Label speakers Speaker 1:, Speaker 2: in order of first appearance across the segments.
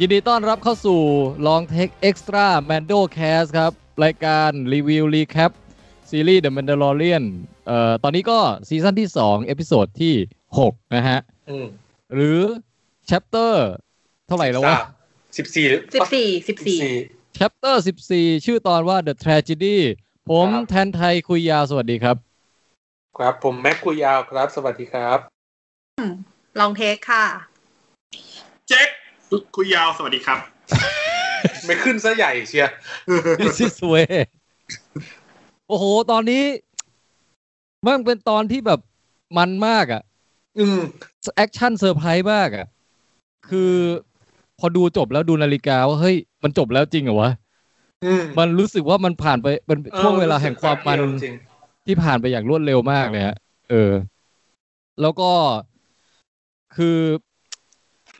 Speaker 1: ยินดีต้อนรับเข้าสู่ Long Take Extra Mando Cast ครับ รายการรีวิวรีแคปซีรีส์ The Mandalorian เอ่อตอนนี้ก็ซีซั่นที่ 2 เอพิโซดที่ 6 นะฮะ
Speaker 2: อืม
Speaker 1: หรือ Chapter เท่าไหร่แล้ววะ
Speaker 2: สิบสี่
Speaker 3: สิบสี่สิบสี่
Speaker 1: Chapter 14 ชื่อตอนว่า The Tragedy ผมแทนไทยคุยยาวสวัสดีครับ
Speaker 2: ครับผมแม็กคุยยาวครับ สวัสดีครับ
Speaker 3: ลองเทคค่ะ
Speaker 4: เจ๊กคุยยาวสวัสดีครับ
Speaker 2: ไม่ขึ้นซะใหญ่เชียร์
Speaker 1: This is way โอ้โห ตอนนี้มันเป็นตอนที่แบบมันมากอ่ะ
Speaker 2: อืม
Speaker 1: แอคชั่นเซอร์ไพรส์มากอะ่ะ คือพอดูจบแล้วดูนาฬิกาว่า เฮ้ย มันจบแล้วจริงเหรอวะ
Speaker 2: อืม
Speaker 1: มันรู้สึกว่ามันผ่านไปมันเป็นช่วงเวลาแห่งความมัน
Speaker 2: เออรู้สึกแป๊บเดียจริง
Speaker 1: ที่ผ่านไปอย่างรวดเร็วมากเลยฮะเออ แล้วก็คือ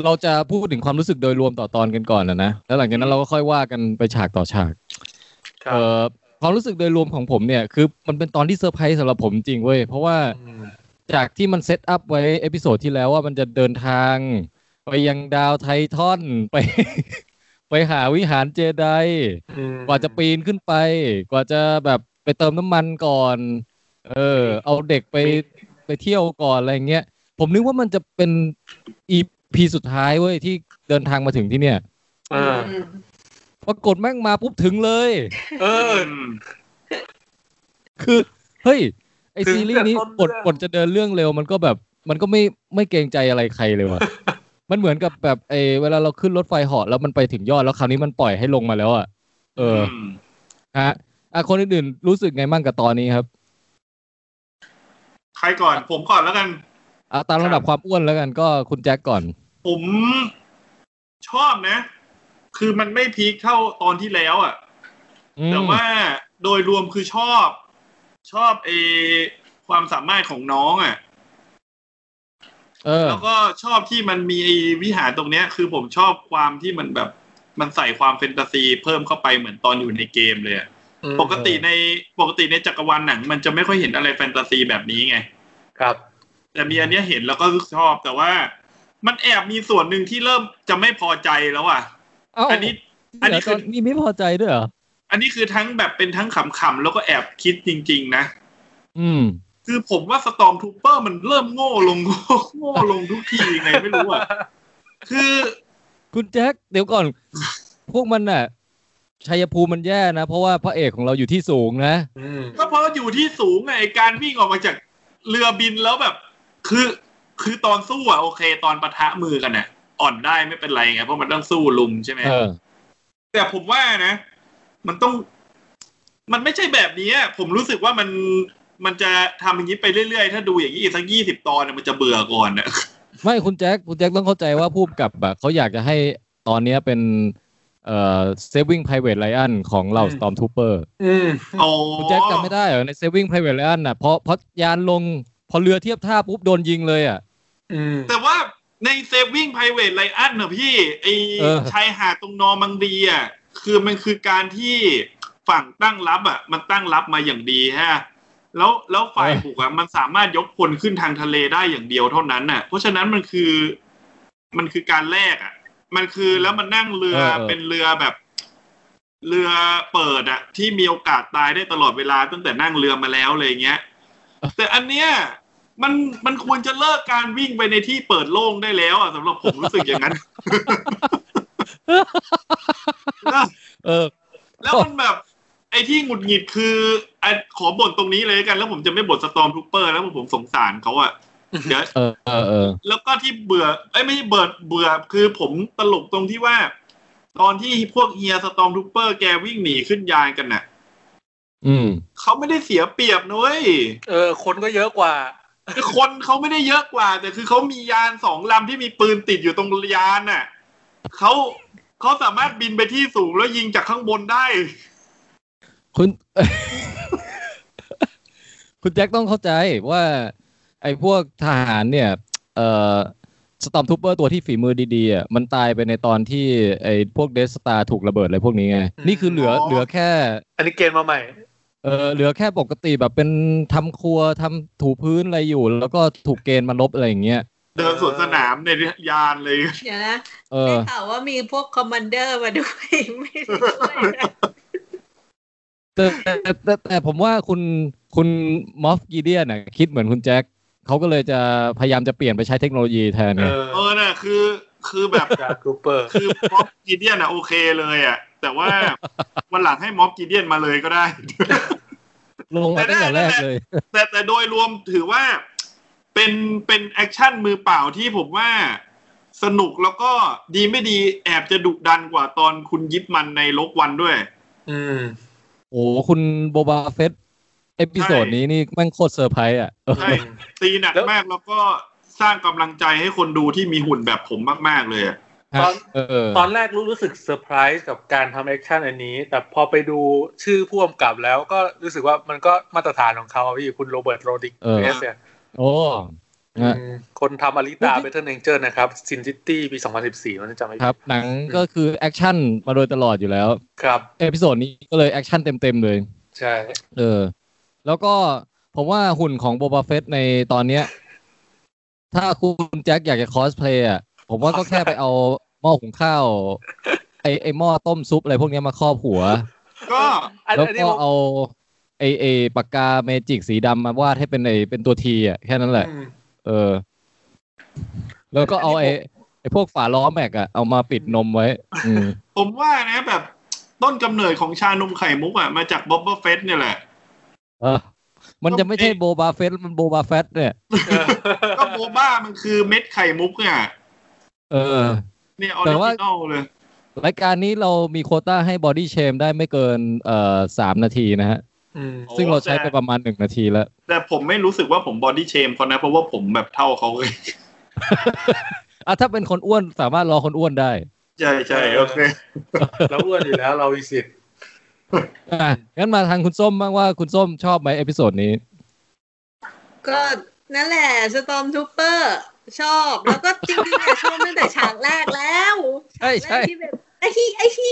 Speaker 1: เราจะพูดถึงความรู้สึกโดยรวมต่อตอนกันก่อนนะนะ แล้วหลังจากนั้นเราก็ค่อยว่ากันไปฉากต่อฉาก
Speaker 2: ครั
Speaker 1: เอบอความรู้สึกโดยรวมของผมเนี่ย คือมันเป็นตอนที่เซอร์ไพรส์สำหรับผมจริงเว้ยเพราะว่า
Speaker 2: ม
Speaker 1: จากที่มันเซตอัพไว้เอพิโซดที่แล้วว่ามันจะเดินทาง ไปยังดาวไททอน ไป ไปหาวิหารเจได
Speaker 2: อืม
Speaker 1: กว่าจะปีนขึ้นไป กว่าจะแบบไปเติมน้ำมันก่อน เออ เอาเด็กไปไปเที่ยวก่อนอะไรอย่างเงี้ยผมนึกว่ามันจะเป็นอีพีสุดท้ายเว้ยที่เดินทางมาถึงที่เนี่ย
Speaker 2: อ่า
Speaker 1: ปรากฏแม่งมาปุ๊บถึงเลย
Speaker 2: เออ
Speaker 1: คือเฮ้ย ไอ
Speaker 2: ถึง
Speaker 1: ซีรีส์นี้
Speaker 2: แต่ต้
Speaker 1: กด
Speaker 2: นเรื่อง
Speaker 1: กดจะเดินเรื่องเร็วมันก็แบบ มันก็ไม่ไม่เกรงใจอะไรใครเลย ว่ะ มันเหมือนกับแบบไอเวลาเราขึ้นรถไฟเหาะแล้วมันไปถึงยอดแล้วคราวนี้มันปล่อยให้ลงมาแล้วอ่ะเออ
Speaker 4: ม
Speaker 1: ฮะอ่ะคนอื่นๆรู้สึกไงบ้างกับตอนนี้ครับ
Speaker 4: ใครก่อน ผมก่อนแล้วกัน
Speaker 1: อ่ะตามระดับความอ้วนแล้วกันก็คุณแจ็คก่อน
Speaker 4: ผมชอบนะ คือมันไม่พีคเท่าตอนที่แล้วอะ่ะ
Speaker 1: อืม
Speaker 4: แต่ว่าโดยรวมคือชอบ ชอบเอความสามารถของน้องอะ่ะ
Speaker 1: เออ
Speaker 4: แล้วก็ชอบที่มันมีไอ้วิหารตรงเนี้ย คือผมชอบความที่มันแบบ มันใส่ความแฟนตาซีเพิ่มเข้าไปเหมือนตอนอยู่ในเกมเลยอะ
Speaker 2: อืม
Speaker 4: ปกติในปกติในจักรวาลหนัง มันจะไม่ค่อยเห็นอะไรแฟนตาซีแบบนี้ไง
Speaker 2: ครับ
Speaker 4: แต่มีอันเนี้ยเห็นแล้วก็รู้สึกชอบแต่ว่า มันแอบมีส่วนหนึ่งที่เริ่มจะไม่พอใจแล้วอ่ะ
Speaker 1: เอ้า
Speaker 4: อันนี้ อันนี้
Speaker 1: เดี๋ยวต
Speaker 4: คือ อ
Speaker 1: นนี้ไม่พอใจด้วยเหรอ
Speaker 4: อันนี้คือทั้งแบบเป็นทั้งขำๆแล้วก็แอบคิดจริง ๆ นะ
Speaker 1: อืม
Speaker 4: คือผมว่าสตอมทูเปอร์มันเริ่มโง่ ลง โง่ลงทุกทีไงไม่รู้อ่ะ คือ
Speaker 1: คุณแจ็คเดี๋ยวก่อน พวกมันน่ะชัยภูมิมันแย่นะ เพราะว่าพระเอกของเราอยู่ที่สูงนะ
Speaker 2: อืม
Speaker 4: ก็เพราะอยู่ที่สูงไงไอ้การวิ่งออกมาจากเรือบินแล้วแบบ คือ คือตอนสู้อ่ะโอเค ตอนปะทะมือกันน่ะ อ่อนได้ไม่เป็นไรไงเพราะมันต้องสู้ลุมใช่ไหม
Speaker 1: เออ
Speaker 4: แต่ผมว่านะ มันต้อง มันไม่ใช่แบบนี้อะผมรู้สึกว่ามันมันจะทำอย่างนี้ไปเรื่อยๆ ถ้าดูอย่างนี้อีกสักยี่สิบตอนน่ะมันจะเบื่อก่อนนะ
Speaker 1: ไม่คุณแจ็คคุณแจ็คต้องเข้าใจว่าผู้กำกับอะเขาอยากจะให้ตอนเนี้ยเป็นเอ่อ Saving Private Ryan ของเหล่า Stormtrooper
Speaker 2: อืม
Speaker 4: โอ้
Speaker 1: คุณแจ็คจำไม่ได้เหรอใน Saving Private Ryan น่ะพอพอยานลง พอเรือเทียบท่าปุ๊บโดนยิงเลยอ่ะ
Speaker 2: อืม
Speaker 4: แต่ว่าในเซฟวิ่งไพรเวทไลอันเนอะพี่ ไอ
Speaker 1: เออ
Speaker 4: ชายหาดตรงนอร์มังดีอ่ะ คือมันคือการที่ฝั่งตั้งรับอ่ะ มันตั้งรับมาอย่างดีฮะ แล้วแล้วฝ่ายบุกอ่ะมันสามารถยกพลขึ้นทางทะเลได้อย่างเดียวเท่านั้นน่ะ เพราะฉะนั้นมันคือ มันคือการแลกอ่ะ มันคือแล้วมันนั่งเรือ
Speaker 1: เออเออ
Speaker 4: เป็นเรือแบบ เรือเปิดอะที่มีโอกาสตายได้ตลอดเวลาตั้งแต่นั่งเรือมาแล้วอะไรอย่างเงี้ย แต่อันเนี้ยมันมันควรจะเลิกการวิ่งไปในที่เปิดโล่งได้แล้วอะสำหรับผมรู้สึกอย่างนั้น แล้ว
Speaker 1: เออ
Speaker 4: แล้วมันแบบ ไอ้ที่หงุดหงิดคือไอ้ขอบ่นตรงนี้เลยกัน แล้วผมจะไม่บ่นสตอมทูเปอร์แล้วผมสงสารเขาอะเดี๋ยว
Speaker 1: เออเออเออ
Speaker 4: แล้วก็ที่เบื่อไอ้ยไม่ใช่เบื่อเบื่อคือผมตลกตรงที่ว่า ตอนที่พวกเฮียสตอมทูเปอร์แกวิ่งหนีขึ้นยานกันน่ะ
Speaker 1: อืม
Speaker 4: เขาไม่ได้เสียเปรียบนุ้ย
Speaker 2: เออ คนก็เยอะกว่า
Speaker 4: คือคนเขาไม่ได้เยอะกว่า แต่คือเขามียานสองลำที่มีปืนติดอยู่ตรงยานน่ะเขาเขาสามารถบินไปที่สูงแล้วยิงจากข้างบนได้
Speaker 1: คุณ คุณแจ็คต้องเข้าใจว่า ไอ้พวกทหารเนี่ย เอ่อสตอมทูเปอร์ตัวที่ฝีมือดีๆอ่ะมันตายไปในตอนที่ไอ้พวกเดสตาถูกระเบิดอะไรพวกนี้ไง
Speaker 2: อืม
Speaker 1: นี่คือเหลือ
Speaker 4: อ๋อ
Speaker 1: เหลือแค่
Speaker 2: อันนี้เกณฑ์มาใหม่
Speaker 1: เออเหลือแค่ปกติแบบเป็นทำครัวทำถูพื้นอะไรอยู่ แล้วก็ถูกเกณฑ์มาลบอะไรอย่างเงี้ย
Speaker 4: เดินสวนสนามในยานเลย
Speaker 3: เดี๋ยวนะ
Speaker 1: เอ
Speaker 3: ได้
Speaker 1: อ
Speaker 3: ข่าวว่ามีพวกคอมมานเดอร์มาด้วย ไม่ได้ด้วยนะ
Speaker 1: แต่แต่แต่แต่ผมว่าคุณคุณมอฟกีเดียนน่ะคิดเหมือนคุณแจ็คเขาก็เลยจะพยายามจะเปลี่ยนไปใช้เทคโนโลยีแทน
Speaker 2: เอ
Speaker 1: ไง
Speaker 2: อ
Speaker 4: เออน่ะคือคือแบบ
Speaker 2: ดาร์ครูเปอร์
Speaker 4: คือม็อบกีเดียนอะโอเคเลยอะแต่ว่าวันหลังให้ม็อบกีเดียนมาเลยก็ได้
Speaker 1: ลงมาตั้งแต่แรกเลย
Speaker 4: แต่แต่โดยรวมถือว่าเป็นเป็นแอคชั่นมือเปล่าที่ผมว่าสนุกแล้วก็ดีไม่ดีแอบจะดุดันกว่าตอนคุณยิปมันในลกวันด้วย
Speaker 2: อืม
Speaker 1: โอ้โหคุณโบบาเฟตเอพิโซดนี้นี่แม่งโคตรเซอร์ไพรส์อ่ะเออ
Speaker 4: ใช่ ตีหนักมากแล้วก็สร้างกำลังใจให้คนดูที่มีหุ่นแบบผมมากๆเลยอะ
Speaker 2: ตอน
Speaker 1: เออ
Speaker 2: ตอนแรกรู้รู้สึกเซอร์ไพรส์กับการทำแอคชั่นอันนี้ แต่พอไปดูชื่อพ่วมกับแล้วก็รู้สึกว่ามันก็มาตรฐานของเขาอะพี่คุณโรเบิร์ตโรดิก
Speaker 1: เออ
Speaker 2: เอสเนี่ย
Speaker 1: โอ้นะ
Speaker 2: อืมคนทำอลิตาเบเทอร์เนเจอร์นะครับซินซิตี้ปี 2014มันจำไม่
Speaker 1: ค
Speaker 2: ผิ
Speaker 1: รั
Speaker 2: ด
Speaker 1: บ หนังก็คือแอคชั่นมาโดยตลอดอยู่แล้ว
Speaker 2: ครับ
Speaker 1: เอพิโซดนี้ก็เลยแอคชั่นเต็มๆเลย
Speaker 2: ใช่
Speaker 1: เออ แล้วก็ผมว่าหุ่นของโบบาเฟตในตอนเนี้ย ถ้าคุณแจ็คอยากจะคอสเพลย์อ่ะ ผมว่าก็แค่ไปเอาหม้อหุงข้าว ไอไอหม้อต้มซุปอะไรพวกเนี้ยมาครอบหัว
Speaker 4: ก็
Speaker 2: อัน
Speaker 1: แล้ว
Speaker 2: อันนี้
Speaker 1: ก็
Speaker 2: ผม
Speaker 1: เอาไอไอปากกาเมจิกสีดำมาวาดให้เป็นไอเป็นตัวทีอ่ะแค่นั้นแหละ
Speaker 2: อืม
Speaker 1: เออ แล้วก็เอาไอไอพวกฝาล้อแม็กอะเอามาปิดนมไว้ อืม
Speaker 4: ผมว่านะแบบต้นกำเนิดของชานมไข่มุกอะมาจากบ๊อบเบอร์เฟสเนี่ยแหละ
Speaker 1: เออ มันจะไม่ใช่โบบาเฟตมันโบบาเฟตเนี่ย
Speaker 4: ก็โบบ้ามันคือเม็ดไข่มุกเนี่ย
Speaker 1: เออ
Speaker 4: เนี่ยออ
Speaker 1: แต่
Speaker 4: ริ
Speaker 1: ว่า
Speaker 4: จินอลเลย
Speaker 1: รายการนี้เรามีโควต้าให้บอดี้เชมได้ไม่เกินเอ่อสามนาทีนะฮะ
Speaker 2: อืม
Speaker 4: โอ้
Speaker 1: ซึ่งเราใช้
Speaker 4: แต่
Speaker 1: ไปประมาณหนึ่งนาทีแล้ว
Speaker 4: แต่ผมไม่รู้สึกว่าผมบอดี้เชมเขานะ เพราะว่าผมแบบเท่าเขาเลย
Speaker 1: อ่ะถ้าเป็นคนอ้วนสามารถรอคนอ้วนได้
Speaker 4: ใช่ ใช่
Speaker 2: เออ
Speaker 4: โอเค
Speaker 2: เราอ้วนอยู่แล้วเรามีสิทธิ์
Speaker 1: อ่ะงั้นมาทางคุณส้มบ้างว่าคุณส้มชอบไหมเอพิโซดนี้
Speaker 3: ก็นั่นแหละสตอมทูเปอร์ ชอบ แล้วก็จริงๆอะชอบตั้งแต่ฉากแรกแล้ว
Speaker 1: ใช่
Speaker 3: แร
Speaker 1: ใช่
Speaker 3: กที่แบบไอ้ที่ไอ้ที่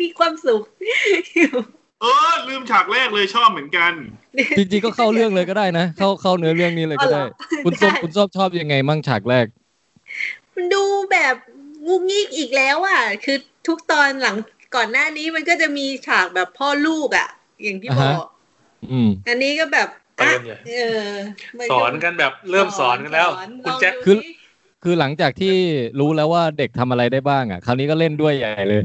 Speaker 3: มีความสุข
Speaker 4: เออ ลืมฉากแรกเลยชอบเหมือนกัน
Speaker 1: จริงๆก็เข้าเรื่องเลยก็ได้นะ เข้าเข้าเนื้อเรื่องนี้เลยก็ได้
Speaker 3: อ๋อเหรอ
Speaker 1: คุณส้ม
Speaker 3: ได้
Speaker 1: คุณส้มชอบยังไงมั่งฉากแรก
Speaker 3: มันดูแบบงุกงิกอีกแล้วอ่ะ คือทุกตอนหลังก่อนหน้านี้มันก็จะมีฉากแบบพ่อลูกอ่ะ อย่างที่บอ
Speaker 1: อ่าก ฮะ อืม
Speaker 3: อันนี้ก็แบบ
Speaker 2: ไปกั
Speaker 3: อ่ะ
Speaker 2: น ใหญ่
Speaker 3: เออมั
Speaker 2: สอนกันแบบเริ่มสอนกันแล้ว
Speaker 3: สอน
Speaker 2: คุณแจ็ค
Speaker 3: ลอง
Speaker 1: คือ
Speaker 3: ดูสิ
Speaker 1: คือหลังจากที่รู้แล้วว่าเด็กทำอะไรได้บ้างอ่ะ คราวนี้ก็เล่นด้วยใหญ่เลย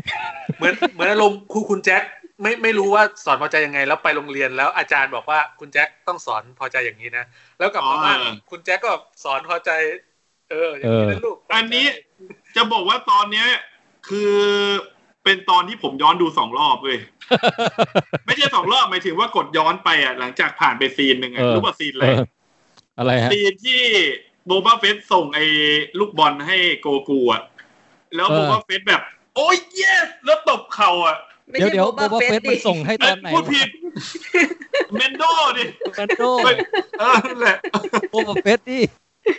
Speaker 2: เหมือนเหมือนอารมณ์ครูคุณแจ็คไม่ไม่รู้ว่าสอนพอใจยังไงแล้วไปโรงเรียนแล้วอาจารย์บอกว่าคุณแจ็คต้องสอนพอใจอย่างนี้นะ แล้วกลับมา
Speaker 4: อ๋อ
Speaker 2: บ้านคุณแจ็คก็แบบสอนพอใจ เอออย่างนี้นะลูก
Speaker 4: อันนี้จะบอกว่าตอนเนี้ย คือเป็นตอนที่ผมย้อนดูสองรอบ เลย ไม่ใช่สองรอบหมายถึงว่ากดย้อนไปอ่ะหลังจากผ่านไปซีนหนึ่งอ่ะ
Speaker 1: เออ
Speaker 4: รู้ป่ะซีนอะไร
Speaker 1: เอออะไรฮะ
Speaker 4: ซีนที่โบบ้าเฟสส่งไอ้ลูกบอลให้โกกูอ่ะแล้ว
Speaker 1: เออ
Speaker 4: โบบ้าเฟสแบบ โอ้ยเยสแล้วตบเข่าอ่ะ
Speaker 3: ไม่
Speaker 1: เดี๋ยว
Speaker 3: ใช่
Speaker 1: เดี๋ยว
Speaker 3: โบบ
Speaker 1: โบา
Speaker 3: เฟ
Speaker 1: เฟ
Speaker 3: ส
Speaker 1: สมันส่งให้ต
Speaker 4: เอ้
Speaker 1: อย นไหน
Speaker 4: พูด ผิด เมนโดดิ
Speaker 1: แมนโด
Speaker 4: เออนั่นแหละ
Speaker 1: โบบาเฟสดิ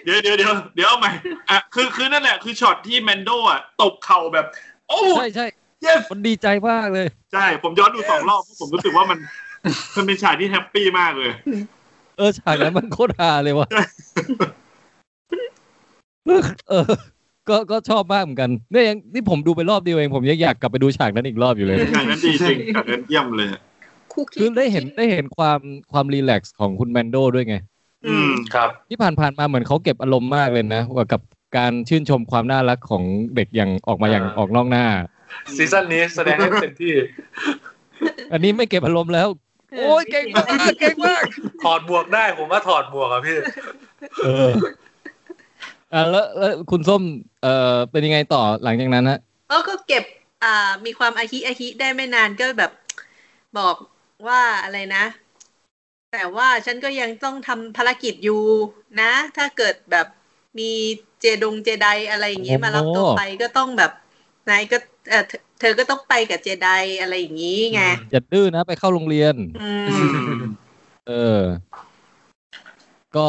Speaker 4: เดี๋ยวเดี๋ยวเดี๋ยวเดี๋ยวเอาใหม่อ่ะคือคือนั่นแหละคือช็อตที่แมนโดอ่ะตบเข่าแบบ โอ้
Speaker 1: ใช่ใช่
Speaker 4: yes
Speaker 1: มันดีใจมากเลย
Speaker 4: ใช่ ผมย้อนดูสองรอบเพราะผมรู้สึกว่ามัน มันเป็นฉากที่แฮปปี้มากเลย
Speaker 1: เออฉากนั้นมันโคตรฮาเลยว่ะ เออ ก็ก็ชอบมากเหมือนกันเนี่ยยังนี่ผมดูไปรอบเดียวเองผมยังอยากกลับไปดูฉากนั้นอีกรอบอยู่เลย
Speaker 4: ฉากนั้นดีจริงฉากนั้นเยี่ยมเลย
Speaker 3: คุก
Speaker 1: คือได้เห็นได้เห็นความความรีแลกซ์ของคุณแมนโดด้วยไง
Speaker 4: อืม
Speaker 2: ครับ
Speaker 1: ที่ผ่านผ่านมาเหมือนเขาเก็บอารมณ์มากเลยนะว่ากับการชื่นชมความน่ารักของเด็กอย่างออกมาอย่าง
Speaker 2: เออ
Speaker 1: ออกนอกหน้า
Speaker 2: ซีซั่นนี้แสดงให้เต็มที่
Speaker 1: อันนี้ไม่เก็บอารมณ์แล้ว โอ้ยเก่งมากเก่งมาก
Speaker 2: ถอดบวกได้ผมว่าถอดบวกอะพี่
Speaker 1: เอออ่ะแล้วแล้วคุณส้ม เอ่อเป็นยังไงต่อหลังจากนั้นฮะ
Speaker 3: แล้วก็เก็บ อ่า มีความอาฮิอาฮิได้ไม่นานก็แบบ บอกว่าอะไรนะ แต่ว่าฉันก็ยังต้องทำภารกิจอยู่นะ ถ้าเกิดแบบมีเจดงเจไดอะไรอย่างเงี้ย
Speaker 1: โอ้
Speaker 3: มารับตัวไปก็ต้องแบบนายก็เอ่อเธอเธอก็ต้องไปกับเจไดอะไรอย่างงี้ไง
Speaker 1: อย่าดื้อนะ ไปเข้าโรงเรียน
Speaker 3: อื
Speaker 4: อื
Speaker 3: ม
Speaker 4: ม
Speaker 1: เออ ก็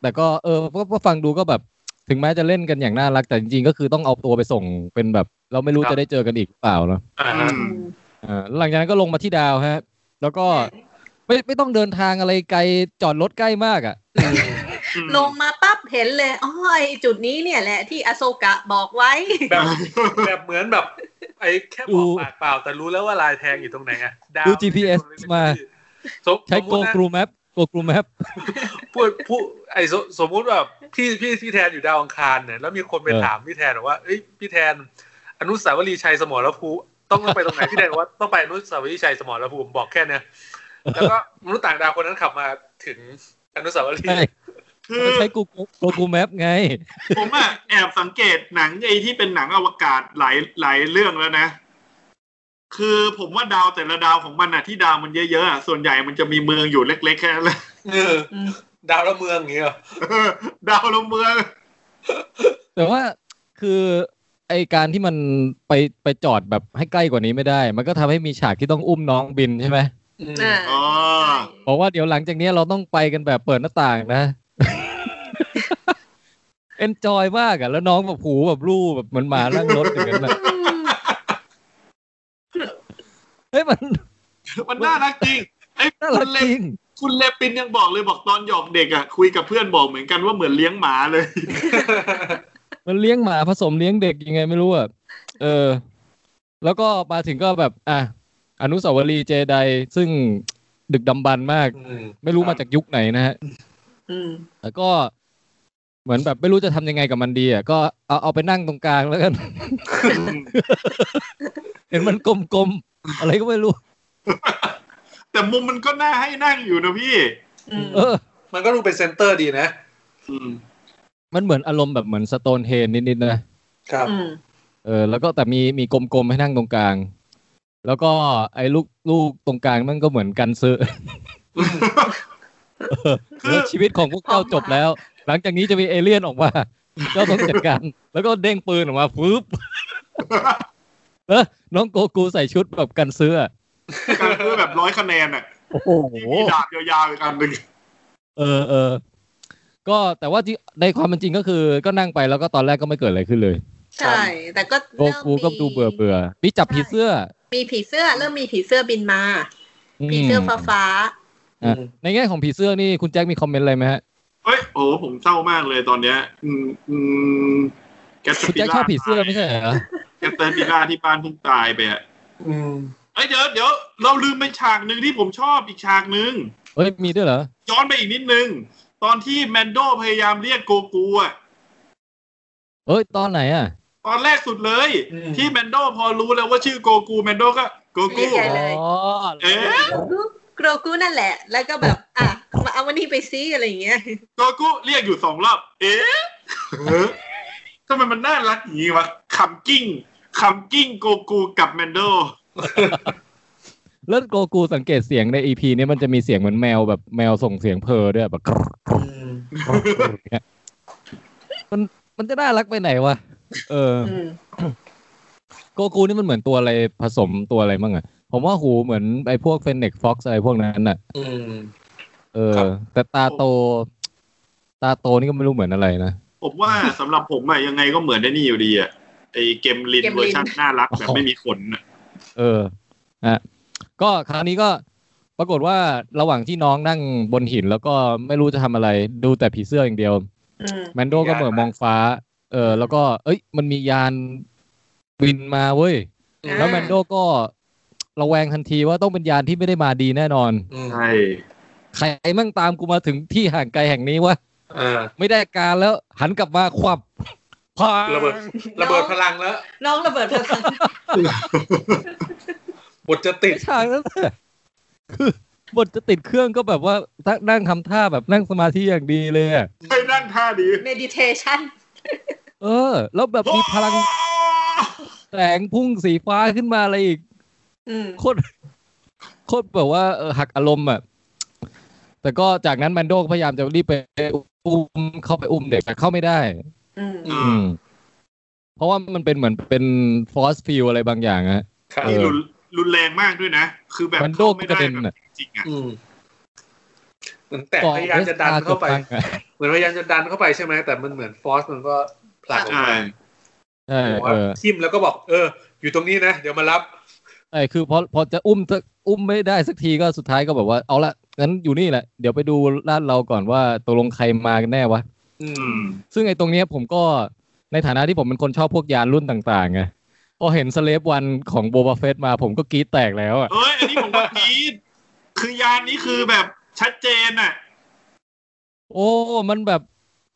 Speaker 1: แต่ก็เออก็ก็ฟังดูก็แบบ ถึงแม้จะเล่นกันอย่างน่ารักแต่จริงๆก็คือต้องเอาตัวไปส่งเป็นแบบ เราไม่รู้
Speaker 2: ครับ
Speaker 1: จะได้เจอกันอีกหรือเปล่าเนาะ
Speaker 2: อ่าฮะ
Speaker 4: อืม
Speaker 1: อ่าหลังจากนั้นก็ลงมาที่ดาวฮะ แล้วก็ไม่ไม่ต้องเดินทางอะไรไกลจอดรถใกล้มากอะ่ะ
Speaker 3: ลงมาปั๊บ เห็นเลยอ๋อไอจุดนี้เนี่ยแหละที่อโซกะบอกไว้
Speaker 2: แบบแบบเหมือนแบบ ไอ้แค่บอกปากเปล่า แต่รู้แล้วว่าลายแทงอยู่ตรงไหนอะดาว
Speaker 1: ดู GPS มา
Speaker 2: สม
Speaker 1: ใช้
Speaker 2: สมมุ
Speaker 1: Go
Speaker 2: ตินะ
Speaker 1: Gru Map Go Gru Map
Speaker 2: พูดพูดไอ้สสมมุติแบบพี่พี่พี่แทนอยู่ดาวอังคารเนี่ยแล้วมีคนไป
Speaker 1: เออ
Speaker 2: ถามพี่แทนบอกว่าเอ้ยพี่แทน อนุสาวรีย์ชัยสมรภูมิต้องไปตรงไหนพี่แทนบอกว่าต้องไปอนุสาวรีย์ชัยสมรภูมิบอกแค่เนี้ยแล้วก็มนุษย์ต่างดาวคนนั้นขับมาถึงอนุสาวรี
Speaker 1: ใช่
Speaker 2: ย์
Speaker 4: คือ
Speaker 1: ใช้ Go Go Gru Map ไง
Speaker 4: ผมอะแอบสังเกตหนังไอ้ที่เป็นหนังอวกาศหลายหลายเรื่องแล้วนะ คือผมว่าดาวแต่ละดาวของมันอะที่ดาวมันเยอะๆอะส่วนใหญ่มันจะมีเมืองอยู่เล็กๆแค่นั้นแหละ
Speaker 2: เออดาวละเมืองอย่างเงี้ยเหรอ
Speaker 4: เออดาวละเมือง
Speaker 1: แต่ว่าคือไอการที่มันไปไปจอดแบบให้ใกล้กว่านี้ไม่ได้ มันก็ทำให้มีฉากที่ต้องอุ้มน้องบินใช่ไหม
Speaker 2: อืม
Speaker 3: อ่า
Speaker 4: อ๋อ
Speaker 3: ใช่
Speaker 1: บอกว่าเดี๋ยวหลังจากเนี้ยเราต้องไปกันแบบเปิดหน้าต่างนะ เอนจอยมากอะแล้วน้องแบบหูแบบรูแบบเหมันหมานั่งรถอย่างนั้นนะ
Speaker 3: อืม
Speaker 1: เฮ้ยมัน
Speaker 4: มันน่ารักจริงไอ้ย
Speaker 1: น่า
Speaker 4: คุ
Speaker 1: รัก
Speaker 4: ณเล
Speaker 1: จริง
Speaker 4: คุณเลปินยังบอกเลยบอกตอนหยอกเด็กอะคุยกับเพื่อนบอกเหมือนกันว่าเหมือนเลี้ยงหมาเลย
Speaker 1: มันเลี้ยงหมาผสมเลี้ยงเด็กยังไงไม่รู้อ่ะ เออ แล้วก็มาถึงก็แบบ อ่ะ อนุสาวรีย์เจไดซึ่งดึกดำบรรพ์มาก
Speaker 2: อืม
Speaker 1: ไม่รู้มาจากยุคไหนนะฮะ
Speaker 3: อืม
Speaker 1: แล้วก็เหมือนแบบไม่รู้จะทำยังไงกับมันดีอ่ะ ก็เอาเอาไปนั่งตรงกลางแล้วกัน เห็นมันกลมๆ อะไรก็ไม่รู้
Speaker 4: แต่มุมมันก็น่าให้นั่งอยู่นะพี่
Speaker 3: อืม
Speaker 1: เออ
Speaker 2: มันก็ดูเป็นเซนเตอร์ดีนะ
Speaker 4: อืม
Speaker 1: มันเหมือนอารมณ์แบบเหมือนสโตนเฮนนิดๆนะ
Speaker 2: ครับ
Speaker 3: อืม
Speaker 1: เออแล้วก็แต่มีมีกลมๆให้นั่งตรงกลาง แล้วก็ไอ้ลูกลูกตรงกลางนั่นก็เหมือนกันซื้อ
Speaker 4: คือ
Speaker 1: ชีวิตของพวกเจ้าจบแล้ว หลังจากนี้จะมีเอเลี่ยนออกมา เจ้าต้องจัดการ แล้วก็เด้งปืนออกมาปึ๊บเออน้องโกกูใส่ชุดแบบกันเสื้อ
Speaker 4: การเพื่อแบบร้อยคะแนนอะ
Speaker 1: โอ้โห
Speaker 4: มีดาบยาวๆอีกอันหนึ่ง
Speaker 1: เออเออ ก็แต่ว่าที่ในความเป็นจริงก็คือ ก็นั่งไปแล้วก็ตอนแรกก็ไม่เกิดอะไรขึ้นเลย
Speaker 3: ใช่ แต่ก็
Speaker 1: โก
Speaker 3: เริ่ม
Speaker 1: กูก็ดูเบื่อ
Speaker 3: มี
Speaker 1: เบื่อมีจับผีเสื้อ
Speaker 3: มีผีเสื้อเริ่มมีผีเสื้อบินมา ผีเสื้อฟ้าฟ้า
Speaker 1: อ่ะในแง่ของผีเสื้อนี่คุณแจ็คมีคอมเมนต์อะไรไหมฮะ
Speaker 4: เฮ้ยโอ้โหผมเศร้ามากเลยตอนเนี้ย อืมอืมแกส
Speaker 1: คุณ
Speaker 4: ปิ
Speaker 1: แจ็คช
Speaker 4: ล่า
Speaker 1: อบผีเสื้อไม่ใช่เหรอ
Speaker 4: แกสปิล่าที่บ้านเพิ่งตายไปอะ
Speaker 2: อืม
Speaker 4: เอ้ยเดี๋ยวเดี๋ยวเราลืมไปฉากหนึ่งที่ผมชอบอีกฉากหนึ่ง
Speaker 1: เฮ้ยมีด้วยเหรอ
Speaker 4: ย้อนไปอีกนิดนึง ตอนที่แมนโดพยายามเรียกโกกูอะ
Speaker 1: เอ้ยตอนไหนอ่ะ
Speaker 4: ตอนแรกสุดเลย ที่แมนโดพอรู้แล้วว่าชื่อโกกูแมนโดก็โก
Speaker 3: ๆเรี
Speaker 4: กู
Speaker 3: ยกใหญ่
Speaker 1: อ๋
Speaker 3: เลย
Speaker 1: อ
Speaker 4: เอ๊ะ
Speaker 3: โกกุโกกุนั่นแหละ แล้วก็แบบ อ่ะ มาเอาวันนี้ไปซิอะไรอย่างเงี้ย
Speaker 4: โกกูเรียกอยู่สองรอบ เอ๊ะเออทำไมมันน่ารักอย่างนี้วะคำกิ้งคำกิ้งโกกูกับแมนโด
Speaker 1: แล้วโกกูสังเกตเสียงในอีพีนี้มันจะมีเสียงเหมือนแมวแบบแมวส่งเสียงเพอด้วยแบบ กรอกกรอกกรอกอย่างเงี้ยมันมันจะน่ารักไปไหนวะเออ
Speaker 3: อืม
Speaker 1: โกกูนี่มันเหมือนตัวอะไรผสมตัวอะไรบ้างอะผมว่าหูเหมือนไอ้พวกเฟนเน็กฟ็อกซ์อะไรพวกนั้นน่ะ
Speaker 2: อืม
Speaker 1: เออ แต่ตาโต ตาโตนี่ก็ไม่รู้เหมือนอะไรนะ
Speaker 4: ผมว่าสำหรับผมอะยังไงก็เหมือนได้นี่อยู่ดีอะไอเกมลิน
Speaker 3: เกมลิน
Speaker 4: เวอร์ชันน่ารักแบบไม่มีขนอะ
Speaker 1: เอออ่ะก็คราวนี้ก็ปรากฏว่าระหว่างที่น้องนั่งบนหิน แล้วก็ไม่รู้จะทำอะไร ดูแต่ผีเสื้ออย่างเดียว
Speaker 3: อืม
Speaker 1: แมนโดก็เหมือนมองฟ้า เออ แล้วก็ เอ้ย มันมียานบินมาเว้ย
Speaker 3: อ่า
Speaker 1: แล้วแมนโดก็ระแวงทันทีว่าต้องเป็นยานที่ไม่ได้มาดีแน่นอน
Speaker 2: อืม
Speaker 4: ใช่
Speaker 1: ใครมั่งตามกูมาถึงที่ห่างไกลแห่งนี้วะ
Speaker 2: อ่า
Speaker 1: ไม่ได้การแล้วหันกลับมาควับพา
Speaker 2: ระเบิดระเบิดพลังแล้ว
Speaker 3: น้องระเบิดพลัง
Speaker 2: บทจะติด
Speaker 1: ฉากนั้นเลยคือบทจะติดเครื่องก็แบบว่านั่งทำท่าแบบนั่งสมาธิอย่างดีเลยอะ
Speaker 4: ใช่นั่นท่าดี
Speaker 3: เมดิเทชัน
Speaker 1: เออ แล้วแบบมีพลังแสงพุ่งสีฟ้าขึ้นมาอะไรอีก
Speaker 3: อืม
Speaker 1: โคตรโคตรแบบว่าเออหักอารมณ์อ่ะ แต่ก็จากนั้นแมนโดก็พยายามจะรีบไปอุ้มเข้าไปอุ้มเด็กแต่เข้าไม่ได้
Speaker 3: อืม
Speaker 4: อื
Speaker 1: อื
Speaker 4: ม
Speaker 1: ม เพราะว่ามันเป็นเหมือนเป็นฟอสฟิลอะไรบางอย่างอะ
Speaker 2: ครับ
Speaker 1: เอ
Speaker 4: นี่
Speaker 1: อ
Speaker 4: รุนรุนแรงมากด้วยนะ คือแบบ
Speaker 1: มันโดก
Speaker 4: เข้าไม่
Speaker 1: กระ
Speaker 4: ได้
Speaker 1: เด็น
Speaker 4: แบ
Speaker 1: อะ
Speaker 4: บจริงๆอ่ะ
Speaker 2: ืมเหมือนแต่พยายามจะดันเข้าไป
Speaker 1: ก่อ SR อะ
Speaker 2: เหมือนพยายามจะดันเข้าไปใช่ไหมแต่มันเหมือนฟอสมันก็ผลักออก
Speaker 4: ใช่
Speaker 2: มา
Speaker 1: ใช่
Speaker 2: หัว
Speaker 1: เออ
Speaker 2: ทิ่มแล้วก็บอก เออ อยู่ตรงนี้นะ เดี๋ยวมารับ
Speaker 1: ใช่คือพอพอจะอุ้มสักอุ้มไม่ได้สักทีก็สุดท้ายก็แบบว่าเอาละงั้นอยู่นี่แหละ เดี๋ยวไปดูลาดเราก่อนว่าตกลงใครมากันแน่วะ
Speaker 2: อื
Speaker 4: อื
Speaker 2: ม
Speaker 4: ม
Speaker 1: ซึ่งไอ้ตรงเนี้ยผมก็ในฐานะที่ผมเป็นคนชอบพวกยานรุ่นต่างๆไงพอเห็นสเลฟวันของโบบาเฟตมาผมก็กรี๊ดแตกแล้วอ่ะ
Speaker 4: เอ้ย อันนี้ผมก็กรี๊ดคือยานนี้คือแบบชัดเจนอ่ะ
Speaker 1: โอ้มันแบบ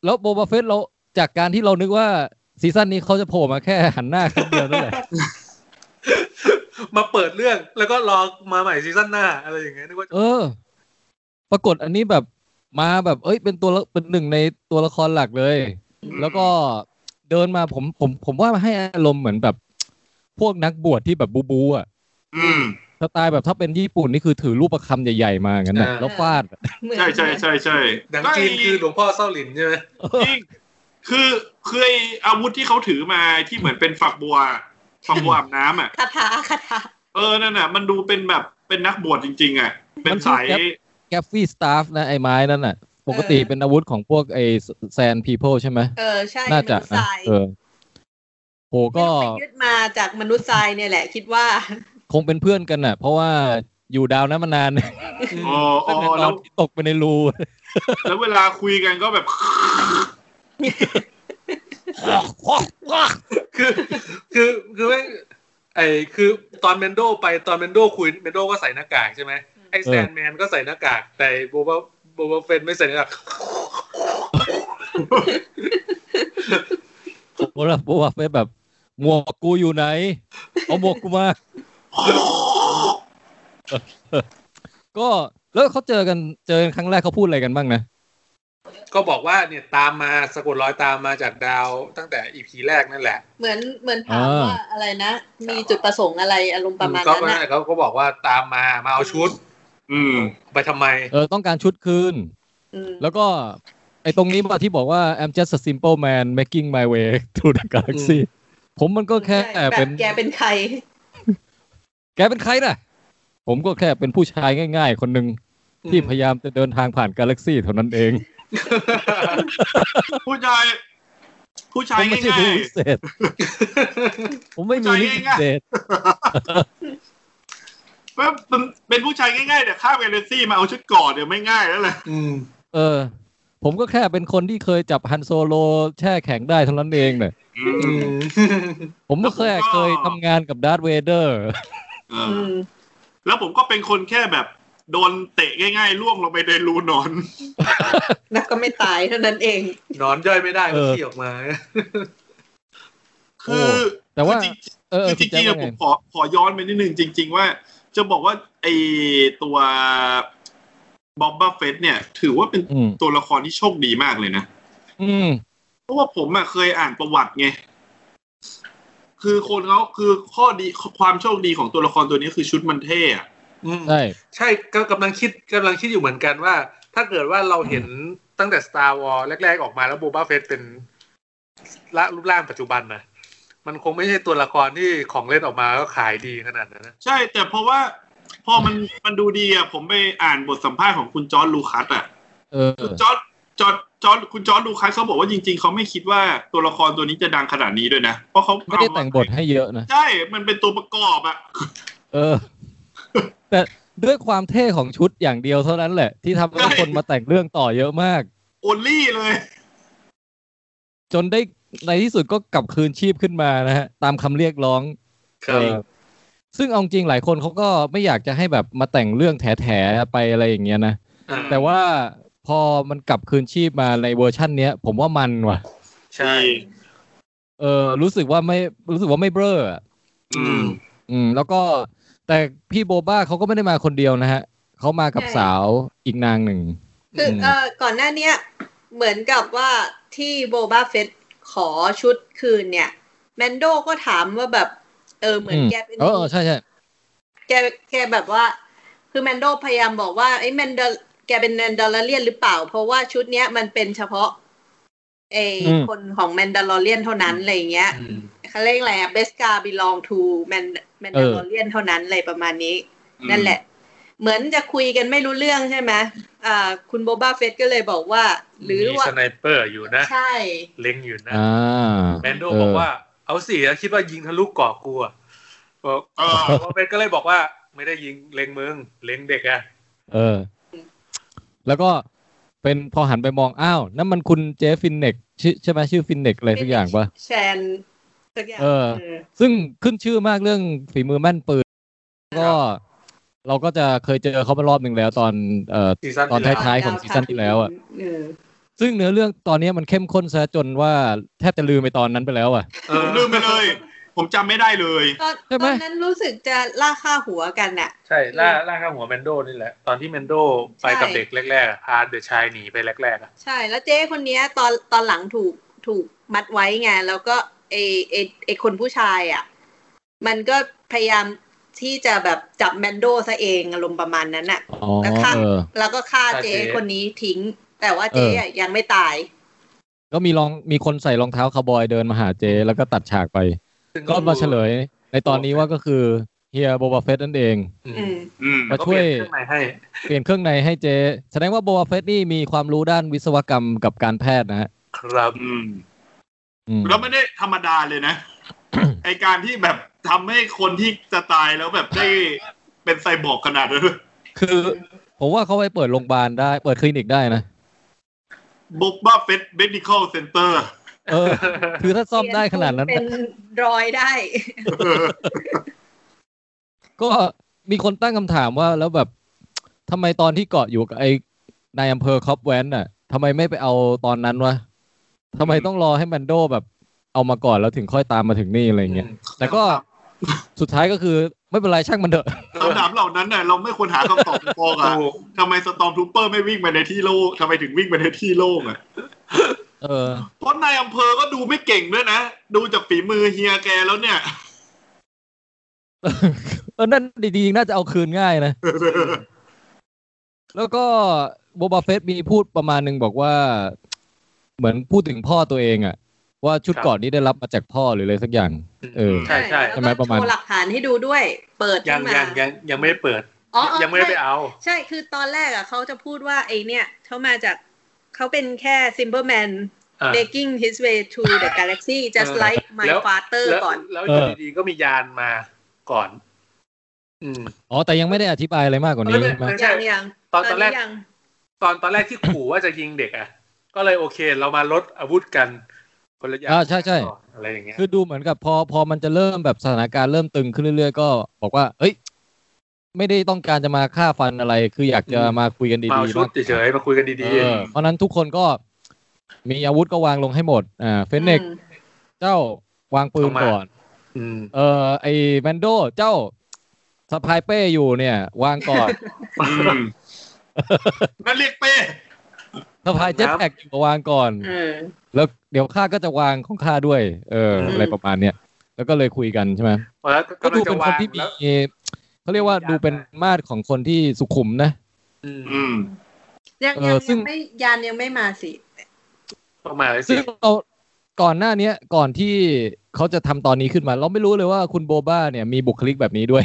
Speaker 1: แล้วโบบาเฟตเราจากการที่เรานึกว่าซีซั่นนี้เขาจะโผล่มาแค่หันหน้าครั้งเดียวนั่นแหละ
Speaker 2: มาเปิดเรื่องแล้วก็รอมาใหม่ซีซั่นหน้า อะไรอย่างเงี้ยนึกว่าจะ
Speaker 1: เออ ปรากฏอันนี้แบบมาแบบ เอ้ย เป็นตัวละเป็นหนึ่งในตัวละครหลักเลย แล้วก็เดินมาผมผมผมว่าให้อารมณ์เหมือนแบบ พวกนักบวชที่แบบบูบูอ่ะ
Speaker 4: อืม
Speaker 1: สไตล์แบบถ้าเป็นญี่ปุ่นนี่คือถือรูปประคำใหญ่ๆมางั้นนะแล้วฟาดอะ
Speaker 3: เหมือน
Speaker 4: ใช่ใช่ใช่ใช่
Speaker 2: ดังจีนคือหลวงพ่อเศร้าหลินใช่ไหม
Speaker 4: จริงคือคือไอ้อาวุธที่เขาถือมาที่เหมือนเป็นฝักบัวฝักบัวอาบน้ำอ่ะ
Speaker 3: คาถาคาถา
Speaker 4: เออ นั่นน่ะ มันดูเป็นแบบเป็นนักบวชจริง ๆ อ่ะ เป็นสาย
Speaker 1: แกฟฟี่สตาฟนะไอ้ไม้นั่นน่ะ ปกติเป็นอาวุธของพวกไอ้แซนพีเพิลใช่ไหม
Speaker 3: เออใช่
Speaker 1: น่าจะ
Speaker 3: มษย์
Speaker 1: นะ
Speaker 3: ทราย
Speaker 1: เออโห
Speaker 3: ก็
Speaker 1: ก็
Speaker 3: ยึดมาจากมนุษย์ทรายเนี่ยแหละ คิดว่า
Speaker 1: คงเป็นเพื่อนกันน่ะ เพราะว่าอยู่ดาวนั้นมานาน
Speaker 4: อ๋ออ๋
Speaker 1: ตั้งแต่
Speaker 4: อ
Speaker 1: ต
Speaker 4: แล้
Speaker 1: อ
Speaker 4: วน
Speaker 1: ที่ตกไปในรู
Speaker 4: แล้วเวลาคุยกันก็แบบ
Speaker 2: คือ คือคือไม่งไอคือตอนเมนโดไปตอนเมนโดคุยเมนโดก็ใส่หน้ากากใช่ไหมไอแซนแมนก็ใส่หน้ากาก แต่โบบาโบบาเฟนไม่ใส่หน้ากาก
Speaker 1: โอ้ล่ะโอ้ล่ะเป็นแบบหมวกกูอยู่ไหน เอาหมวกกูมา ก็แล้วเขาเจอกันเจอกันครั้งแรกเขาพูดอะไรกันบ้างนะ
Speaker 2: ก็บอกว่าเนี่ยตามมาสะกดรอยตามมาจากดาวตั้งแต่อีพีแรกนั่นแหละ
Speaker 3: เหมือนเหมือนถาม
Speaker 1: อ่า
Speaker 3: ว่าอะไรนะ มีจุดประสงค์อะไรอารมณ์ประมาณ
Speaker 2: ก็
Speaker 3: นั้น
Speaker 2: นั่น
Speaker 3: นะ
Speaker 2: แหละเขาก็บอกว่าตามมามาเอาชุด
Speaker 4: อืม
Speaker 2: ไปทำไม
Speaker 1: เออต้องการชุดคืน
Speaker 3: อืม
Speaker 1: แล้วก็ไอ้ตรงนี้มาที่บอกว่า I'm just a simple man making my way through the galaxy ผมมันก็แค่
Speaker 3: ใช่
Speaker 1: เป็น
Speaker 3: แกเป็นใคร
Speaker 1: แกเป็นใครน่ะ ผมก็แค่เป็นผู้ชายง่าย ๆ คนหนึ่งที่พยายามจะเดินทางผ่านกาแล็กซี่เท่านั้นเอง
Speaker 4: ผู้ชาย ผู้ชาย
Speaker 1: ผมไม่ใช่
Speaker 4: ง่า
Speaker 1: ผู้
Speaker 4: ย
Speaker 1: วิเศษ ผมไม่มีนิสัย
Speaker 4: ผู้ชายง่ายๆ
Speaker 1: เดช
Speaker 4: ๆว่าเป็นเป็นผู้ชายง่ายๆแต่ข้ามกาแล็กซี่มาเอาชุดก่อนเดี๋ยวไม่ง่ายแล้วแหละ
Speaker 2: อืม
Speaker 1: เออ ผมก็แค่เป็นคนที่เคยจับฮันโซโลแช่แข็งได้เท่านั้นเองเนี่ย
Speaker 4: อื
Speaker 2: อื
Speaker 4: ม
Speaker 2: ม
Speaker 1: ผมก็แค่
Speaker 4: แล้วผมก็
Speaker 1: เคยทำงานกับดาร์ธเวเดอร์
Speaker 4: เอ
Speaker 3: อื
Speaker 4: อ
Speaker 3: ม
Speaker 4: แล้วผมก็เป็นคนแค่แบบ โดนเตะง่ายๆล่วงลงไปในรูนอน
Speaker 3: นักก็ไม่ตายเท่านั้นเอง
Speaker 2: นอนย่อยไม่ได้ก็
Speaker 1: เออ
Speaker 2: ขี้ออกมา
Speaker 4: คือ
Speaker 1: แต่ว่า
Speaker 4: คือจริง
Speaker 1: เออ
Speaker 4: คื
Speaker 1: คุ
Speaker 4: อจ
Speaker 1: ณแจ๊
Speaker 4: ริ
Speaker 1: ว่า
Speaker 4: งๆ
Speaker 1: ไง
Speaker 4: อะผมขอขอย้อนไปนิดนึงจริง ๆ ว่า จะบอกว่าไอตัวบ๊อบบ้าเฟสเนี่ย ถือว่าเป็น
Speaker 1: อืม
Speaker 4: ตัวละครที่โชคดีมากเลยนะ
Speaker 1: อืม
Speaker 4: เพราะว่าผมอะเคยอ่านประวัติไง คือคนเขาคือข้อดีความโชคดีของตัวละครตัวนี้คือชุดมันเท่อะ
Speaker 2: อืม
Speaker 1: ใช่
Speaker 2: ใช่ก็กำลังคิดกำลังคิดอยู่เหมือนกันว่า ถ้าเกิดว่าเราเห็นตั้งแต่ Star War แรก ๆ ออกมาแล้วโบบาเฟตเป็นละรูปร่างปัจจุบันนะมันคงไม่ใช่ตัวละครที่ของเล่นออกมาก็ขายดีขนาดนั้นนะ
Speaker 4: ใช่ แต่เพราะว่า พอมันมันดูดีอะผมไปอ่านบทสัมภาษณ์ของคุณจอร์ดลูคัสอะ
Speaker 1: เออ
Speaker 4: คุณจอร์ดจอร์ดจอร์ดคุณจอร์ดลูคัสเขาบอกว่าจริง ๆเขาไม่คิดว่าตัวละครตัวนี้จะดังขนาดนี้ด้วยนะเพราะเขา
Speaker 1: ไม่ได้แต่งบทให้เยอะนะ
Speaker 4: ใช่ มันเป็นตัวประกอบอะ
Speaker 1: เออ แต่ด้วยความเท่ของชุดอย่างเดียวเท่านั้นแหละ ที่ทำให้
Speaker 4: ใช่
Speaker 1: คนมาแต่งเรื่องต่อเยอะมาก
Speaker 4: โอลลี่เลย
Speaker 1: จนได้ในที่สุดก็กลับคืนชีพขึ้นมานะฮะ ตามคำเรียกร้อง เออซึ่งเอาจริงหลายคนเขาก็ไม่อยากจะให้แบบมาแต่งเรื่องแถๆไปอะไรอย่างเงี้ยนะ
Speaker 2: อ่า
Speaker 1: แต่ว่าพอมันกลับคืนชีพมาในเวอร์ชั่นเนี้ย ผมว่ามันว่ะ
Speaker 2: ใช่
Speaker 1: เออ รู้สึกว่าไม่รู้สึกว่าไม่เบ้ออะ
Speaker 4: อืม
Speaker 1: อืม แล้วก็แต่พี่โบบ้าเขาก็ไม่ได้มาคนเดียวนะฮะเขามากับ
Speaker 3: ใช่
Speaker 1: สาวอีกนางหนึ่ง
Speaker 3: คือเออก่อนหน้าเนี้ยเหมือนกับว่าที่โบบาเฟตขอชุดคืนเนี่ย แมนโดก็ถามว่าแบบ เออเหมือน
Speaker 1: ม
Speaker 3: แกเป็น
Speaker 1: เออเออใช่ใช่
Speaker 3: แกแกแบบว่า คือแมนโดพยายามบอกว่าไอ้แมนเดลแกเป็นแมนดาลเลียนหรือเปล่า เพราะว่าชุดเนี้ยมันเป็นเฉพาะไอ้คนของแมนดาลเลียนเท่านั้นอะไรอย่างเงี้ย
Speaker 2: อืม
Speaker 3: เขาเรียกอะไรอะเบสกาบิลองทูแมนแมนดาลเลียนเท่านั้นอะไรประมาณนี้ นั่นแหละ เหมือนจะคุยกันไม่รู้เรื่องใช่ไหมอ่า คุณโบบ้าเฟสก็เลยบอกว่า หรือว่า
Speaker 2: สไนเปอร์อยู่นะ
Speaker 3: ใช่
Speaker 2: เล็งอยู่นะ
Speaker 1: อ่า
Speaker 2: แมนโดบอกว่า เอาสิคิดว่ายิงทะลุเกาะกูอะบอก
Speaker 4: เออ
Speaker 2: โอเบนก็เลยบอกว่า ไม่ได้ยิงเล็งมึงเล็งเด็กอะ
Speaker 1: เออ แล้วก็ เป็นพอหันไปมองอ้าวนั่นมันคุณเจฟฟินเน็กชื่อใช่ไหมชื่อฟินเน็กอะไรทุกอย่างปะ
Speaker 3: แชนสักอย่าง
Speaker 1: เออ
Speaker 3: เออ
Speaker 1: ซึ่งขึ้นชื่อมากเรื่องฝีมือแม่นปืน ก็เราก็จะเคยเจอเขามารอบหนึ่งแล้วตอนเอ่อ
Speaker 2: ซีซั่น
Speaker 1: ตอน
Speaker 2: ที่แล้ว
Speaker 1: ท้าย ๆ ของซีซั่นที่แล้วอะ
Speaker 3: เออ
Speaker 1: ซึ่งเนื้อเรื่องตอนนี้มันเข้มข้นซะจนว่าแทบจะลืมไปตอนนั้นไปแล้วอ่ะ
Speaker 2: เอ
Speaker 4: ผ
Speaker 2: อ
Speaker 4: มลืมไปเลย ผมจำไม่ได้เลย
Speaker 3: ตอน
Speaker 1: ใช่ไหม
Speaker 3: ตอนนั้นรู้สึกจะล่าค่าหัวกันน่ะ
Speaker 2: ใช่ล่าล่าข้างหัวเมนโดนี่แหละ ตอนที่เมนโดไปกับ
Speaker 3: ใช่
Speaker 2: เด็กแรกๆอะพาเดอะชายหนีไปแรกๆอะ
Speaker 3: ใช่แล้วเจ๊คนเนี้ยตอนตอนหลังถูกถูกมัดไว้ไงแล้วก็ไอไอไอคนผู้ชายอ่ะ มันก็พยายามที่จะแบบจับแมนโดซะเองอารมณ์ประมาณนั้นน่ะ
Speaker 1: อ๋อ
Speaker 3: แล้วข้าง
Speaker 1: เออ
Speaker 3: แล้วก็ฆ่าเจ๊คนนี้ทิ้ง แต่ว่าเจ๊อะยังไม่ตาย
Speaker 1: ก็มีรองมีคนใส่รองเท้าคาวบอยเดินมาหาเจ แล้วก็ตัดฉากไป
Speaker 2: ซึ่ง
Speaker 1: ก็มาเฉลย ในตอนนี้ว่าก็คือเฮียโบบาเฟตนั่นเอง
Speaker 2: อื
Speaker 3: อื
Speaker 2: ม
Speaker 3: ม
Speaker 4: อืม
Speaker 1: มาช่วย
Speaker 2: ก็เปลี่นเครื่องในให้
Speaker 1: เปลี่ยนเครื่องในให้เจ แสดงว่าโบบาเฟตนี่มีความรู้ด้านวิศวกรรมกับการแพทย์นะฮะ
Speaker 2: ครับ
Speaker 4: อืม
Speaker 1: อืม
Speaker 4: แล้วไม่ได้ธรรมดาเลยนะ ไอการที่แบบทำให้คนที่จะตายแล้วแบบได้เป็นไซบอร์กขนาดนั้นด้วย
Speaker 1: คือผมว่าเขาไปเปิดโรงพยาบาลได้ เปิดคลินิกได้นะ
Speaker 4: บุกบ้าเฟสเมดิคอลเซ็นเตอร์
Speaker 1: เออ คือถ้าซ่อมได้ขนาดนั้น
Speaker 3: เป็นรอยได้
Speaker 1: ก็มีคนตั้งคำถามว่าแล้วแบบทำไมตอนที่เกาะอยู่กับไอ้นายอำเภอคอปแวนน่ะทำไมไม่ไปเอาตอนนั้นวะทำไมต้องรอให้แมนโดแบบเอามาก่อนแล้วถึงค่อยตามมาถึงนี่อะไรเงี้ย แต่ก็สุดท้ายก็คือไม่เป็นไรช่างมันเถอะ
Speaker 4: คำถามเหล่านั้นน่ะเราไม่ควรหาคำตอบในฟอง อ่ะ
Speaker 2: ถูก
Speaker 4: ทำไมสตอมทูเปอร์ไม่วิ่งไปในที่โล่งทำไมถึงวิ่งไปในที่โล่งอ่ะ
Speaker 1: เออ
Speaker 4: เพราะนายอำเภอก็ดูไม่เก่งด้วยนะ ดูจากฝีมือเฮียแกแล้วเนี่ย
Speaker 1: เออนั่นดีๆน่าจะเอาคืนง่ายนะ แล้วก็โบบาเฟตมีพูดประมาณหนึ่งบอกว่า เหมือนพูดถึงพ่อตัวเองอะว่าชุด
Speaker 2: ครับ
Speaker 1: เกาะนี้ได้รับมาจากพ่อหรืออะไรสักอย่าง เออ
Speaker 2: ใช่ใช่
Speaker 1: ใช่ไหมประมาณ
Speaker 3: แล้วก็โชว์หลักฐานให้ดูด้วย เปิด
Speaker 2: ยั
Speaker 3: ขึ้
Speaker 2: ง
Speaker 3: นมา
Speaker 2: ยังยังยังไม่ได้เปิด
Speaker 3: อ๋ออ๋อ
Speaker 2: ยังไม่ได้ไปเอา
Speaker 3: ใช่ คือตอนแรกอ่ะเขาจะพูดว่าไอเนี่ยเขามาจากเขาเป็นแค่ simple man
Speaker 2: อ่ะ
Speaker 3: making his way to the galaxy just
Speaker 2: เออ
Speaker 3: like my
Speaker 2: แล้ว
Speaker 3: father
Speaker 2: แล้ว
Speaker 3: ก่อน
Speaker 2: แล้ว
Speaker 1: เอ
Speaker 2: อยู่
Speaker 1: อ
Speaker 2: ดีๆก็มียานมาก่อน อืม
Speaker 1: อ๋อ แต่ยังไม่ได้อธิบายอะไรมากกว่านี้ใช่ไหม
Speaker 2: ไม่ใช่
Speaker 3: ยังยัง
Speaker 2: ตอนตอนแรก
Speaker 3: ยัง
Speaker 2: ตอนตอนแรกที่ขู่ว่าจะยิงเด็กอ่ะ ก็เลยโอเค เรามาลดอาวุธกันคนละอย่าง
Speaker 1: อ่าใช่ใช่
Speaker 2: ก่อนอะไรอย่างเงี้ย
Speaker 1: คือดูเหมือนกับพอพอมันจะเริ่มแบบสถานการณ์เริ่มตึงขึ้นเรื่อยๆ ก็บอกว่า เอ้ย ไม่ได้ต้องการจะมาฆ่าฟันอะไร คืออยากจะมาคุยกัน
Speaker 2: มา
Speaker 1: ดี
Speaker 2: เอา
Speaker 1: ๆ
Speaker 2: ชุด
Speaker 1: มาก
Speaker 2: เฉยๆมาคุยกันดี
Speaker 1: เออเพราะฉะนั้นทุกคนก็มีอาวุธก็วางลงให้หมด อ่า เฟนเนก
Speaker 3: อืม
Speaker 1: เจ้าวางปืนก่อน
Speaker 2: ๆ อืม
Speaker 1: เออไอแมนโดเจ้าสะพายเป้อยู่เนี่ย วาง ก่อน
Speaker 4: อืมนั่นเรียกเป้
Speaker 1: สะพายเจ็ตแพ็กอยู่ก็วางก่อน
Speaker 3: เออ
Speaker 1: แล้วเดี๋ยวข้าก็จะวางของข้าด้วย เออ
Speaker 2: อืม
Speaker 1: อะไรประมาณเนี้ยแล้วก็เลยคุยกันใช่ไหม
Speaker 2: พอแล้ว
Speaker 1: ก็
Speaker 2: ก็
Speaker 1: ดู
Speaker 2: ดู
Speaker 1: เป็นค
Speaker 2: จะ
Speaker 1: น
Speaker 2: วาง
Speaker 1: ที่มี
Speaker 2: แล้ว
Speaker 1: เขาเรียกว่าดูเป็นมาตรของคนที่สุขุมนะ
Speaker 2: อืม
Speaker 4: อืม
Speaker 3: ยัง
Speaker 1: เอ
Speaker 3: ยั
Speaker 1: อง ซึ่
Speaker 3: ยัง งไม่ยานยังไม่มาสิ
Speaker 2: ต้องมาเลยสิ
Speaker 1: ซึ่งเราก่อนหน้าเนี้ยก่อนที่เขาจะทำตอนนี้ขึ้นมา เราไม่รู้เลยว่าคุณโบบ้าเนี่ยมีบุคลิกแบบนี้ด้วย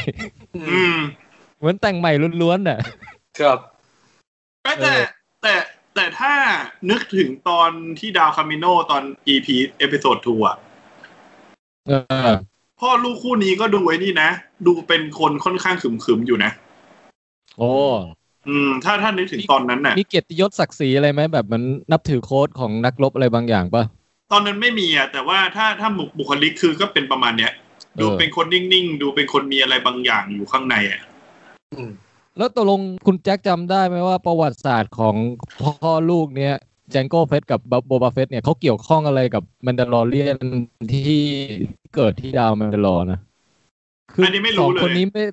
Speaker 2: อื
Speaker 4: อื
Speaker 2: ม
Speaker 4: ม
Speaker 1: เหมือนแต่งใหม่ล้วนๆน่ะ
Speaker 2: ครับ
Speaker 4: แต่แต่แต่แต่ถ้านึกถึงตอนที่ดาวคามิโนตอน EP เอพิโซด2อ่ะ
Speaker 1: เออ
Speaker 4: พ่อลูกคู่นี้ก็ดูไอ้นี่นะ ดูเป็นคนค่อนข้างขึมๆอยู่นะ
Speaker 1: โอ้
Speaker 4: อืม ถ้าท่านนึกถึงตอนนั้นน่ะ
Speaker 1: มีเกียรติยศศักดิ์ศรีอะไรไหมแบบเหมันนับถือโค้ดของนักรบอะไรบางอย่างปะ
Speaker 4: ตอนนั้นไม่มีอ่ะ แต่ว่าถ้าถ้าบุบุคลิกคือก็เป็นประมาณเนี้ย ดู
Speaker 1: เออ
Speaker 4: เป็นคนนิ่งๆ ดูเป็นคนมีอะไรบางอย่างอยู่ข้างในอ่ะ
Speaker 2: อืม
Speaker 1: แล้วตกลงคุณแจ็คจำได้ไหมว่าประวัติศาสตร์ของพ่อลูกเนี่ยแจงโก้เฟสกับโบบาเฟสเนี่ยเขาเกี่ยวข้องอะไรกับแมนดาลอเรียนที่เกิดที่ดาวแมนดาลอนะ
Speaker 4: อันนี้ไม่รู้เลย
Speaker 1: สองคนนี้ไม่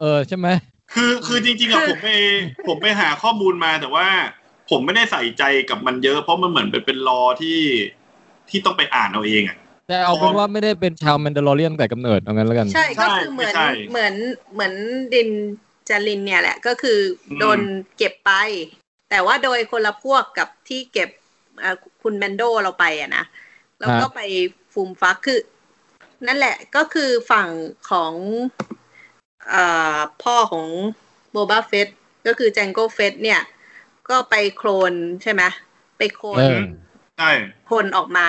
Speaker 1: เออใช่ไหม
Speaker 4: คือคือจริงๆอ่ะผมไปผมไปหาข้อมูลมาแต่ว่า ผมไม่ได้ใส่ใจกับมันเยอะ เพราะมันเหมือนเป็นเป็นรอที่ที่ต้องไปอ่านเอาเองอ่ะ
Speaker 1: แต่เอาเป็นว่าไม่ได้เป็นชาวแมนดาลอเรียนตั้งแต่กำเนิดเอางั้นแล้วกัน
Speaker 3: ใช่
Speaker 4: ใช่
Speaker 3: ก็คือเหมือน
Speaker 4: ใช่
Speaker 3: เหมือนเหมือนดินจารินเนี่ยแหละก็คืออ
Speaker 4: ม
Speaker 3: โดนเก็บไป แต่ว่าโดยคนละพวกกับที่เก็บเอ่อคุณแมนโดเราไปอะนะแล้วก็
Speaker 1: ฮะ
Speaker 3: ไปฟูมฟักคือ นั่นแหละก็คือฝั่งของเออพ่อของโบบาเฟสก็คือแจงโกเฟสเนี่ย ก็ไปโคลนใช่ไหมไปโคล
Speaker 1: เอน อ
Speaker 4: ใช่
Speaker 3: คนออกมา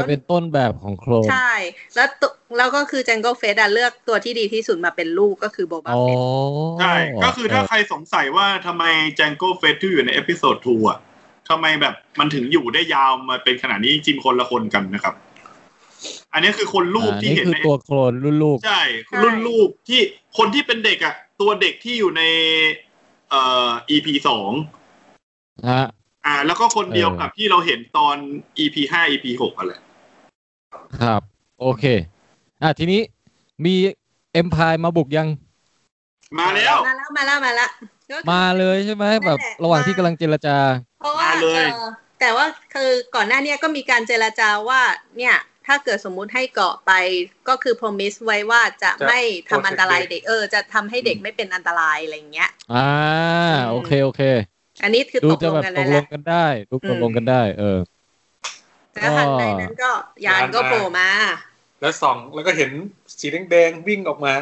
Speaker 1: จะเป็นต้นแบบของโคลน
Speaker 3: ใช่ แล้วตัวแล้วก็คือ Django Fett อะเลือกตัวที่ดีที่สุดมาเป็นลูกก็คือโบบ้า
Speaker 1: อ๋อ
Speaker 3: เฟต
Speaker 4: ใช่ ก็คือถ้าใครสงสัยว่าทำไมแจงโก้เฟสที่อยู่ในเอพิโซด2อ่ะ ทำไมแบบมันถึงอยู่ได้ยาวมาเป็นขนาดนี้จริงๆคนละคนกันนะครับ อันนี้คือคนรูป
Speaker 1: อ่า
Speaker 4: ที่
Speaker 1: นี่
Speaker 4: เห็น
Speaker 1: คือ
Speaker 4: ใน
Speaker 1: ตัวโคลนรุ่นลูก
Speaker 4: ใช่รุ่นลูกที่คนที่เป็นเด็กอ่ะ ตัวเด็กที่อยู่ใน เอ่อ EP สอง
Speaker 1: ฮะ
Speaker 4: อ่า แล้วก็คนเดียว
Speaker 1: เออ
Speaker 4: กับที่เราเห็นตอน EP ห้า EP หกอะไร
Speaker 1: ครับ โอเค อ่ะทีนี้มีเอ็มพายมาบุกยัง
Speaker 4: มาแล้ว
Speaker 3: มาแล้วมาแล้วมาแล้วก็คือ
Speaker 1: มาเลยใช่ไหมแบบ
Speaker 3: นั่นแหละ
Speaker 1: ระหว่าง
Speaker 3: มา
Speaker 1: ที่กำลังเจรจา
Speaker 3: เพราะว่าเอ่อแต่ว่าคือก่อนหน้าเนี้ยก็มีการเจรจาว่า เนี่ย ถ้าเกิดสมมุติให้เกาะไปก็คือ promise ไว้ว่าจะ
Speaker 2: จะ
Speaker 3: ไม่ทำ
Speaker 2: protect
Speaker 3: อันตราย
Speaker 2: เด็
Speaker 3: เด็
Speaker 2: ก
Speaker 3: กเออ จะทำให้เด็กไม่เป็นอันตรายอะไรอย่างเงี้ย
Speaker 1: อ่า โอเคโอเค
Speaker 3: อันนี้คือ
Speaker 1: ดู
Speaker 3: ตก
Speaker 1: จะ
Speaker 3: ลง
Speaker 1: แบบต
Speaker 3: กันแล้
Speaker 1: กล
Speaker 3: วแหละ
Speaker 1: งกันได้ดู
Speaker 3: อืม
Speaker 1: ตกลงกันได้ เออ
Speaker 3: แล้วหันในนั้นก็ยานก็โผล่มา
Speaker 2: แล้วส่องแล้วก็เห็นสีแดงๆวิ่งออกมา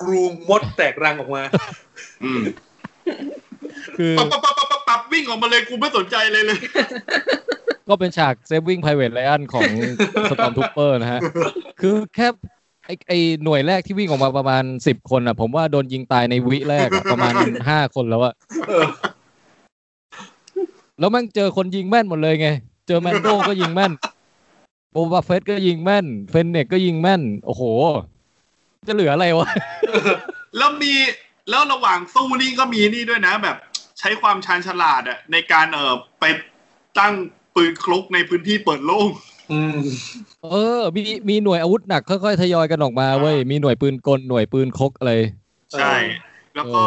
Speaker 2: กรูงมดแตกรังออกมา
Speaker 4: อืม
Speaker 1: คือ
Speaker 4: ปั๊บปั๊บปั๊บปั๊บปั๊บปั๊บวิ่งออกมาเลยกูไม่สนใจเลยเลย
Speaker 1: ก็เป็นฉากเซฟวิ่งไพรเวทไลอ n น ของ สตอมทูเปอร์นะฮะ คือแค่ไอไอหน่วยแรกที่วิ่งออกมาประมาณสิบคนอ่ะ ผมว่าโดนยิงตายในวิแรก อะประมาณ ห้าคนแล้วอะ
Speaker 2: เออ
Speaker 1: แล้วแม่งเจอคนยิงแม่นหมดเลยไง เจอแมนโดก็ยิงแม่นโบบาเฟสก็ยิงแม่น เฟนเนกก็ยิงแม่น โอ้โห จะเหลืออะไร วะ
Speaker 4: แล้วมีแล้วระหว่างสู้นี่ก็มีนี่ด้วยนะ แบบใช้ความชาญฉลาดอ่ะ ในการเอ่อไปตั้งปืนคลุกในพื้นที่เปิดโล่ง
Speaker 2: อืม
Speaker 1: เออ มีมีหน่วยอาวุธหนักค่อยๆทยอยกันออกมาเว้ย มีหน่วยปืนกลหน่วยปืนคกอะไร
Speaker 4: ใช่
Speaker 2: เออ
Speaker 4: แล้วก็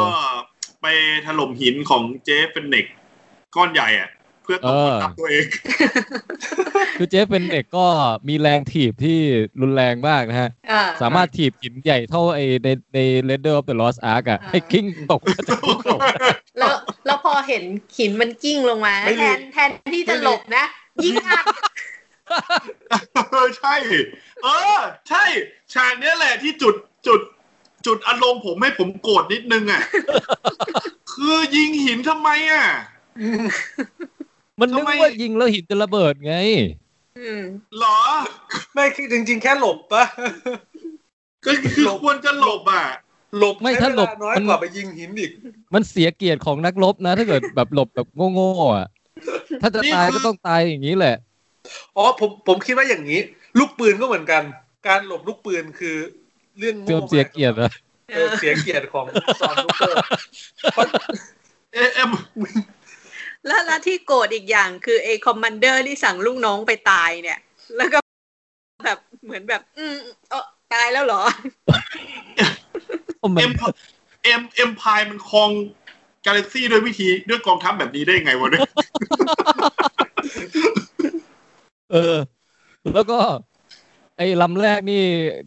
Speaker 4: ไปถล่มหินของเจฟเป็นเน็กก้อนใหญ่อะเพื่อตบทับตัวเอง
Speaker 1: คือเจฟเป็นเด็กก็มีแรงถีบที่รุนแรงมากนะฮะ
Speaker 3: เออ
Speaker 1: สามารถถีบหินใหญ่เท่าไอในใน r e d e r of the Lost Ark อ่ะ
Speaker 3: อ่า
Speaker 1: ให้กิ้งตกมาจากภู เขา
Speaker 3: แล้วแล้วพอเห็นหินมันกิ้งลงมา
Speaker 2: ไม่
Speaker 3: แท
Speaker 2: รู้
Speaker 3: นแทนที่จะหลบนะ ยิ่งอัก
Speaker 4: เออใช่ เออ ใช่ ฉากเนี้ยแหละที่จุดจุด จุดอารมณ์ผมให้ผมโกรธนิดนึงอะ คือยิงหินทำไมอะ
Speaker 1: มันนึก
Speaker 4: ทำไม
Speaker 1: ว่ายิงแล้วหินจะระเบิดไง
Speaker 3: อืม
Speaker 4: หรอ
Speaker 2: ไม่คือจริง ๆ แค่หลบปะ
Speaker 4: ก็คือ
Speaker 2: หลบ
Speaker 4: ควรจะหลบอะ
Speaker 2: หลบ
Speaker 1: ไม่
Speaker 2: ใช้
Speaker 1: ถ้าหลบ
Speaker 2: เวน้อย
Speaker 1: มัน
Speaker 2: กว่าไปยิงหินอีก
Speaker 1: มันเสียเกียรติของนักรบนะ ถ้าเกิดแบบหลบแบบโง่ๆอ่ะ ถ้าจะตายก็ต้องตายอย่างนี้แหละ
Speaker 2: อ๋อผมผมคิดว่าอย่างนี้ ลูกปืนก็เหมือนกัน การหลบลูกปืนคือเรื่องโง่
Speaker 1: เสื่อมเสียเกียรติ นะ
Speaker 2: เออเสียเกียรติของซอนลูกเกอร์
Speaker 4: เอะเอ็ม
Speaker 3: แล้วแล้วที่โกรธอีกอย่างคือไอ้คอมมานเดอร์ที่สั่งลูกน้องไปตายเนี่ย แล้วก็แบบเหมือนแบบ อืมเออตายแล้วเหรอ
Speaker 1: โอ้มัน
Speaker 4: เอ็มเอ็มเอ็มพายมันครองกาแล็กซี่ด้วยวิธีด้วยกองทัพแบบนี้ได้ไงวะเนี่ย
Speaker 1: เออ แล้วก็ ไอ้ลำแรกนี่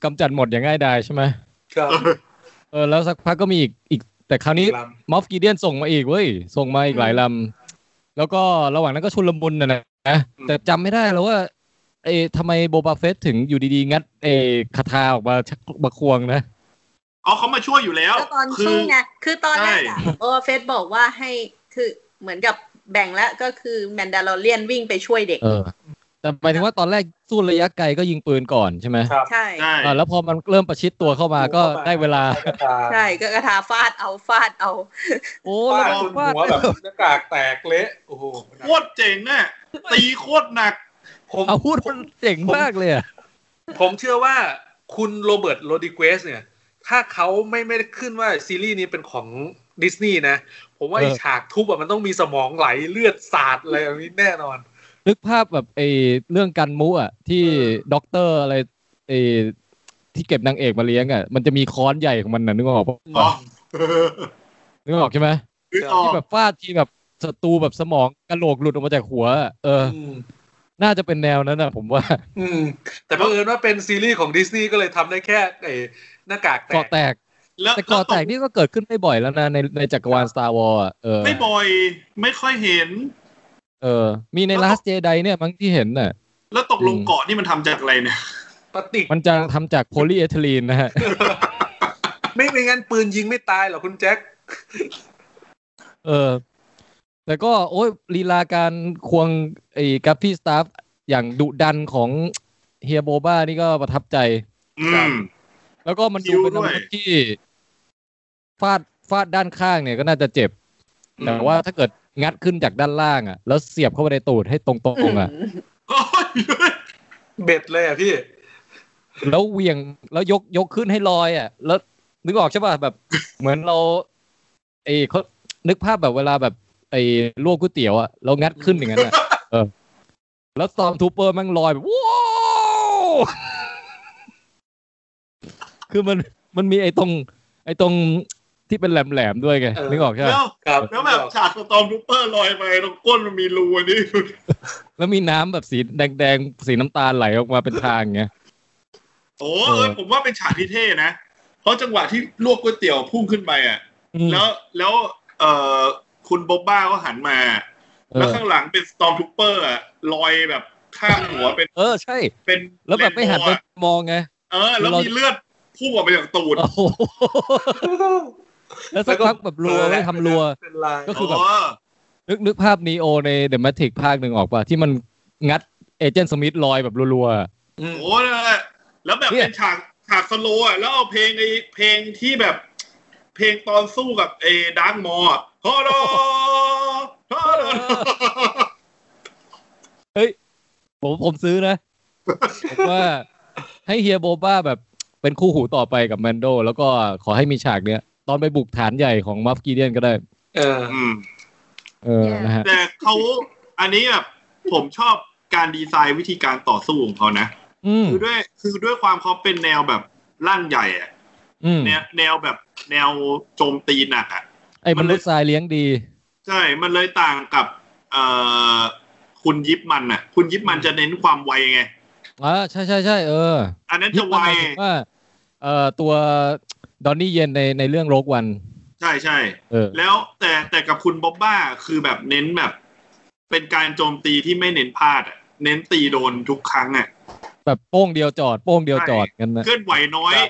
Speaker 1: กำจัดหมดอย่างง่ายดายใช่ไหม
Speaker 2: ครับ
Speaker 1: เออแล้วสักพักก็มีอีกอีก แต่คราวนี้
Speaker 2: ล
Speaker 1: มอฟกีเดียนส่งมาอีกเว้ย ส่งมาอีกหลายลำ แล้วก็ระหว่างนั้นก็ชุลมุนนะนะ
Speaker 4: อืม
Speaker 1: แต่จำไม่ได้แล้วว่า เอ๊ะทำไมโบบาเฟสถึงอยู่ดีๆ งัดเออคาถาออกมาชักมาควงนะ
Speaker 4: อ๋อเขามาช่วยอยู่แล้ว
Speaker 3: แล้วตอน
Speaker 4: คื
Speaker 3: ช่วงไงคือตอนแรกอะ
Speaker 4: ใช่
Speaker 3: โอเฟสบอกว่าให้คือเหมือนกับแบ่งแล้วก็คือแมนดาลอเรียนวิ่งไปช่วยเด็ก
Speaker 1: เออ แต่หมายถึงว่าตอนแรกสู้ระยะไกลก็ยิงปืนก่อนใช่ไหม
Speaker 2: ำครับ
Speaker 3: ใช่
Speaker 4: ใช่
Speaker 1: อ่าแล้วพอมันเริ่มประชิดตัวเข้ามาก็ได้เวลา
Speaker 3: ใช่ก็กระทาฟาดเอาฟาดเอา
Speaker 1: โอ้
Speaker 2: โอ้
Speaker 1: แล้วก็ฟา
Speaker 2: แล้ว
Speaker 1: ด
Speaker 2: หัวแบบหน้ากากแตกเละโอ้โห
Speaker 4: โคตรเจ๋งอ่ะตีโคตร หนัก
Speaker 2: ผม
Speaker 1: อาวุธมันเจ๋งมากเลยอะ
Speaker 2: ผมเชื่อว่าคุณโรเบิร์ตโรดิเกสเนี่ย ถ้าเขาไม่ไม่ได้ขึ้นว่าซีรีส์นี้เป็นของดิสนีย์นะ ผมว่าไอฉากทุบอะมันต้องมีสมองไหลเลือดสาดอะไรแบบนี้แน่นอน
Speaker 1: นึกภาพแบบไอ้เรื่องกันมุอะที่ด็อกเตอร์อะไรไอ้ที่เก็บนางเอกมาเลี้ยงอะมันจะมีค้อนใหญ่ของมันนะนึกออกปะ
Speaker 4: อ๋อ
Speaker 1: นึกออกใช่ไหม
Speaker 4: คือออ
Speaker 1: ที่
Speaker 4: ก
Speaker 1: แบบฟาดทีแบบศัตรูแบบสมองกระโหลกหลุดออกมาจากหัวอะเออ
Speaker 2: อืม
Speaker 1: น่าจะเป็นแนวนั้นนะผมว่า
Speaker 2: อืม แต่บังเอิญว่าเป็นซีรีส์ของดิสนีย์ก็เลยทำได้แค่ไอ้หน้ากากแต
Speaker 1: เกาะ
Speaker 2: ก
Speaker 1: แตก
Speaker 4: แล้ว
Speaker 1: แต่เกาะแตกนี่ก็เกิดขึ้นไม่บ่อยแล้วนะ ในในจักรวาล Star Wars อะเออ
Speaker 4: ไม่บ่อย ไม่ค่อยเห็น
Speaker 1: เออ มีใน
Speaker 4: แล้วก็
Speaker 1: Last Jedi เนี่ยมั้งที่เห็นน่ะ
Speaker 4: แล้วตกลง
Speaker 1: อืม
Speaker 4: เกาะนี่มันทำจากอะไรเนี่ย
Speaker 2: ปฏิก
Speaker 1: มันจะทำจากโพลีเอทิลีนนะฮะ
Speaker 2: ไม่ไม่งั้นปืนยิงไม่ตายหรอกคุณแจ็ค
Speaker 1: เออ แต่ก็โอ้ยลีลาการควงไอ้กัฟฟี่สตาฟอย่างดุดันของเฮียโบบ้านี่ก็ประทับใจ
Speaker 4: อืม
Speaker 1: แล้วก็มัน
Speaker 4: คิ้
Speaker 1: ดู
Speaker 4: ว
Speaker 1: เป็นอา
Speaker 4: ด้
Speaker 1: วุ
Speaker 4: ว
Speaker 1: ธ
Speaker 4: ย
Speaker 1: ที่ฟาดฟาดด้านข้างเนี่ยก็น่าจะเจ็บ แต่ว่าถ้าเกิด งัดขึ้นจากด้านล่างอ่ะ แล้วเสียบเข้าไปในตูดให้ตรงๆอ่ะ
Speaker 3: อืม
Speaker 4: โอ้ย
Speaker 2: เบ็ดเลยอ่ะพี่
Speaker 1: แล้วเหวียงแล้วยกยกขึ้นให้ลอยอ่ะ แล้วนึกออกใช่ป่ะแบบ เหมือนเราไอ้เขานึกภาพแบบเวลาแบบไอ้ลวกก๋วยเตี๋ยวอ่ะเรางัดขึ้นอย่างนั้นอ่ะเออ แล้วซอมทูเปอร์แมันลอยแบบว้าว คือมันมันมีไอ้ตรง ไอ้ตรงที่เป็นแหลมๆด้วยไง
Speaker 2: เออ
Speaker 1: นึกออกใช่ปะ
Speaker 4: แล้ว
Speaker 2: ครับ
Speaker 4: แล้วแบบฉากสตอมทูเปอร์ลอยไปตรงก้นมันมีรูอันนี้
Speaker 1: แล้วมีน้ำแบบสีแดงๆสีน้ำตาลไหลออกมาเป็นทางอย่างเงี้ย
Speaker 4: โอ้เออผมว่าเป็นฉากที่เท่นะ เพราะจังหวะที่ลวกก๋วยเตี๋ยวพุ่งขึ้นไปอ่ะ
Speaker 1: อืม
Speaker 4: แล้วแล้วเอ่อคุณบ๊อบบ้าก็หันมา
Speaker 1: เอ
Speaker 4: แล้ว
Speaker 1: อ
Speaker 4: ข้างหลังเป็นสตอมทูเปอร์อะลอยแบบข้ามหัวเป็น
Speaker 1: เออใช่
Speaker 4: เป็น
Speaker 1: แล้วแบบไม่หันไป
Speaker 4: เรนโบว์อะ
Speaker 1: มองไง
Speaker 4: เออ แล้วมีเลือดพุ่งออกมาจากตูด
Speaker 1: โอ้โห แล้วสักพักแบบรัวไม่ทำรัว
Speaker 2: เป็นลาย
Speaker 1: ก็คือแบบ
Speaker 4: เ
Speaker 1: นึกนึกภาพนีโอในเดอะแมทริกภาคหนึ่งออกป่ะ ที่มันงัดเอเจนต์สมิธลอยแบบรัว
Speaker 2: อืม
Speaker 4: โอ้โหแล้วแบบ
Speaker 1: เนี่ย
Speaker 4: เป็นฉากฉากสโลว์อะแล้วเอาเพลงไอ้เพลงที่แบบ เพลงตอนสู้กับไอ้ดาร์กมอร์ฮอโดฮอโด
Speaker 1: ๆ ผมผมซื้อนะ ผมว่าให้เฮียโบบ้าแบบเป็นคู่หูต่อไปกับแมนโด แล้วก็ขอให้มีฉากเนี้ย ตอนไปบุกฐานใหญ่ของมัฟกีเดียนก็ได้
Speaker 2: เออ
Speaker 4: อืม
Speaker 1: เออนะฮะ
Speaker 4: แต่เขาอันนี้แบบผมชอบการดีไซน์วิธีการต่อสู้ของเขานะ
Speaker 1: อืม
Speaker 4: คือด้วยคือด้วยความเขาเป็นแนวแบบร่างใหญ่อะ
Speaker 1: อืม
Speaker 4: แนวแนวแบบแนวโจมตีหนักอะ
Speaker 1: ไอ้มนุษย์ทรายเลี้ยงดี
Speaker 4: ใช่ มันเลยต่างกับเอ่อคุณยิปมันน่ะ คุณยิปมันจะเน้นความไวไง
Speaker 1: อ่าใช่ใช่ใช่เออ
Speaker 4: อันนั้น
Speaker 1: ยึ
Speaker 4: จะ
Speaker 1: ด
Speaker 4: ไว
Speaker 1: มาหมายถึงว่าเอ่อตัวดอนนี่เย็นในในเรื่องโรกวัน
Speaker 4: ใช่ใช่
Speaker 1: เออ
Speaker 4: แล้วแต่แต่กับคุณบ๊อบบ้าคือแบบเน้นแบบ เป็นการโจมตีที่ไม่เน้นพลาดอะเน้นตีโดนทุกครั้งอ่ะ
Speaker 1: แบบโป้งเดียวจอด โป้งเดียวจอดกันนะ
Speaker 4: เคลื่อนไหวน้อย
Speaker 2: ครับ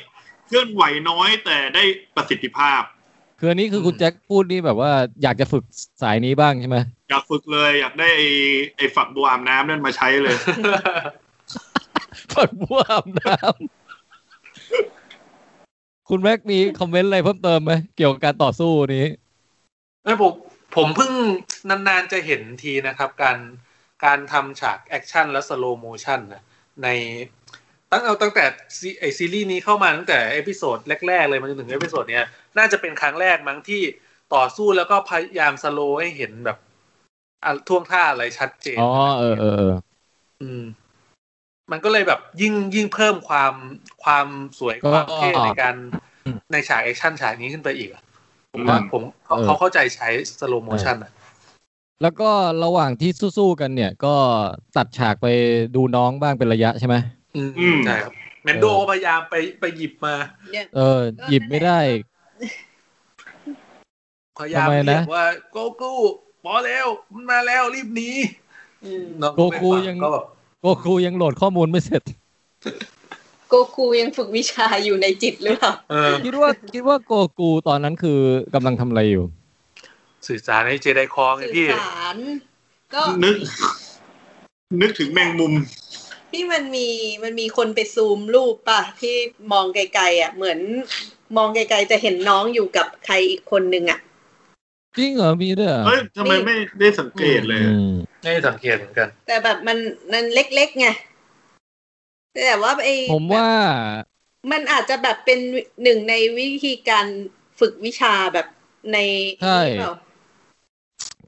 Speaker 4: เคลื่อนไหวน้อยแต่ได้ประสิทธิภาพ
Speaker 1: คืออันนี้คืออ
Speaker 2: ม
Speaker 1: คุณแจ็คพูดนี่แบบว่าอยากจะฝึกสายนี้บ้างใช่ไหม
Speaker 4: อยากฝึกเลย อยากได้ไอ้ไอ้ฝักบัวอาบน้ำนั่นมาใช้เลย
Speaker 1: ฝักบัวอาบน้ำ คุณแม็กมีคอมเมนต์อะไรเพิ่มเติมไหมเกี่ยวกับการต่อสู้นี้
Speaker 2: ไม่ผมผมเพิ่งนานๆจะเห็นทีนะครับ การการทำฉากแอคชั่นและสโลโมชันนะในตั้งเอาตั้งแต่ซีไอซีรีส์นี้เข้ามาตั้งแต่เอพิโซดแรก ๆ เลยมันจนถึงเอพิโซดเนี้ยน่าจะเป็นครั้งแรกมั้งที่ต่อสู้แล้วก็พยายามสโลให้เห็นแบบอ่ะท่วงท่าอะไรชัดเจน
Speaker 1: อ๋อเออเออเออ
Speaker 2: อืม มันก็เลยแบบยิ่งยิ่งเพิ่มความความสวยความเท่ในการในฉากแอคชั่นฉากนี้ขึ้นไปอีกอะผมว่าผมเขาเขาเข้าใจใช้สโลโมชันอ่ะ
Speaker 1: แล้วก็ระหว่างที่สู้ๆกันเนี่ย ก็ตัดฉากไปดูน้องบ้างเป็นระยะใช่ไหม
Speaker 2: อืม
Speaker 4: อืม
Speaker 2: ใช่ครับเมนโด
Speaker 1: เออ
Speaker 2: พยายามไปไปหยิบมา
Speaker 3: เนี่ย
Speaker 1: เออ หยิบไม่ได้
Speaker 2: พยายาม
Speaker 1: ทำไมนะ
Speaker 2: เรียกว่าโกโก้พอแล้วมันมาแล้วรีบหนี
Speaker 3: อืม
Speaker 2: น้อง
Speaker 1: โกโก้
Speaker 2: ไม่ฟั
Speaker 1: ยัง
Speaker 2: ก็แบบ
Speaker 1: โกคูยังโหลดข้อมูลไม่เสร็จ
Speaker 3: โกคูยังฝึกวิชาอยู่ในจิตหรือเปล่า
Speaker 2: เออ
Speaker 1: คิดว่าคิดว่าโกกูตอนนั้นคือกำลังทำอะไรอยู่
Speaker 2: สื่อสารให้เจไดคองไง
Speaker 3: สื่อ
Speaker 2: พี่
Speaker 3: สารก็
Speaker 4: นึก นึกถึงแมงมุม
Speaker 3: ที่มันมีมันมีคนไปซูมรูปป่ะ ที่มองไกลๆอ่ะ เหมือนมองไกลๆจะเห็นน้องอยู่กับใครอีกคนนึงอ่ะ
Speaker 1: จริงเหรอมีด้วยเหรอ
Speaker 4: เฮ้ยทำไมไม่ได้สังเกตเลย
Speaker 1: อืม
Speaker 2: ไม่สังเกตเหมือนกัน
Speaker 3: แต่แบบมันมันเล็กๆไงแต่ว่าไอ
Speaker 1: ผมว่า
Speaker 3: มันอาจจะแบบเป็นหนึ่งในวิธีการฝึกวิชาแบบใน
Speaker 1: ใช่
Speaker 3: เปล่า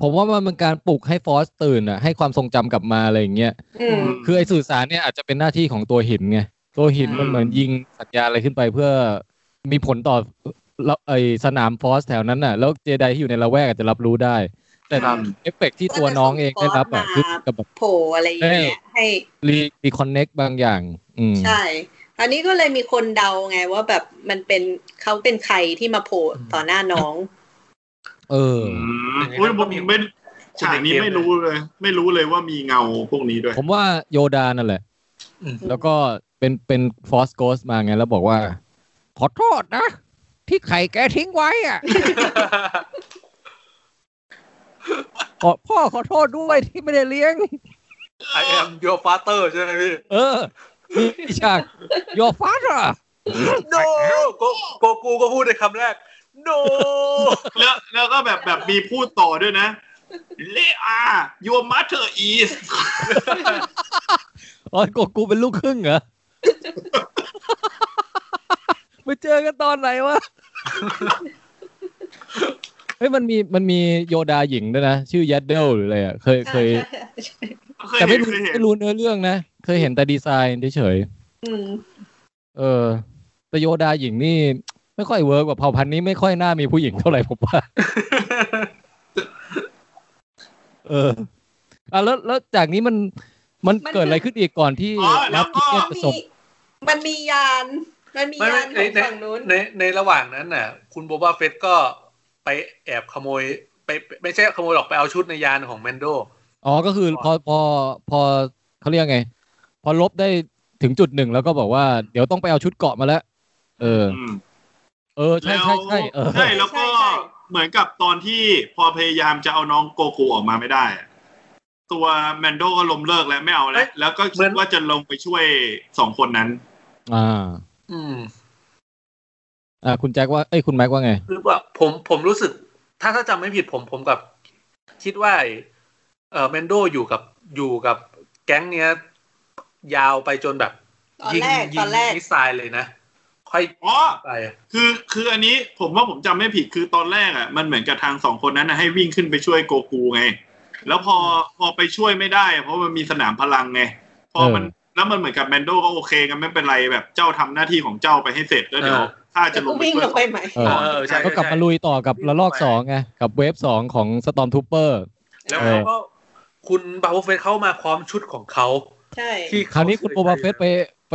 Speaker 1: ผมว่ามันเป็นการปลุกให้ฟอสตื่นอ่ะให้ความทรงจำกลับมาอะไรอย่างเงี้ย
Speaker 3: อืม
Speaker 1: คือไอ้สื่อสารเนี่ยอาจจะเป็นหน้าที่ของตัวหินไงตัวหิน
Speaker 3: อืม
Speaker 1: มันเหมือนยิงสัญญาณอะไรขึ้นไปเพื่อมีผลต่อละไอสนามฟอสแถวนั้นน่ะ แล้วเจไดที่อยู่ในละแวกอาจจะรับรู้ได้ แต่
Speaker 4: ครับ
Speaker 1: เอฟเฟกต์ที่ตัวน้องเองได้รับอ่ะคือกับแบบ
Speaker 3: โผล่อะไรอย่างเงี้ยให้
Speaker 1: รีรีคอนเน็กบางอย่าง อืม
Speaker 3: ใช่ อันนี้ก็เลยมีคนเดาไงว่าแบบมันเป็นเขาเป็นใครที่มาโผล่ต่อหน้าน้อง
Speaker 1: เออ
Speaker 4: อืมอุ้ยผมไม่ฉากนี้ไม่รู้เลย ไม่รู้เลยว่ามีเงาพวกนี้ด้วย
Speaker 1: ผมว่าโยดานั่นแหละ
Speaker 2: อืม
Speaker 1: แล้วก็เป็นเป็นฟอสโกสมาไง แล้วบอกว่า ขอโทษนะ ที่ไข่แกทิ้งไว้ อ่ะ ขอพ่อขอโทษด้วยที่ไม่ได้เลี้ยง
Speaker 2: I am your father ใช่ไหมพี่
Speaker 1: เออมีฉากโยฟัสอ่ะ
Speaker 2: no โกโกกูก็พูดในคำแรก no
Speaker 4: แล้วแล้วก็แบบแบบมีพูดต่อด้วยนะ เลอาโยมาเธออีส
Speaker 1: อ๋อโกกูเป็นลูกครึ่งเหรอ ไปเจอกันตอนไหนวะ เฮ้ยมันมีมันมีโยดาหญิงด้วยนะ ชื่อยัดเดลหรืออะไรอ่ะ เคยเคย
Speaker 4: เคย
Speaker 1: แต่
Speaker 4: เห็
Speaker 1: ไม่
Speaker 4: น
Speaker 1: รู้
Speaker 4: เคยเห็น
Speaker 1: ไม่รู้เนื้อเรื่องนะ เคยเห็นแต่ดีไซน์เฉย
Speaker 3: อืม
Speaker 1: ๆเออ แต่โยดาหญิงนี่ ไม่ค่อยเวิร์กว่าเผ่าพันธุ์นี้ไม่ค่อยน่ามีผู้หญิงเท่าไหร่ผมว่า เอออ่ะแล้วแล้วจากนี้มันมันเกิดอะไรขึ้นอีกก่อนที่
Speaker 4: อ๋อแล้วก็
Speaker 1: เนี่ยประส
Speaker 3: มี
Speaker 1: บ
Speaker 3: มันมียาน มันมี
Speaker 2: ไม่
Speaker 3: ยา
Speaker 2: ไม่
Speaker 3: นข
Speaker 2: ใน
Speaker 3: อง
Speaker 2: ใน
Speaker 3: ฝั่งนู้น
Speaker 2: ในในระหว่างนั้นน่ะ คุณโบบาเฟตก็ไปแอบขโมยไปไปไม่ใช่ขโมยหรอกไปเอาชุดในยานของแมนโด
Speaker 1: อ๋อ ก็คือพอพอพอเขาเรียกไง พอลบได้ถึงจุดหนึ่งแล้วก็บอกว่า เดี๋ยวต้องไปเอาชุดเกาะมาแล้ว เออ
Speaker 4: อืม
Speaker 1: เออ ใช่ใช่ใช่เออ
Speaker 4: ใช่แล้วก็
Speaker 3: ใช่ใช่
Speaker 4: เหมือนกับตอนที่พอพยายามจะเอาน้องโกโกออกมาไม่ได้อะตัวแมนโดก็ล้มเลิกแล้วไม่เอาแล้ว แล้วก็
Speaker 2: เหมื
Speaker 4: คิ
Speaker 2: อ
Speaker 4: ด
Speaker 2: น
Speaker 4: ว่าจะลงไปช่วยสองคนนั้น
Speaker 1: อ่า
Speaker 2: อืม
Speaker 1: อ่า คุณแจ็คว่า เอ้ย คุณแม็กว่าไง
Speaker 2: หรือว่าผมผมรู้สึก ถ้าถ้าจำไม่ผิดผมผมกับ คิดว่าไอ้เออแมนโดอยู่กับอยู่กับแก๊งเนี้ย ยาวไปจนแบบ
Speaker 3: ตอน
Speaker 2: ยิง
Speaker 3: แรก
Speaker 2: ยิ
Speaker 3: ตอง นแรก
Speaker 2: มิสไซล์เลยนะ ค่อย
Speaker 4: อ๋อ
Speaker 2: ไปอะ
Speaker 4: คือคืออันนี้ผมว่าผมจำไม่ผิดคือตอนแรกอ่ะมันเหมือนกับทางสองคนนั้นนะให้วิ่งขึ้นไปช่วยโกกูไง แล้วพอพอไปช่วยไม่ได้อะเพราะมันมีสนามพลังไงพอมันแล้วมันเหมือนกับแมนโดก็โอเคกันไม่เป็นไรแบบเจ้าทำหน้าที่ของเจ้าไปให้เสร็จแล้วเดี๋ยวข้าจะ
Speaker 3: จะ
Speaker 4: ลงไป
Speaker 3: วิ่ง
Speaker 4: ช่วย
Speaker 3: ลงไปไหม
Speaker 1: เออ
Speaker 2: เออใช่ใช่
Speaker 1: ก็กลับมาลุยต่อกับระลอกสองไง กับเวฟสองของสตอมทูเปอร์
Speaker 2: แล้วเขาก็คุณบาโบเฟตเข้ามาพร้อมชุดของเขา
Speaker 3: ใช่
Speaker 2: ที่
Speaker 1: คราวนี้คุณโบบาเฟสไปไป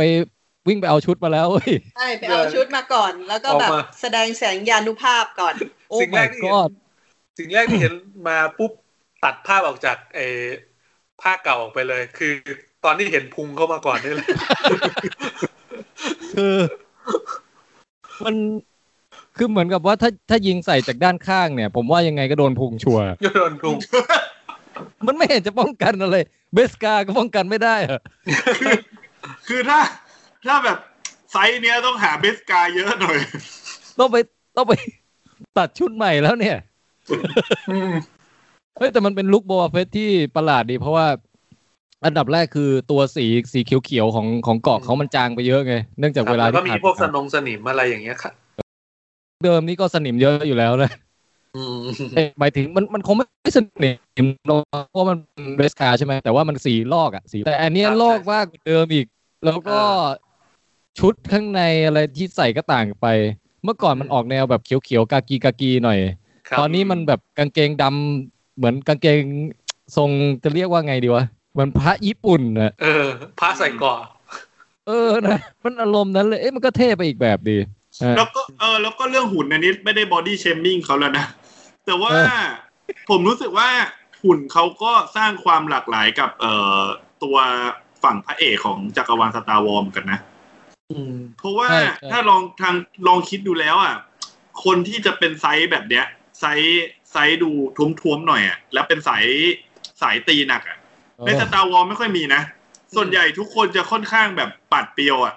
Speaker 1: วิ่งไปเอาชุดมาแล้วเว้ย
Speaker 3: ใช่ไปเอาชุดมาก่อน แล้วก็แบบแสดงแสงยานุภาพก่อน
Speaker 1: โอ้
Speaker 2: สิ่งแร
Speaker 1: my
Speaker 2: กที่เห็น
Speaker 1: god
Speaker 2: สิ่งแรกที่เห็นมาปุ๊บตัดภาพออกจากไอ้ผ้าเก่าออกไปเลย คือตอนที่เห็นพุงเข้ามาก่อนนี่แหละ
Speaker 1: คือ มันคือเหมือนกับว่าถ้าถ้ายิงใส่จากด้านข้างเนี่ย ผมว่ายังไงก็โดนพุงชัวร์
Speaker 2: ยโดนพุง
Speaker 1: มันไม่เห็นจะป้องกันอะไร เบสกาก็ป้องกันไม่ได้อะ
Speaker 4: คือคือถ้าถ้าแบบไซส์เนี้ยต้องหาเบสกาเยอะหน่อย
Speaker 1: ต้องไปต้องไป ตัดชุดใหม่แล้วเนี่ย
Speaker 2: อืม
Speaker 1: เฮ้ยแต่มันเป็นลุคโบวาเฟสที่ประหลาดดีเพราะว่า อันดับแรกคือตัวสีสีเขียวๆของของเกาะเขามันจางไปเยอะไง เนื่องจากเวลา
Speaker 2: ครับแล้
Speaker 1: ที่
Speaker 2: วก็มี
Speaker 1: ผ่าน
Speaker 2: พวกส
Speaker 1: มาน
Speaker 2: งสนิมอะไรอย่างเงี้ยค่ะ
Speaker 1: เดิมนี่ก็สนิมเยอะอยู่แล้วนะ
Speaker 2: อืม
Speaker 1: เอ้ยหมายถึงมันมันคงไม่สนิมหรอกเพราะมันเป็นเบสกาใช่ไหมแต่ว่ามันสีลอกอะสีแต่อันเนี้ยลอกมากกว่าเดิมอีก แล้วก็ชุดข้างในอะไรที่ใส่ก็ต่างไป เมื่อก่อนมันออกแนวแบบเขียวๆกากีกากีหน่อย
Speaker 2: ครับ
Speaker 1: ตอนนี้มันแบบกางเกงดำเหมือนกางเกงทรงจะเรียกว่าไงดีวะเหมันพระญี่ปุ่นนะ
Speaker 2: เออพระใส่เก่อ
Speaker 1: เออนะมันอารมณ์นั้นเลยเอ๊ะมันก็เท่ไปอีกแบบดีอ่ะ
Speaker 4: แล้วก็เออแล้วก็เรื่องหุ่นอันนี้ไม่ได้บอดี้เชมมิ่งเขาแล้วนะ แต่ว่า
Speaker 1: เออ
Speaker 4: ผมรู้สึกว่าหุ่นเขาก็สร้างความหลากหลายกับเอ่อตัวฝั่งพระเอกของจักรวาลสตาร์วอมกันนะ
Speaker 2: อืม
Speaker 4: เพราะว่า
Speaker 1: ใช่ใช่
Speaker 4: ถ้าลองทางลองคิดดูแล้วอ่ะคนที่จะเป็นไซส์แบบเนี้ย ไซส์ไซส์ดูท้วมๆหน่อยอ่ะแล้วเป็นสายสายตีหนักอ่ะ
Speaker 1: เออ
Speaker 4: ในสตาร์วอลไม่ค่อยมีนะ ส่วนใหญ่ทุกคนจะค่อนข้างแบบปัดเปรียวอ่ะ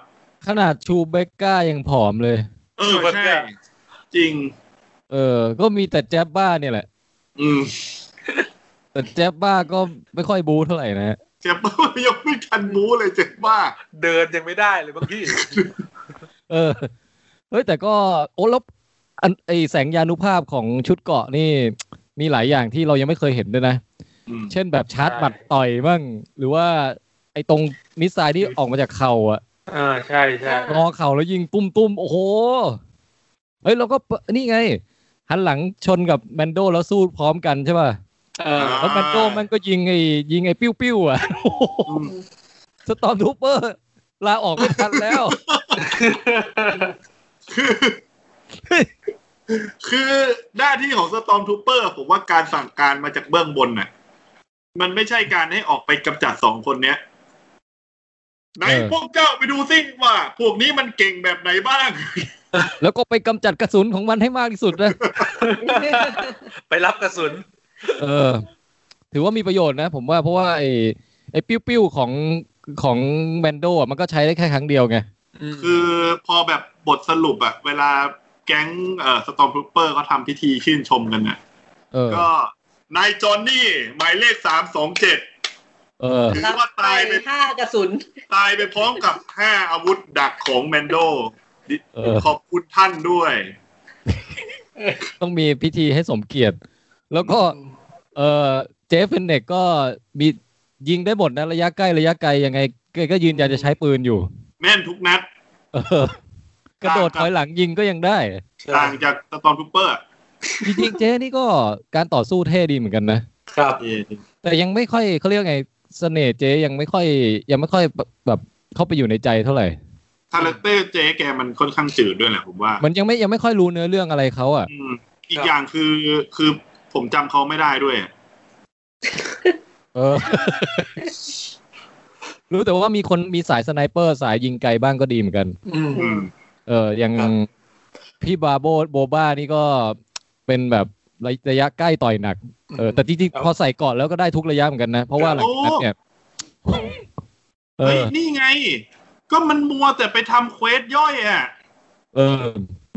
Speaker 1: ขนาดชูเบกก้ายังผอมเลย
Speaker 4: เออ
Speaker 2: เออ
Speaker 4: ใช่
Speaker 2: ใช่
Speaker 4: จริง
Speaker 1: เออ ก็มีแต่แจ๊บบ้าเนี่ยแหละ
Speaker 4: อืม
Speaker 1: แต่แจ๊บบ้าก็ไม่ค่อยบูเท่าไหร่นะ
Speaker 4: เจ็บบ้า ยังไม่ทันบู๊เลยเจ็บบ้า
Speaker 2: เดินยังไม่ได้เลยบางที่
Speaker 1: เออเฮ้ยแต่ก็โอ้แล้วอันไอแสงยานุภาพของชุดเกาะนี่ มีหลายอย่างที่เรายังไม่เคยเห็นด้วยนะ
Speaker 4: อืม
Speaker 1: เช่นแบบชาร์จ
Speaker 2: ใช่
Speaker 1: บัตรต่อยบ้างหรือว่าไอ้ตรงมิสไซล์ที่ออกมาจากเข่าอะ
Speaker 2: อ่าใช่ใช่
Speaker 1: งอเข่าแล้วยิงตุ้มตุ้มๆโอ้โหเฮ้ยเราก็เปิดนี่ไง หันหลังชนกับแมนโดแล้วสู้พร้อมกันใช่ป่ะ
Speaker 2: เออ
Speaker 1: แล้วแมนโดมันก็ยิงไอ้ยิงไอ้ปิ้วปิ้วๆอะ
Speaker 4: อืม
Speaker 1: สตอมทูเปอร์ลาออกไม่ทันแล้ว
Speaker 4: คือ คือหน้าที่ของสตอมทูเปอร์ผมว่าการสั่งการมาจากเบื้องบนน่ะ มันไม่ใช่การให้ออกไปกำจัดสองคนเนี้ยไหน
Speaker 1: เออ
Speaker 4: พวกเจ้าไปดูซิว่า พวกนี้มันเก่งแบบไหนบ้าง
Speaker 1: แล้วก็ไปกำจัดกระสุนของมันให้มากที่สุดนะ
Speaker 2: ไปรับกระสุน
Speaker 1: เออ ถือว่ามีประโยชน์นะ ผมว่าเพราะว่าไอ้ไอ้ปิ้วปิ้วๆของของแมนโดอะมันก็ใช้ได้แค่ครั้งเดียวไง
Speaker 4: คือพอแบบบทสรุปอะเวลาแก๊งเอ่อสตอมทรูเปอร์เขาทำพิธีชื่นชมกันน่ะ
Speaker 1: เออ
Speaker 4: ก็ นายจอนนี่ หมายเลขสามสองเจ็ด
Speaker 1: เออ
Speaker 4: ถือว่าตายไป
Speaker 3: ห้ากระสุน
Speaker 4: ตายไปพร้อมกับห้าอาวุธดักของแมนโดดิ
Speaker 1: เออ
Speaker 4: ขอบคุณท่านด้วย
Speaker 1: ต้องมีพิธีให้สมเกียรติ แล้วก็ เออเจฟเฟนเนกก็มียิงได้หมดนะระยะใกล้ระยะไกลยังไงแกก็ยืนยันจะใช้ปืนอยู่
Speaker 4: แม่นทุกนัด
Speaker 1: เออกระโดดถอยหลังยิงก็ยังได้
Speaker 4: ต่างจากสตอมทูเปอร์
Speaker 1: จริงๆเจ๊นี่ก็การต่อสู้เท่ดีเหมือนกันนะ
Speaker 2: ครับ
Speaker 1: แต่ยังไม่ค่อยเขาเรียกไงเสน่ห์เจ๊ยังไม่ค่อย ยังไม่ค่อยแบบเข้าไปอยู่ในใจเท่าไหร่
Speaker 4: คาแรคเตอร์เจ๊แกมันค่อนข้างจืดด้วยแหละผมว่า
Speaker 1: มันยังไม่ยังไม่ค่อยรู้เนื้อเรื่องอะไรเขาอ่ะ
Speaker 4: อืมอี
Speaker 2: ค
Speaker 4: ก
Speaker 2: รับ
Speaker 4: อย่างคือคือผมจำเขาไม่ได้ด้วย
Speaker 1: เอ อ รู้แต่ว่ามีคนมีสายสไนเปอร์สายยิงไกลบ้างก็ดีเหมือนกัน
Speaker 2: อืม
Speaker 4: อืม
Speaker 1: เอออย่าง
Speaker 2: ครับ
Speaker 1: พี่บาโบโบบ้านี่ก็เป็นแบบระยะใกล้ต่อยหนัก เออแต่จริง
Speaker 2: ครับ
Speaker 1: ๆพอใส่ก่อนแล้วก็ได้ทุกระยะเหมือนกันนะ เพราะว่าหลังจากนั้นเนี่ยเอ
Speaker 4: เฮ้ย
Speaker 1: อ
Speaker 4: นี่ไง ก็มันมัวแต่ไปทำเควสย่อยอ่ะ
Speaker 1: เออ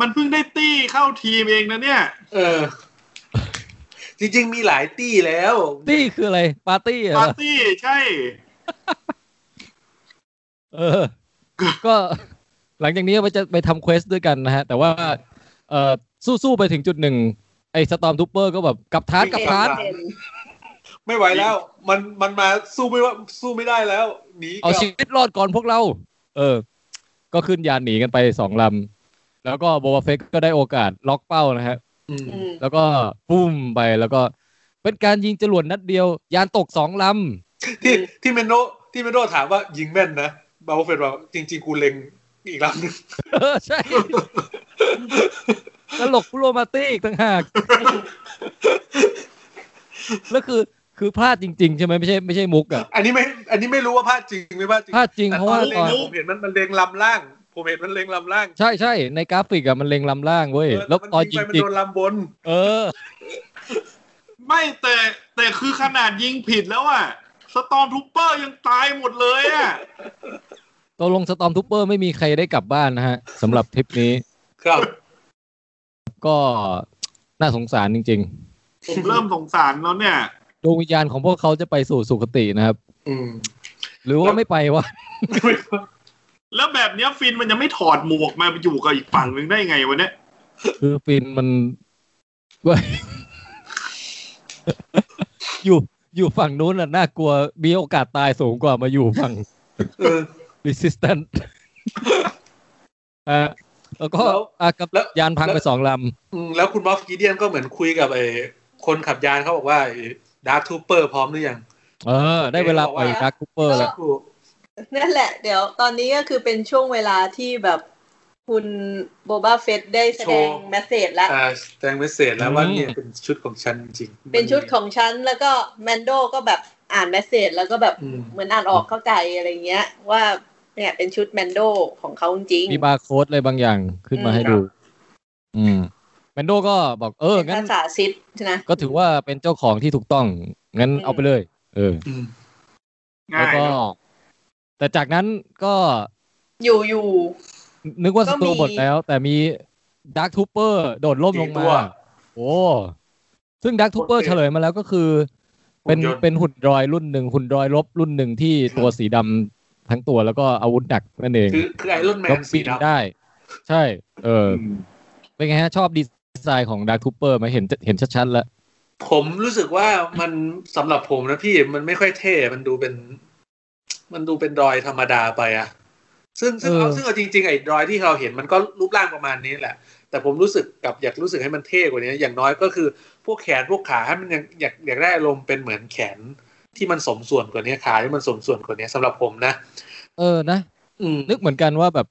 Speaker 4: มันเพิ่งได้ตี้เข้าทีมเองนะเนี่ย
Speaker 2: เออ จริง ๆ มีหลายตี้แล้ว
Speaker 1: ตี้คืออะไร ปาร์ตี้เหร
Speaker 4: ปา
Speaker 1: อ
Speaker 4: ร์ตี้ใช่
Speaker 1: เออ ก็ หลังจากนี้ไปจะไปทำเควสด้วยกันนะฮะ แต่ว่า เออสู้ๆไปถึงจุดหนึ่ง ไอ้สตอมทูเปอร์ก็แบบกลับทานกลับทาน
Speaker 2: ไม่ไหวแล้ว มันมันมาสู้ไม่ว่าสู้ไม่ได้แล้วหนีกลับ
Speaker 1: เอาชีวิตรอดก่อนพวกเรา เออ ก็ขึ้นยานหนีกันไปสองลำ แล้วก็โบวาเฟกก็ได้โอกาสล็อกเป้านะฮะ
Speaker 2: อืม
Speaker 3: อืม
Speaker 1: แล้วก็ปุ้มไปแล้วก็เป็นการยิงจรวดนัดเดียว ยานตกสองล
Speaker 2: ที่ที่เมนโดที่เมนโดถามว่ายิงแม่นนะบาโวเฟนบอกจริง ๆ กูเล็งอีกลำหนึง
Speaker 1: ำ เออ ใช่ตลกพูโรมาติอีกต่างหาก แล้วคือคือพลาดจริง ๆ ใช่ไหมไม่ใช่ไม่ใช่มุกอะ
Speaker 2: อันนี้ไม่ อันนี้ไม่รู้ว่าพลาดจริงไม่พลาดจริง
Speaker 1: พลาดจริง
Speaker 2: แต่
Speaker 1: เพราะ
Speaker 2: ตอน
Speaker 1: ว่า
Speaker 2: เล็
Speaker 1: ตอ
Speaker 2: ง
Speaker 1: น
Speaker 2: นะผมเห็นมันมันเล็งลำล่าง ผมเห็นมันเล็งลำล่าง
Speaker 1: ใช่ใช่ในกราฟิกอะมันเล็งลำล่างเว้ย
Speaker 2: เออ
Speaker 1: แล้วตอนยิ
Speaker 2: มั
Speaker 1: ง
Speaker 2: นไปมัน
Speaker 1: จริง
Speaker 2: โดนลำบน
Speaker 1: เออ
Speaker 4: ไม่แต่แต่คือขนาดยิงผิดแล้วอ่ะ สตอมทูเปอร์ยังตายหมดเลยอ่ะ
Speaker 1: ตกลงสตอมทูเปอร์ไม่มีใครได้กลับบ้านนะฮะสำหรับทริปนี้
Speaker 2: ครับ
Speaker 1: ก็น่าสงสารจริง
Speaker 4: ผมเริ่มสงสารแล้วเนี่ย
Speaker 1: ๆดวงวิญญาณของพวกเขาจะไปสู่สุคตินะครับ
Speaker 2: อืม
Speaker 1: หรือว่าไม่ไปวะ
Speaker 4: แล้วแบบเนี้ยฟินมันยังไม่ถอดหมวกมาอยู่กับอีกฝั่งหนึ่งได้ไงวะเนี่ย
Speaker 1: คือฟิน มันเว้ยอยู่อยู่ฝั่งนู้นน่ะน่ากลัวมีโอกาสตายสูงกว่ามาอยู่ฝั่ง
Speaker 2: เออ
Speaker 1: resistant อ่ะแล้วก็
Speaker 2: แล้ว
Speaker 1: อ่ะกับ
Speaker 2: แล้ว
Speaker 1: ยานพัง
Speaker 2: แล้ว
Speaker 1: ไปสองล
Speaker 2: อืมแล้วคุณบอฟกีเดียนก็เหมือนคุยกับไอ้คนขับยานเขาบอกว่าดาร์ t ทูเปอร์พร้อมหรือยัง
Speaker 1: ำเออ ได้เวลาปล่อยดักคูเปอร์แล้ว
Speaker 3: นั่นแหละ เดี๋ยวตอนนี้ก็คือเป็นช่วงเวลาที่แบบคุณโบบ a าเฟตได้แสดง
Speaker 2: โชว์
Speaker 3: แมสเซจแล้ว
Speaker 2: อ่าแตงเมสเซจแล้วว่าเนี่ย
Speaker 1: อืม
Speaker 2: เป็นชุดของฉันจริงๆ
Speaker 3: เป็นชุดของฉัน แล้วก็แมนโดก็แบบอ่านแมสเซจแล้วก็แบบ
Speaker 2: อืม
Speaker 3: เหมือนอ่านออกเข้าใจอะไรเงี้ย ว่าเนี่ยเป็นชุดแมนโดของเขาจริงๆ
Speaker 1: มีบาร์โค้ดอะไรบางอย่างขึ้นมา
Speaker 3: อืม
Speaker 1: ให้ดู อืมแมนโดก็บอกเออ
Speaker 3: เป็น
Speaker 1: งั้น
Speaker 3: ภาษาซิดนะ
Speaker 1: ก็ถือว่าเป็นเจ้าของที่ถูกต้อง งั้น
Speaker 3: อืม
Speaker 1: เอาไปเลย เออ
Speaker 2: อืม
Speaker 1: แล้ว
Speaker 4: ง่าย
Speaker 1: ก็
Speaker 4: เนอะ
Speaker 1: แต่จากนั้นก็
Speaker 3: อยู่อยู่
Speaker 1: นึกว่า
Speaker 3: ก็
Speaker 1: ส
Speaker 3: มี
Speaker 1: ตูหมดแล้ว แต่มีด a r k กทูเปอร์โดดล่มลง
Speaker 2: สี่ตั
Speaker 1: มา
Speaker 2: ว
Speaker 1: โอ้ ซึ่งด a r k กทูเปอร์
Speaker 2: โอเค
Speaker 1: เฉลยมาแล้วก็คือ เป็น
Speaker 2: หุ่นยนต์
Speaker 1: เป็นหุ่นดรอยรุ่นหนึ่งหุ่นดรอยลบรุ่นหนึ่งที่ตัวสีดำทั้งตัวแล้วก็อาวุธหนักนั่นเอง
Speaker 2: คือคือไอรอนแม
Speaker 1: ก็
Speaker 2: นสี
Speaker 1: บิน
Speaker 2: ดำ
Speaker 1: ได้ ใช่ เออ
Speaker 4: อืม
Speaker 1: เป็นไงฮะ ชอบดีไซน์ของด a r k กทูเปอร์ไหมเห็นเห็นชัดๆแล้ว
Speaker 2: ผมรู้สึกว่ามันสำหรับผมนะพี่มันไม่ค่อยเท่ มันดูเป็น มันดูเป็นดอยธรรมดาไปอะซึ่งซึ่งเอา
Speaker 1: เออ
Speaker 2: ซึ่งเอาจริง ๆ ไอ้ดอยที่เราเห็นมันก็รูปร่างประมาณนี้แหละ แต่ผมรู้สึกกับอยากรู้สึกให้มันเท่กว่านี้ อย่างน้อยก็คือ พวกแขนพวกขาให้มันยังอยากอยากได้อารมณ์เป็นเหมือนแขนที่มันสมส่วนกว่านี้ขาที่มันสมส่วนกว่านี้สำหรับผมนะ
Speaker 1: เออนะ
Speaker 2: อืม
Speaker 1: นึกเหมือนกันว่าแบบ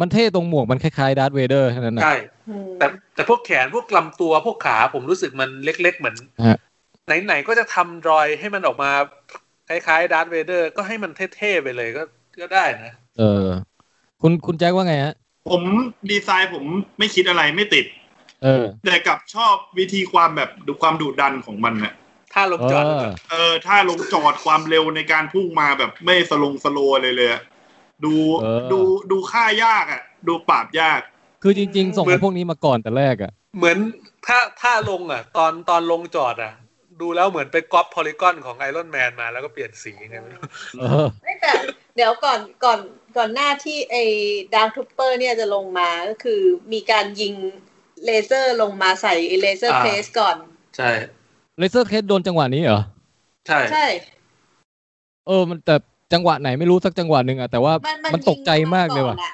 Speaker 1: มันเท่ตรงหมวกมันคล้ายๆดาร์ธเวเดอร์เท่านั้นนะ
Speaker 2: ใช่
Speaker 3: อืม
Speaker 2: แต่แต่พวกแขนพวกลำตัวพวกขาผมรู้สึกมันเล็ก ๆ เหมือน
Speaker 1: ฮะ
Speaker 2: ไหนๆก็จะทำรอยให้มันออกมาคล้ายๆดาร์ธเวเดอร์ ก็ให้มันเท่ๆไปเลยก็ก็ได้นะ
Speaker 1: เออ คุณคุณแจ็คว่าไงฮะ
Speaker 4: ผมดีไซน์ผมไม่คิดอะไรไม่ติด
Speaker 1: เออ
Speaker 4: แต่กลับชอบวิธีความแบบดูความดุดันของมันน่ะ
Speaker 2: ถ้าลง
Speaker 1: เอ
Speaker 2: จอด
Speaker 1: อ
Speaker 4: เออถ้าลงจอดความเร็วในการพุ่งมาแบบไม่สลงสโลเลยเลยอะดู
Speaker 1: เออ
Speaker 4: ดูดูค่ายากอ่ะ ดูปราบยาก
Speaker 1: คือจริง ๆ ส่งไอ้พวกนี้มาก่อนแต่แรกอ่ะ
Speaker 2: เหมือนถ้าถ้าลงอ่ะ ตอนตอนลงจอดอ่ะ ดูแล้วเหมือนไปก๊อปพอลิกอนของไอรอนแมนมาแล้วก็เปลี่ยนสีไงไม่รู้
Speaker 1: เออ
Speaker 3: ไม่แต่เดี๋ยวก่อนก่อนก่อนหน้าที่ไอ้ดาร์คทูเปอร์เนี่ยจะลงมาก็คือมีการยิงเลเซอร์ลงมาใส่ไอ้เลเซอร์เพสก่อน
Speaker 2: ใช่
Speaker 1: เลเซอร์เคสโดนจังหวะนี้เหรอ
Speaker 2: ใช่
Speaker 3: ใช่
Speaker 1: เออ มันแต่จังหวะไหนไม่รู้สักจังหวะหนึ่งอะแต่ว่า
Speaker 3: มันมัน
Speaker 1: มันตกใจมากเลยว่ะ
Speaker 3: งอ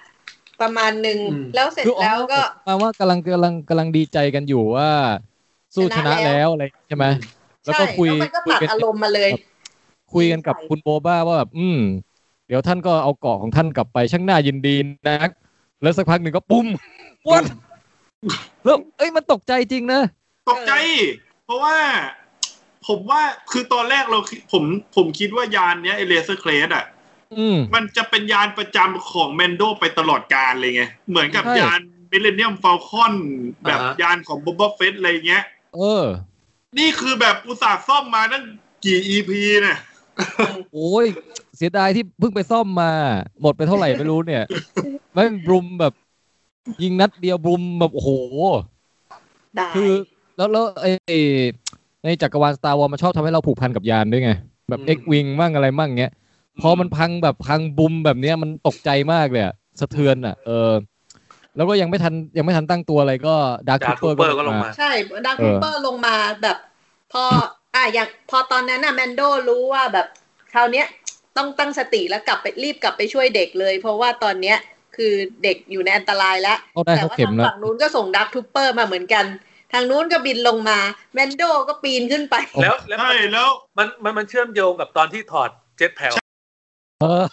Speaker 3: ประมาณหนึ่งแล้วเสร็จ
Speaker 1: คืออ๋อ
Speaker 3: แล้วก็
Speaker 1: แปลว่ากำลังกำลังกำลังดีใจกันอยู่ว่า สู้ช
Speaker 3: ชนะ
Speaker 1: นะ
Speaker 3: แล้
Speaker 1: แล้ว
Speaker 3: ว
Speaker 1: อะไรใช่ไหมแล้วก็
Speaker 3: ใช่
Speaker 1: คุย
Speaker 3: แล้วมันก็
Speaker 1: คุย
Speaker 3: ตัด
Speaker 1: กัน
Speaker 3: อารมณ์มาเลย
Speaker 1: คุยกันกับคุณโบบ้าว่าแบบอืม เดี๋ยวท่านก็เอาเกาะของท่านกลับไปช่างหน้ายินดีนัก แล้วสักพักหนึ่งก็ปุ้ม วัดแล้วเอ้ยมันตกใจจริงนะ
Speaker 4: ตกใจ เพราะว่าผมว่าคือตอนแรกเราคิดผมผมคิดว่ายานเนี้ยไอเลเซอร์เคลสอ่ะ
Speaker 1: อืม
Speaker 4: มันจะเป็นยานประจำของแมนโดไปตลอดกาลเลยไง เหมือนกับ
Speaker 1: ใช่
Speaker 4: ยานเ i ลเลเนียมฟ l ลคอนแบบ
Speaker 2: อ่าฮะ
Speaker 4: ยานของบ o บ a f เฟสอะไรเงี้ย
Speaker 1: เออ
Speaker 4: นี่คือแบบอุตส่าห์ซ่อมมาตั้งกี่ EP เนี่ย
Speaker 1: โอ้ยเสียดายที่เพิ่งไปซ่อมมา หมดไปเท่าไหร่ไม่รู้เนี่ยไม่บลุมแบบ ยิงนัดเดียวบลุมแบบโอ้โห
Speaker 3: ได้
Speaker 1: คือแล้วแล้วไอในจักรวาล Star Wars มันชอบทำให้เราผูกพันกับยานด้วยไง แบบ
Speaker 2: อืม
Speaker 1: X Wing มั่งอะไรมั่งเงี้ย พอมันพังแบบพังบุมแบบเนี้ยมันตกใจมากเลยอะสะเทือนอ่ะ เออ แล้วก็ยังไม่ทันยังไม่ทันตั้งตัวอะไรก็ดาร์ค
Speaker 2: ดาร์ค
Speaker 1: ทู
Speaker 2: ทู
Speaker 1: เป
Speaker 2: เป
Speaker 1: อ
Speaker 2: อ
Speaker 1: ร์
Speaker 2: ร์
Speaker 1: ก็
Speaker 2: ก็
Speaker 1: ล
Speaker 2: ล
Speaker 1: ง
Speaker 2: ง
Speaker 1: มา
Speaker 2: มา
Speaker 3: ใช่ดาร์คทูเปอร์ลงมาแบบ พออ่ะอย่างพอตอนนั้นน่ะแมนโดรู้ว่าแบบคราวเนี้ยต้องตั้งสติแล้วกลับไปรีบกลับไปช่วยเด็กเลย เพราะว่าตอนเนี้ยคือเด็กอยู่ในอันตรายแล้ว
Speaker 1: ก็ได้
Speaker 3: แต่
Speaker 1: เขา
Speaker 3: ว่า
Speaker 1: เข็
Speaker 3: ทาม ง
Speaker 1: แล้ว
Speaker 3: ฝั่งนู้นก็ส่งดักทูเปอร์มาเหมือนกัน ทางนู้นก็บินลงมา แมนโดก็ปีนขึ้นไป
Speaker 1: โอ้
Speaker 2: แล้วแล้ว
Speaker 4: ใช่แล้ว
Speaker 2: มันมันมันเชื่อมโยงกับตอนที่ถอดเจ็ตแผ่ว
Speaker 1: เออ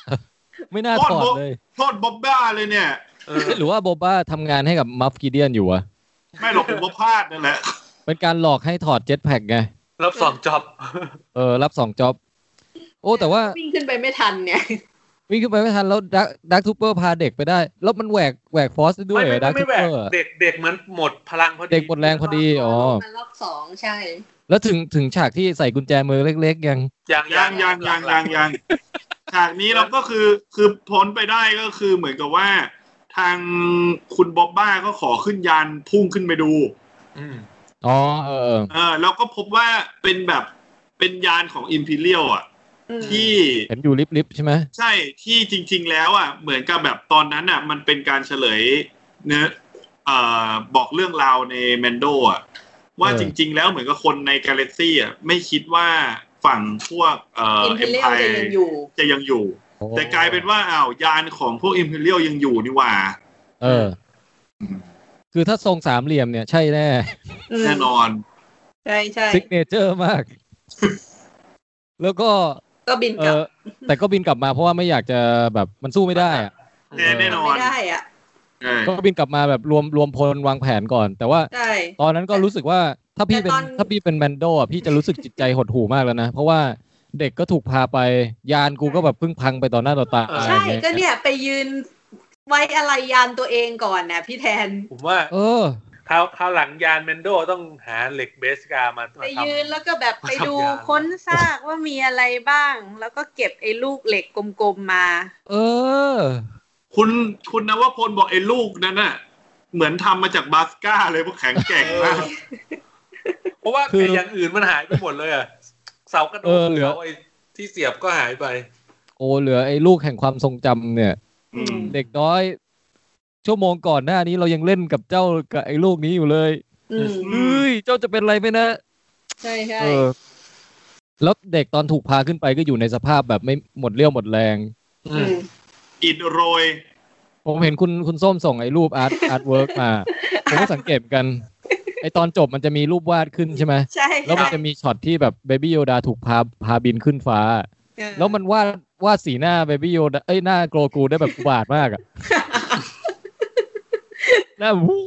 Speaker 1: ไม่น่าถอดเลย
Speaker 4: โทษบ๊อบบ้าเลยเนี่ย
Speaker 2: เออ
Speaker 1: หรือว่าโบบ้าทำงานให้กับมัฟกิเดียนอยู่วะ
Speaker 4: ไม่หรอก ผมว่าพลาดนั่นแหละ
Speaker 1: เป็นการหลอกให้ถอดเจ็ตแพ็กไง
Speaker 2: รับสองจ็อบ
Speaker 1: เออ รับสองจ็อบ โอ้แต่ว่า
Speaker 3: วิ่งขึ้นไปไม่ทันเนี่ย
Speaker 1: วิ่งขึ้นไปไม่ทัน แล้วดักดักทูเปอร์พาเด็กไปได้ แล้วมันแหวกแหวกฟอสได้ด้วย
Speaker 2: ไม่ไม่
Speaker 1: ดัก
Speaker 2: ไม่
Speaker 1: ทู
Speaker 2: แหว
Speaker 1: เป
Speaker 2: ก
Speaker 1: อร์
Speaker 2: เด็กเด็กเหมือนหมดพลังพอดี
Speaker 1: เด็กหมดแรงพอดีอ๋อ
Speaker 3: มันรอบสองใช่
Speaker 1: แล้วถึงถึงฉากที่ใส่กุญแจมือเล็กๆ ยัง
Speaker 2: ยัง
Speaker 4: ยังยังยังยังยังฉากนี้เราก็คือคือพ้นไปได้ก็คือเหมือนกับว่า ทางคุณบ๊อบบ้าก็ขอขึ้นยานพุ่งขึ้นไปดู
Speaker 2: อืม
Speaker 1: อ๋อเออ
Speaker 4: เออแล้วก็พบว่าเป็นแบบเป็นยานของอิมพีเรียลอ่ะ
Speaker 3: อืม
Speaker 4: ที่
Speaker 1: เห็นอยู่ลิฟต์ๆใช่ไหม
Speaker 4: ใช่ที่จริง ๆ แล้วอ่ะ เหมือนกับแบบตอนนั้นอ่ะ มันเป็นการเฉลยเนื้อเอ่อบอกเรื่องราวในแมนโดอ่ะ ว่าจริง ๆ แล้วเหมือนกับคนในกาแล็กซี่อ่ะไม่คิดว่าฝั่งพวกเอ่อ
Speaker 3: อิน
Speaker 4: เอ็
Speaker 3: ที
Speaker 4: ม
Speaker 3: เรีย
Speaker 4: พา
Speaker 3: ลจะยังอยู่
Speaker 4: จะยังอยู่
Speaker 1: โอ้
Speaker 4: แต่กลายเป็นว่าอ้าวยานของพวกอิมพีเรียลยังอยู่นี่หว่า
Speaker 1: เออ คือถ้าทรงสามเหลี่ยมเนี่ยใช่แน่
Speaker 3: อืม
Speaker 4: แน่นอน
Speaker 3: ใช่ใช่
Speaker 1: s ิกเนเจอร์มาก แล้วก็
Speaker 3: ก็บิน
Speaker 1: เอก
Speaker 3: ลับ
Speaker 1: อแต่ก็บินกลับมาเพราะว่าไม่อยากจะแบบมันสู้ไม่ได้อะ
Speaker 4: แน่แน่นอน
Speaker 3: ไม่ได้อ่ะ
Speaker 4: ใช่
Speaker 1: ก็บินกลับมาแบบรวมรวมพลวางแผนก่อน แต่ว่า
Speaker 3: ใช่
Speaker 1: ตอนนั้นก็รู้สึกว่าถ้าพี่เป็น
Speaker 3: แต่ตอน
Speaker 1: ถ้าพี่เป็นแมนโดอ่ะพี่จะรู้สึกจิตใจหดหู่มากแล้วนะ เพราะว่าเด็กก็ถูกพาไปยานกูก็แบบเพิ่งพังไปต่อหน้าต่อตาอะ
Speaker 3: ใช่
Speaker 1: ไรอย่าง
Speaker 3: ก็
Speaker 1: เงี้ย
Speaker 3: เนี่ยไปยืนไว้อะไรยานตัวเองก่อนนะพี่แทน
Speaker 2: ผมว่า
Speaker 1: เออ
Speaker 2: คราวคราวหลังยานเมนโดต้องหาเหล็กเบสกามา
Speaker 3: ไป
Speaker 2: มาท
Speaker 3: ยืนแล้วก็แบบไปดู
Speaker 2: ทำยาน
Speaker 3: ค้นซากว่ามีอะไรบ้าง แล้วก็เก็บไอ้ลูกเหล็กกลมๆมา
Speaker 1: เออ
Speaker 4: คุณคุณนวพลบอกไอ้ลูกนั้นน่ะ เหมือนทำมาจากบาสก้าเลยเพราะแข็งแกร่งมาก
Speaker 2: ำเพราะว่า
Speaker 1: คือ
Speaker 2: ไอ้อย่างอื่นมันหายไปหมดเลยอ่ะเสากระโด
Speaker 1: เออ
Speaker 2: ด
Speaker 1: เหลือ
Speaker 2: เสาไอ้ที่เสียบก็หายไป
Speaker 1: โอ้เหลือไอ้ลูกแห่งความทรงจำเนี่ย
Speaker 4: อืม
Speaker 1: เด็กน้อย ชั่วโมงก่อนหน้านี้เรายังเล่นกับเจ้ากับไอ้ลูกนี้อยู่เลย
Speaker 3: อืม
Speaker 4: อืม
Speaker 1: เอ้ยเจ้าจะเป็นอะไรไหมนะ
Speaker 3: ใช่ใช่
Speaker 1: เออ แล้วเด็กตอนถูกพาขึ้นไปก็อยู่ในสภาพแบบไม่หมดเรี่ยวหมดแรง
Speaker 2: อืม
Speaker 4: อิดโรย
Speaker 1: ผมเห็นคุณคุณส้มส่งไอ้รูปอาร์ตอาร์ตเวิร์กมา ผมก็สังเกตเหมือนกัน ไอตอนจบมันจะมีรูปวาดขึ้นใช่ไหม
Speaker 3: ใช่
Speaker 1: แล้วมันจะมีช็อตที่แบบเบบี้โยดาถูกพาพาบินขึ้นฟ้า แล้วมันวาดวาดสีหน้าเบบี้โยดาเอ้ยหน้าโกรกูได้แบบอุบาทมาก อะ หน้าวู้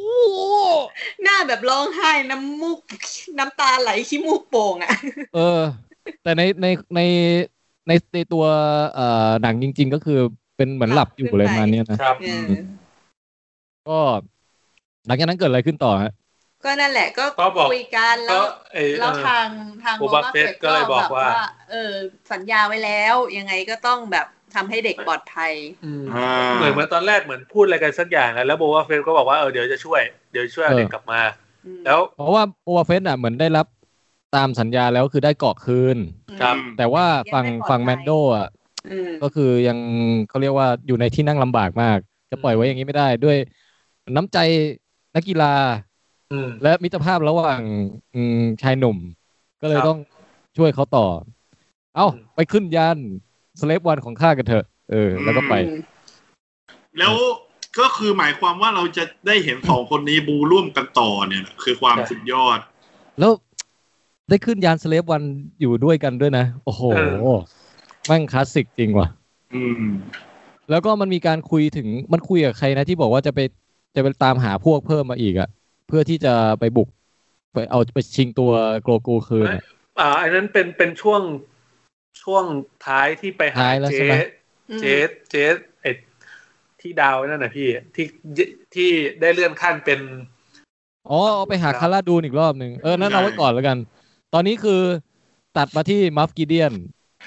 Speaker 3: หน้าแบบร้องไห้น้ำมูก น้ำตาไหลขี้มูกโป่งอ่ะ
Speaker 1: เออ แต่ในในในในในตัวเอ่อหนังจริง ๆ ก็คือเป็นเหมือนหลับอยู่เลยประมาณเนี้ยนะครับ
Speaker 3: เออ
Speaker 1: ก็ หลังจากนั้นเกิดอะไรขึ้นต่อฮะ
Speaker 3: ก็นั่นแหละก็
Speaker 2: ก็บอก
Speaker 3: คุยกัน
Speaker 2: ก็
Speaker 3: แล้ว
Speaker 2: ไอ้เอ
Speaker 3: แล้ว
Speaker 2: อ
Speaker 3: ทางทาง
Speaker 2: Boba
Speaker 3: Boba
Speaker 2: Fett
Speaker 3: Fett
Speaker 2: ก็เลยบอกว่า
Speaker 3: แบบเออ สัญญาไว้แล้ว ยังไงก็ต้องแบบทำให้เด็กปลอดภัย
Speaker 2: อืม
Speaker 4: อ่า
Speaker 2: เหมือนเหมือนตอนแรกเหมือนพูดอะไรกันสักอย่างนะแล้วโบว่าเฟรก็บอกว่าเออเดี๋ยวจะช่วยเดี๋ยวช่วยเอาเด็กกลับมา
Speaker 3: อืม
Speaker 2: แล้ว
Speaker 1: เพราะว่าโอเวอร์เฟสอ่ะเหมือนได้รับ ตามสัญญาแล้วคือได้เกาะคืน
Speaker 2: ครับ
Speaker 1: แต่ว่าฝั่ง
Speaker 3: ยังไม่ปลอดภัย
Speaker 1: ฝั่งแมนโดอ่ะ
Speaker 3: อืม
Speaker 1: ก็คือยังเขาเรียกว่าอยู่ในที่นั่งลำบากมาก จะปล่อยไว้อย่างนี้ไม่ได้ด้วยน้ำใจนักกีฬา
Speaker 2: อืม
Speaker 1: และมิตรภาพระหว่างอืมชายหนุ่ม ก็เลย
Speaker 2: ครับ
Speaker 1: ต้องช่วยเขาต่อ เอ้า
Speaker 2: อืม
Speaker 1: ไปขึ้นยานสเลปวันของข้ากันเถอะเออ แล้วก็ไป
Speaker 3: อืม
Speaker 4: แล้วก็คือหมายความว่าเราจะได้เห็น สองคนนี้บูร่วมกันต่อเนี่ยนะคือความ
Speaker 2: ใช่
Speaker 4: สุดยอด
Speaker 1: แล้วได้ขึ้นยานสเลปวันอยู่ด้วยกันด้วยนะ โอ้โห
Speaker 2: เอ
Speaker 1: แม่งคลาสสิกจริงว่ะ
Speaker 4: อืม
Speaker 1: แล้วก็มันมีการคุยถึงมันคุยกับใครนะที่บอกว่าจะไปจะไปตามหาพวกเพิ่มมาอีกอะเพื่อที่จะไปบุก ไปเอาไปชิงตัวโกลกูคืนอะ
Speaker 2: อ่าอันนั้นเป็นเป็นช่วงช่วงท้ายที่ไปหา
Speaker 1: ท้ายแล้ว
Speaker 2: เจ
Speaker 1: ใช่ไหม
Speaker 2: เจเจไอที่ดาวนั่นน่ะพี่ที่ที่ได้เลื่อนขั้นเป็น
Speaker 1: อ๋อเอาไปหาคาราดูนอีกรอบหนึ่งเออนั่นเอาไว้ก่อนแล้วกัน ตอนนี้คือตัดมาที่มัฟกิเดียน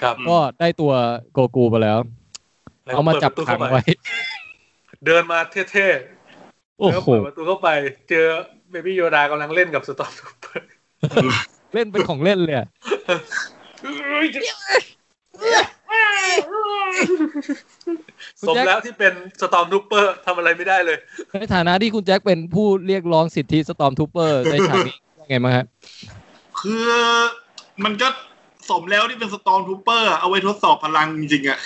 Speaker 2: ครับ
Speaker 1: ก็ได้ตัวโกกูไปแล้ว
Speaker 2: แล้ว
Speaker 1: เอามาจับ
Speaker 2: ปิดประตู
Speaker 1: ขั
Speaker 2: เข้
Speaker 1: ง
Speaker 2: ไป
Speaker 1: ไว้
Speaker 2: เดินมาเท่ๆ
Speaker 1: โอ้
Speaker 2: แล้ว
Speaker 1: โห
Speaker 2: เปิดประตูเข้าไป เจอเบบี้โยดากำลังเล่นกับสตอมทูเปอร์
Speaker 1: เล่นเป็นของเล่นเลยอะ
Speaker 2: สมแล้วที่เป็นสตอมทูเปอร์ทำอะไรไม่ได้เลย
Speaker 1: ในฐานะที่คุณแจ็คเป็นผู้เรียกร้องสิทธิสตอมทูเปอร์ในฉากนี้ยังไงบ้างครับ
Speaker 4: คือมันก็สมแล้วที่เป็นสตอมทูเปอร์เอาไว้ทดสอบพลังจริงๆอะ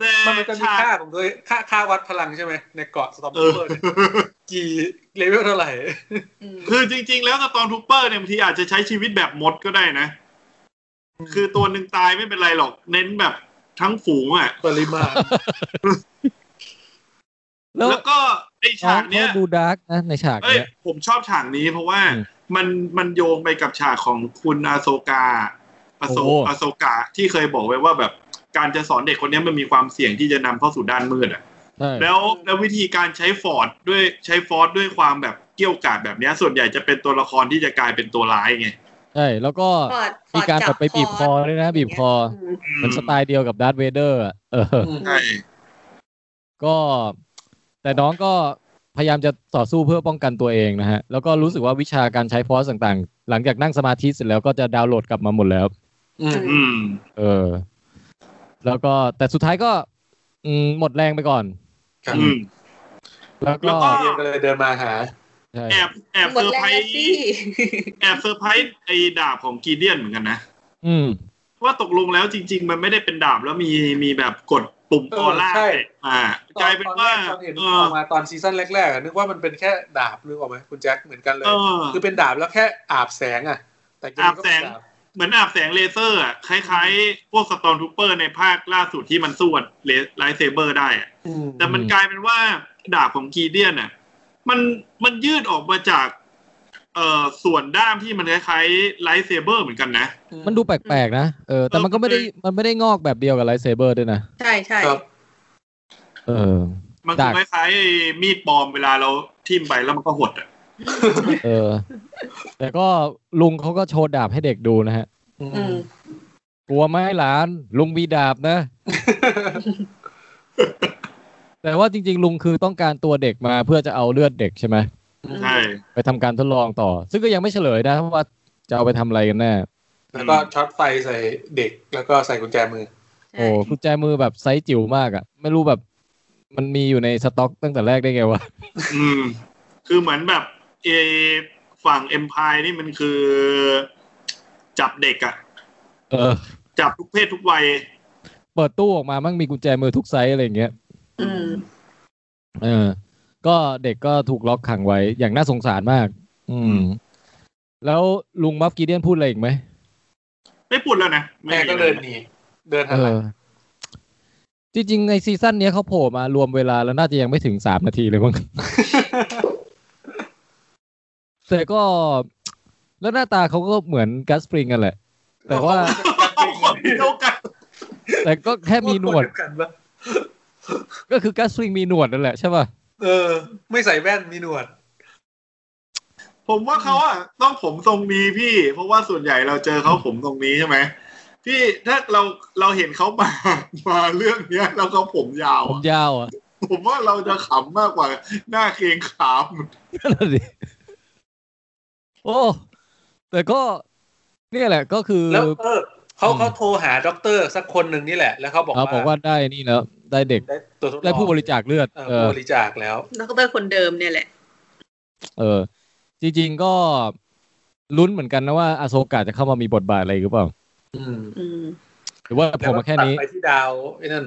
Speaker 4: แต่
Speaker 2: มันจะมี
Speaker 4: ฉาก
Speaker 2: ค่าของตัวค่าค่าวัดพลังใช่ไหมในเกาะสตอม
Speaker 4: เอ
Speaker 2: ทู
Speaker 4: อ
Speaker 2: เปอร์เนี่ยกี่เลเวลเท่าไหร่
Speaker 3: อืม
Speaker 4: คือจริง ๆ แล้วสตอมทูเปอร์เนี่ยบางทีอาจจะใช้ชีวิตแบบมดก็ได้นะ คือตัวหนึ่งตายไม่เป็นไรหรอก เน้นแบบทั้งฝูงอะ
Speaker 2: ปริมาณ
Speaker 1: แล้ว
Speaker 4: แล้วก็ไอฉากเนี้ย
Speaker 1: เขาดูดาร์กนะในฉาก
Speaker 4: เอ้ย
Speaker 1: เนี้ย
Speaker 4: ผมชอบฉากนี้เพราะว่า
Speaker 1: อืม
Speaker 4: มันมันโยงไปกับฉากของคุณอาโซกาอาโซ
Speaker 1: โอ้
Speaker 4: อาโซกาที่เคยบอกไว้ว่าแบบการจะสอนเด็กคนเนี้ยมันมีความเสี่ยงที่จะนำเข้าสู่ด้านมืดอ่ะ
Speaker 1: ใช่
Speaker 4: แล้วแล้ววิธีการใช้ฟอร์ดด้วยใช้ฟอร์ดด้วยความแบบเกี่ยวกาดแบบเนี้ย ส่วนใหญ่จะเป็นตัวละครที่จะกลายเป็นตัวร้ายไง
Speaker 1: ใช่แล้วก็
Speaker 3: ฟอร์ดฟอ
Speaker 1: มี
Speaker 3: ร์ด
Speaker 1: การ
Speaker 3: จั
Speaker 1: แบบไปบีบคอด้วยนะ บีบคอ
Speaker 3: ม
Speaker 4: อื
Speaker 1: เหมันสไตล์เดียวกับดาร์ธเวเดอร์อะเออ
Speaker 4: ใช่
Speaker 1: ก็แต่น้องก็พยายามจะต่อสู้เพื่อป้องกันตัวเองนะฮะ แล้วก็รู้สึกว่าวิชาการใช้ฟอสต่างๆ หลังจากนั่งสมาธิเสร็จแล้วก็จะดาวน์โหลดกลับมาหมดแล้ว
Speaker 2: อืม
Speaker 4: อืม
Speaker 1: เออ แล้วก็แต่สุดท้ายก็อืมหมดแรงไปก่อน
Speaker 2: ครับ
Speaker 4: อืม
Speaker 1: แล้ว
Speaker 4: แล้
Speaker 1: ก็
Speaker 4: วก็
Speaker 2: เดียวก็เลยเดินมาหา
Speaker 1: ใช่
Speaker 4: แอบแอบ
Speaker 3: หม
Speaker 4: เซ
Speaker 3: ด
Speaker 4: อร์
Speaker 3: แรง
Speaker 4: ไพร
Speaker 3: แล้ว
Speaker 4: ส์
Speaker 3: สิ
Speaker 4: แอบเซอร์ไพรส์ไอ้ดาบของกีเดียนเหมือนกันนะ
Speaker 1: อืม
Speaker 4: ว่าตกลงแล้วจริง ๆ มันไม่ได้เป็นดาบแล้วมีมีแบบกดปุ่ม
Speaker 2: เอ
Speaker 4: อ
Speaker 2: อ
Speaker 4: อร่า
Speaker 2: ใช่
Speaker 4: อ่ากลายเป็นว่า
Speaker 2: ตอนแรกตอนเห็น
Speaker 4: เอ
Speaker 2: อ
Speaker 4: อ
Speaker 2: อกมาตอนซีซั่นแรกๆอะนึกว่ามันเป็นแค่ดาบนึกออกไหมคุณแจ็คเหมือนกันเลย
Speaker 4: เออ
Speaker 2: คือเป็นดาบแล้วแค่อาบแสงอ่ะ แต่จริๆ
Speaker 4: อาบแสง
Speaker 2: ก็เป็นดาบ
Speaker 4: เหมือนอาบแสงเลเซอร์อ่ะคล้ายๆ พวกสตอมทูเปอร์ในภาคล่าสุดที่มันสู้กับเลไลท์เซเบอร์ได้อะ
Speaker 2: อืม
Speaker 4: แต่มัน
Speaker 1: อืม
Speaker 4: กลายเป็นว่าดาบของกีเดียนอ่ะมันมันยืดออกมาจากเอ่อส่วนด้ามที่มันคล้ายๆไลท์เซเบอร์เหมือนกันนะ
Speaker 1: มันดูแปลกๆนะเออแต่มันก็ไม่ได้มันไม่ได้งอกแบบเดียวกับไลท์เซเบอร์ด้วยนะ
Speaker 3: ใช่ใช่
Speaker 2: ครับ
Speaker 1: เออ
Speaker 4: มันคือ
Speaker 1: ดาบ
Speaker 4: คล้ายๆไอ้มีดปลอมเวลาเราทิ่มไปแล้วมันก็หดอ่ะ
Speaker 1: เออ แต่ก็ลุงเขาก็โชว์ดาบให้เด็กดูนะฮะ
Speaker 3: อืม
Speaker 1: กลัวไหมหลาน ลุงมีดาบนะ แต่ว่าจริงๆ ลุงคือต้องการตัวเด็กมาเพื่อจะเอาเลือดเด็กใช่ไหม
Speaker 4: ใช่
Speaker 1: ไปทำการทดลองต่อ ซึ่งก็ยังไม่เฉลยนะว่าจะเอาไปทำอะไรกันแน่
Speaker 2: แล้วก็ช็อตไฟใส่เด็กแล้วก็ใส่กุญแจมือ
Speaker 3: ใช่
Speaker 1: โอ้กุญแจมือแบบไซส์จิ๋วมากอะ่ะ ไม่รู้แบบ มันมีอยู่ในสต็อกตั้งแต่แรกได้ไงวะ
Speaker 4: อืม คือเหมือนแบบเอฝั่งเอ็มพายนี่มันคือ จับเด็กอ่ะ
Speaker 1: เออ
Speaker 4: จับทุกเพศทุกวัย
Speaker 1: เปิดตู้ออกมามั่งมีกุญแจมือทุกไซส์อะไรอย่างเงี้ย
Speaker 3: อืม
Speaker 1: เออ ก็เด็กก็ถูกล็อกขังไว้อย่างน่าสงสารมาก อืม แล้วลุงมัฟกีเดียนพูดอะไรอีกไหม
Speaker 4: ไม่พูดแล้วนะ
Speaker 2: แม่ก็เดินหนี เดินหันหลัง
Speaker 1: จริงๆ ในซีซั่นเนี้ยเขาโผล่มารวมเวลาแล้วน่าจะยังไม่ถึงสามนาทีเลย มั้ง แต่ก็แล้วหน้าตาเขาก็เหมือนกัสปริงกันแหละ แต่ว่า
Speaker 4: คนเดียวกัน
Speaker 1: แต่ก็แค่มีหนวด
Speaker 2: พูกันปะ
Speaker 1: ก็คือกัสปริงมีหนวดนั่นแหละใช่ป่ะ
Speaker 2: เออ ไม่ใส่แว่นมีหนวด
Speaker 4: ผมว่าเขาอ่ะต้องผมทรงนี้พี่ เพราะว่าส่วนใหญ่เราเจอเขาผมทรงนี้ใช่ไหมพี่ถ้าเราเราเห็นเขามามาเรื่องเนี้ยแล้วเขาผมยาว
Speaker 1: ผม
Speaker 4: อะ
Speaker 1: ยาวอ่ะ
Speaker 4: ผมว่าเราจะขำมากกว่าหน้าเคงขาม
Speaker 1: นั่นนะดิโอ้ แต่ก็เนี่ยแหละก็คือ
Speaker 2: แล้วเออเขา
Speaker 1: อืม
Speaker 2: เขาโทรหาด็อกเตอร์สักคนหนึ่งนี่แหละ แล้วเขาบอก
Speaker 1: เขาบอกว่าได้นี่แล้วได้เด็ก
Speaker 2: ได้ตัวทดลอง
Speaker 1: ได้ผู้บริจาคเลือด
Speaker 2: เออ
Speaker 1: เออ
Speaker 2: ผู้บริจาคแล้ว
Speaker 3: แล้วก็เป็นคนเดิมเนี่ยแหละ
Speaker 1: เออ จริง ๆ ก็ลุ้นเหมือนกันนะว่าอาโซกะจะเข้ามามีบทบาทอะไรหรือเปล่า
Speaker 2: อืม
Speaker 3: อืม
Speaker 1: หรือว่าโผล่มาแค่นี้
Speaker 2: ล้วก็ตัดไปที่ดาวไอ้นั่น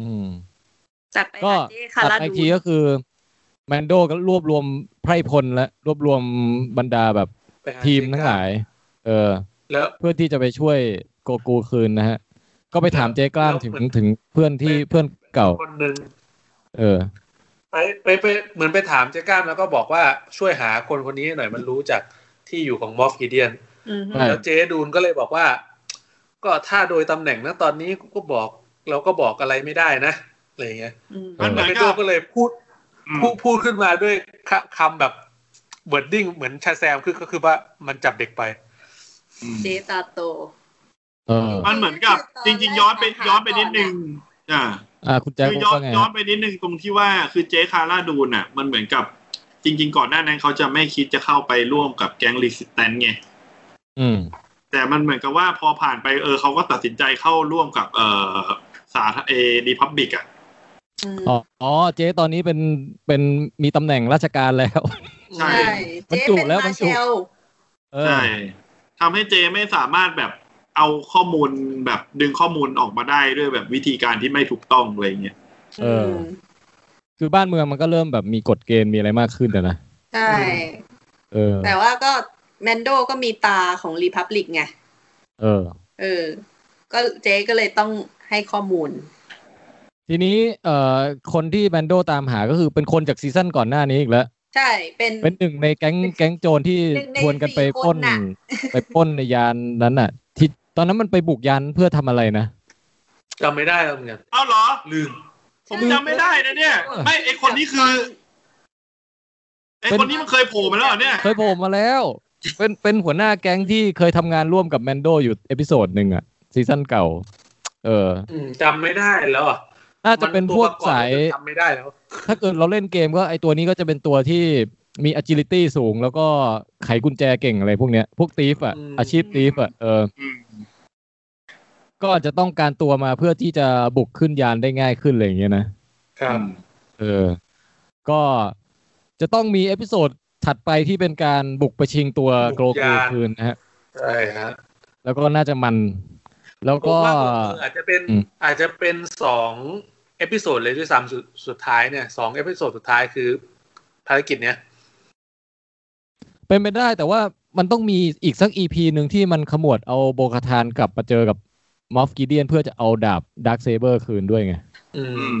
Speaker 1: อืม
Speaker 3: ตัดไป
Speaker 1: ก็
Speaker 3: หาเจ๊คา
Speaker 1: ตัด
Speaker 3: รา
Speaker 1: ไอ
Speaker 3: ดู
Speaker 1: ทีก็คือ แมนโดก็รวบรวมไพร่พลและรวบรวมบรรดาแบบ
Speaker 2: ไปหา
Speaker 1: ทีม
Speaker 2: เจ๊
Speaker 1: ทั้ง
Speaker 2: ก
Speaker 1: หลาย เออ
Speaker 2: แล้ว
Speaker 1: เพื่อที่จะไปช่วยโกกูคืนนะฮะ ก็ไปถามเจ๊กล้ามถึงถึงเพื่อนที่เพื่อนเก่า
Speaker 2: คนหนึ่ง
Speaker 1: เออ
Speaker 2: ไปไปไปเหมือนไปถามเจ๊กล้ามแล้วก็บอกว่าช่วยหาคนคนนี้ให้หน่อยมันรู้จากที่อยู่ของมอฟอีเดียน
Speaker 3: อืม
Speaker 1: ใช่
Speaker 2: แล้วเจ๊ดูนก็เลยบอกว่า ก็ถ้าโดยตำแหน่งนะตอนนี้กูก็บอก เราก็บอกอะไรไม่ได้นะอะไรอย่างเงี้ย
Speaker 3: อืม
Speaker 4: มันเหมือน
Speaker 2: ไม
Speaker 4: กั
Speaker 2: โด
Speaker 4: บ
Speaker 2: ก็เลยพูด
Speaker 4: อืม
Speaker 2: พูดพูดขึ้นมาด้วยคคำแบบเบิร์ดดิ้งเหมือนชาแซมคือก็คือว่ามันจับเด็กไป
Speaker 4: อืม
Speaker 3: เจ๊ตาโต
Speaker 1: เออ
Speaker 4: มันเหมือนกับจริง ๆ ย้อนไปย้อนไปนิดนึงอ่า
Speaker 1: อ่าคุณแจ๊ค
Speaker 4: คือ
Speaker 1: พูด
Speaker 4: ย้อน
Speaker 1: ว่าไง
Speaker 4: ย้อน
Speaker 1: ฮะ
Speaker 4: ไปนิดนึงตรงที่ว่าคือเจ๊คาร่าดูนอ่ะ มันเหมือนกับจริง ๆ ก่อนหน้านั้นเขาจะไม่คิดจะเข้าไปร่วมกับแก๊งรีสิสแตนไง
Speaker 1: อืม
Speaker 4: แต่มันเหมือนกับว่าพอผ่านไปเออเขาก็ตัดสินใจเข้าร่วมกับเออสาธเอรีพับบิกอ่ะ
Speaker 3: อืม
Speaker 1: อ๋ออ๋อ เจ๊ตอนนี้เป็นเป็นมีตำแหน่งราชการแล้ว
Speaker 4: ใช่
Speaker 3: ใช่เจ๊เป็นมาเชล
Speaker 1: เออ
Speaker 4: ใช่ทำให้เจไม่สามารถแบบเอาข้อมูลแบบดึงข้อมูลออกมาได้ด้วยแบบวิธีการที่ไม่ถูกต้องอะไรเงี้ย
Speaker 1: เออ คือบ้านเมืองมันก็เริ่มแบบมีกฎเกณฑ์มีอะไรมากขึ้นแต่นะ
Speaker 3: ใช่
Speaker 1: เออ
Speaker 3: แต่ว่าก็แมนโดก็มีตาของรีพับลิกไง
Speaker 1: เออ
Speaker 3: เออ ก็เจ๊ก็เลยต้องให้ข้อมูล
Speaker 1: ทีนี้ เอ่อ คนที่แมนโดตามหาก็คือเป็นคนจากซีซั่นก่อนหน้านี้อีกแล้ว
Speaker 3: ใช่ เป็น
Speaker 1: เป็นหนึ่งในแก๊งแก๊งโจรที่
Speaker 3: หนึ่งใน
Speaker 1: ชวนกันไป
Speaker 3: สี่
Speaker 1: ปล้น
Speaker 3: คนน่ะ
Speaker 1: ไปปล้นในยานนั้นน่ะ ที่ตอนนั้นมันไปบุกยานเพื่อทำอะไรนะ
Speaker 2: จำไม่ได้แล้วเหมือนกัน
Speaker 4: เอ้าเหรอ
Speaker 2: ลืม
Speaker 4: ผมจำไม่ได้นะเนี่ย ไม่ไอคนนี้คือไอคนนี้มันเคยโผล่มาแล้วเหรอเนี่ย
Speaker 1: เคยโผล่มาแล้ว เป็นเป็นหัวหน้าแก๊งที่เคยทำงานร่วมกับแมนโดอยู่เอพิโซดหนึ่งอะซีซั่นเก่า เออ
Speaker 2: อืมจำไม่ได้แล้วอ่ะ
Speaker 1: น่าจะเป็นพวกสาย
Speaker 2: มันตัวประกอบจนจำไม่ได้แล้ว
Speaker 1: ถ้าเกิดเราเล่นเกมก็ไอตัวนี้ก็จะเป็นตัวที่มี agility สูง แล้วก็ไขกุญแจเก่งอะไรพวกเนี้ย พวกตีฟอะ
Speaker 2: อืม
Speaker 1: อาชีพตีฟอะเออ
Speaker 4: อืม
Speaker 1: ก็อาจจะต้องการตัวมาเพื่อที่จะบุกขึ้นยานได้ง่ายขึ้นอะไรอย่างเงี้ยนะ
Speaker 2: ครับ
Speaker 1: เออ ก็จะต้องมีเอพิโซดถัดไปที่เป็นการบุกไปชิงตัวโกลกูคืนนะฮะ
Speaker 2: ใช่ฮะ
Speaker 1: แล้วก็น่าจะมัน แล้ว
Speaker 2: ผม
Speaker 1: ก็
Speaker 2: ว่าเอออาจจะเป็น
Speaker 1: อืม
Speaker 2: อาจจะเป็นสองเอพิโซดเลยด้วยซ้ำสุดสุดท้ายเนี่ยสองเอพิโซดสุดท้ายคือภารกิจเนี้ย
Speaker 1: เป็นไปได้แต่ว่ามันต้องมีอีกสักอีพีหนึ่งที่มันขมวดเอาโบคาทานกลับมาเจอกับมอฟกิเดียนเพื่อจะเอาดาบดาร์คเซเบอร์คืนด้วยไง
Speaker 2: อื
Speaker 4: อื
Speaker 2: ม
Speaker 4: ม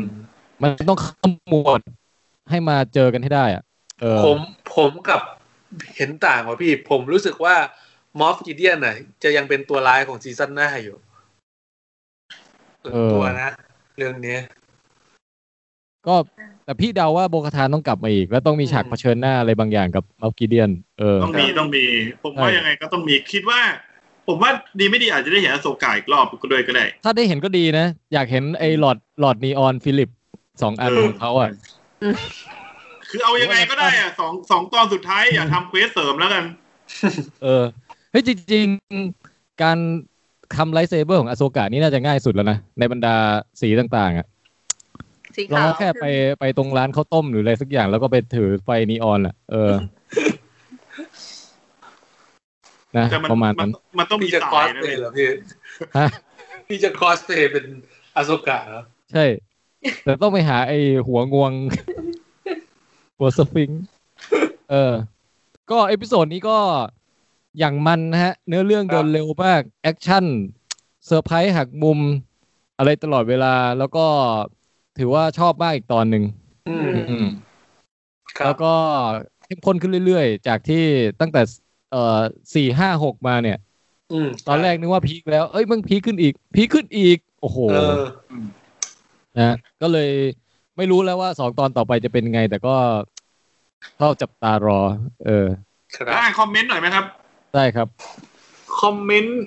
Speaker 1: มันต้องขมวดให้มาเจอกันให้ได้อะเออ
Speaker 2: ผมผมกับเห็นต่างว่ะพี่ ผมรู้สึกว่ามอฟกิเดียนน่ะจะยังเป็นตัวร้ายของซีซั่นหน้าอยู่ส่วนตัวนะ เรื่องเนี้ย
Speaker 1: ก็แต่พี่เดาว่าโบคาทานต้องกลับมาอีก แล้วต้องมีฉาก
Speaker 2: อืม
Speaker 1: เผชิญหน้าอะไรบางอย่างกับมอฟกิเดียน เออ
Speaker 4: ต้องมีต้องมี ผมว่า
Speaker 1: ใช่
Speaker 4: ยังไงก็ต้องมีคิดว่า ผมว่าดีไม่ดีอาจจะได้เห็นอโศกาอีกรอบก็ด้วยก็ได้
Speaker 1: ถ้าได้เห็นก็ดีนะ อยากเห็นไอ้หลอดหลอดนีออนฟิลิปสองอัน
Speaker 4: เออ
Speaker 1: ของเขาอ่ะ
Speaker 4: คือเอายังไงก็ได้อะสองสองตอนสุดท้ายอย่าทำเควสเสริมแล้วกัน
Speaker 1: เออเฮ้ยจริงๆ การทำไลท์เซเบอร์ของอโซกะนี่น่าจะง่ายสุดแล้วนะ ในบรรดาสีต่างๆอ่ะ
Speaker 3: สี
Speaker 1: เรา
Speaker 3: ขาว
Speaker 1: แค่ไปไปตรงร้านข้าวต้มหรืออะไรสักอย่างแล้วก็ไปถือไฟนีออนอ่ะ เออ นะ
Speaker 4: แต่มัน
Speaker 1: ประมาณ
Speaker 4: มั
Speaker 1: นั้น น
Speaker 4: มันต้องมี
Speaker 2: พี่จะคอส
Speaker 4: สายนะ
Speaker 2: เพลย์เหรอพี่
Speaker 1: ฮะ
Speaker 2: พี่จะคอสเพลย์เป็นอาโซกะเหรอ
Speaker 1: ใช่ แต่ต้องไปหาไอ้หัวง วง หัวสฟิงค์เออ ก็เอพิโซดนี้ก็อย่างมันนะฮะ เนื้อเรื่องเดินเร็วมาก แอคชั่นเซอร์ไพรส์หักมุม อะไรตลอดเวลาแล้วก็ถือว่าชอบมากอีกตอนหนึ่ง
Speaker 2: อืม
Speaker 1: อืม
Speaker 2: ครั
Speaker 1: แล้
Speaker 2: บ
Speaker 1: วก็เข้มข้นขึ้นเรื่อยๆ จากที่ตั้งแต่ เอ่อสี่ห้าหกมาเนี่ย
Speaker 2: อืม
Speaker 1: ตอนแรกนึกว่าพีคแล้ว เอ้ยมึงพีคขึ้นอีก พีคขึ้นอีก โอ้โห
Speaker 2: เออ
Speaker 1: นะก็เลยไม่รู้แล้วว่าสองตอนต่อไปจะเป็นไง แต่ก็เฝ้าจับตารอ เออ
Speaker 2: ครั
Speaker 4: แล้ว
Speaker 2: บ
Speaker 4: อ่านคอมเมนต์หน่อยไหมครับ
Speaker 1: ได้ครับ
Speaker 4: คอมเมนต์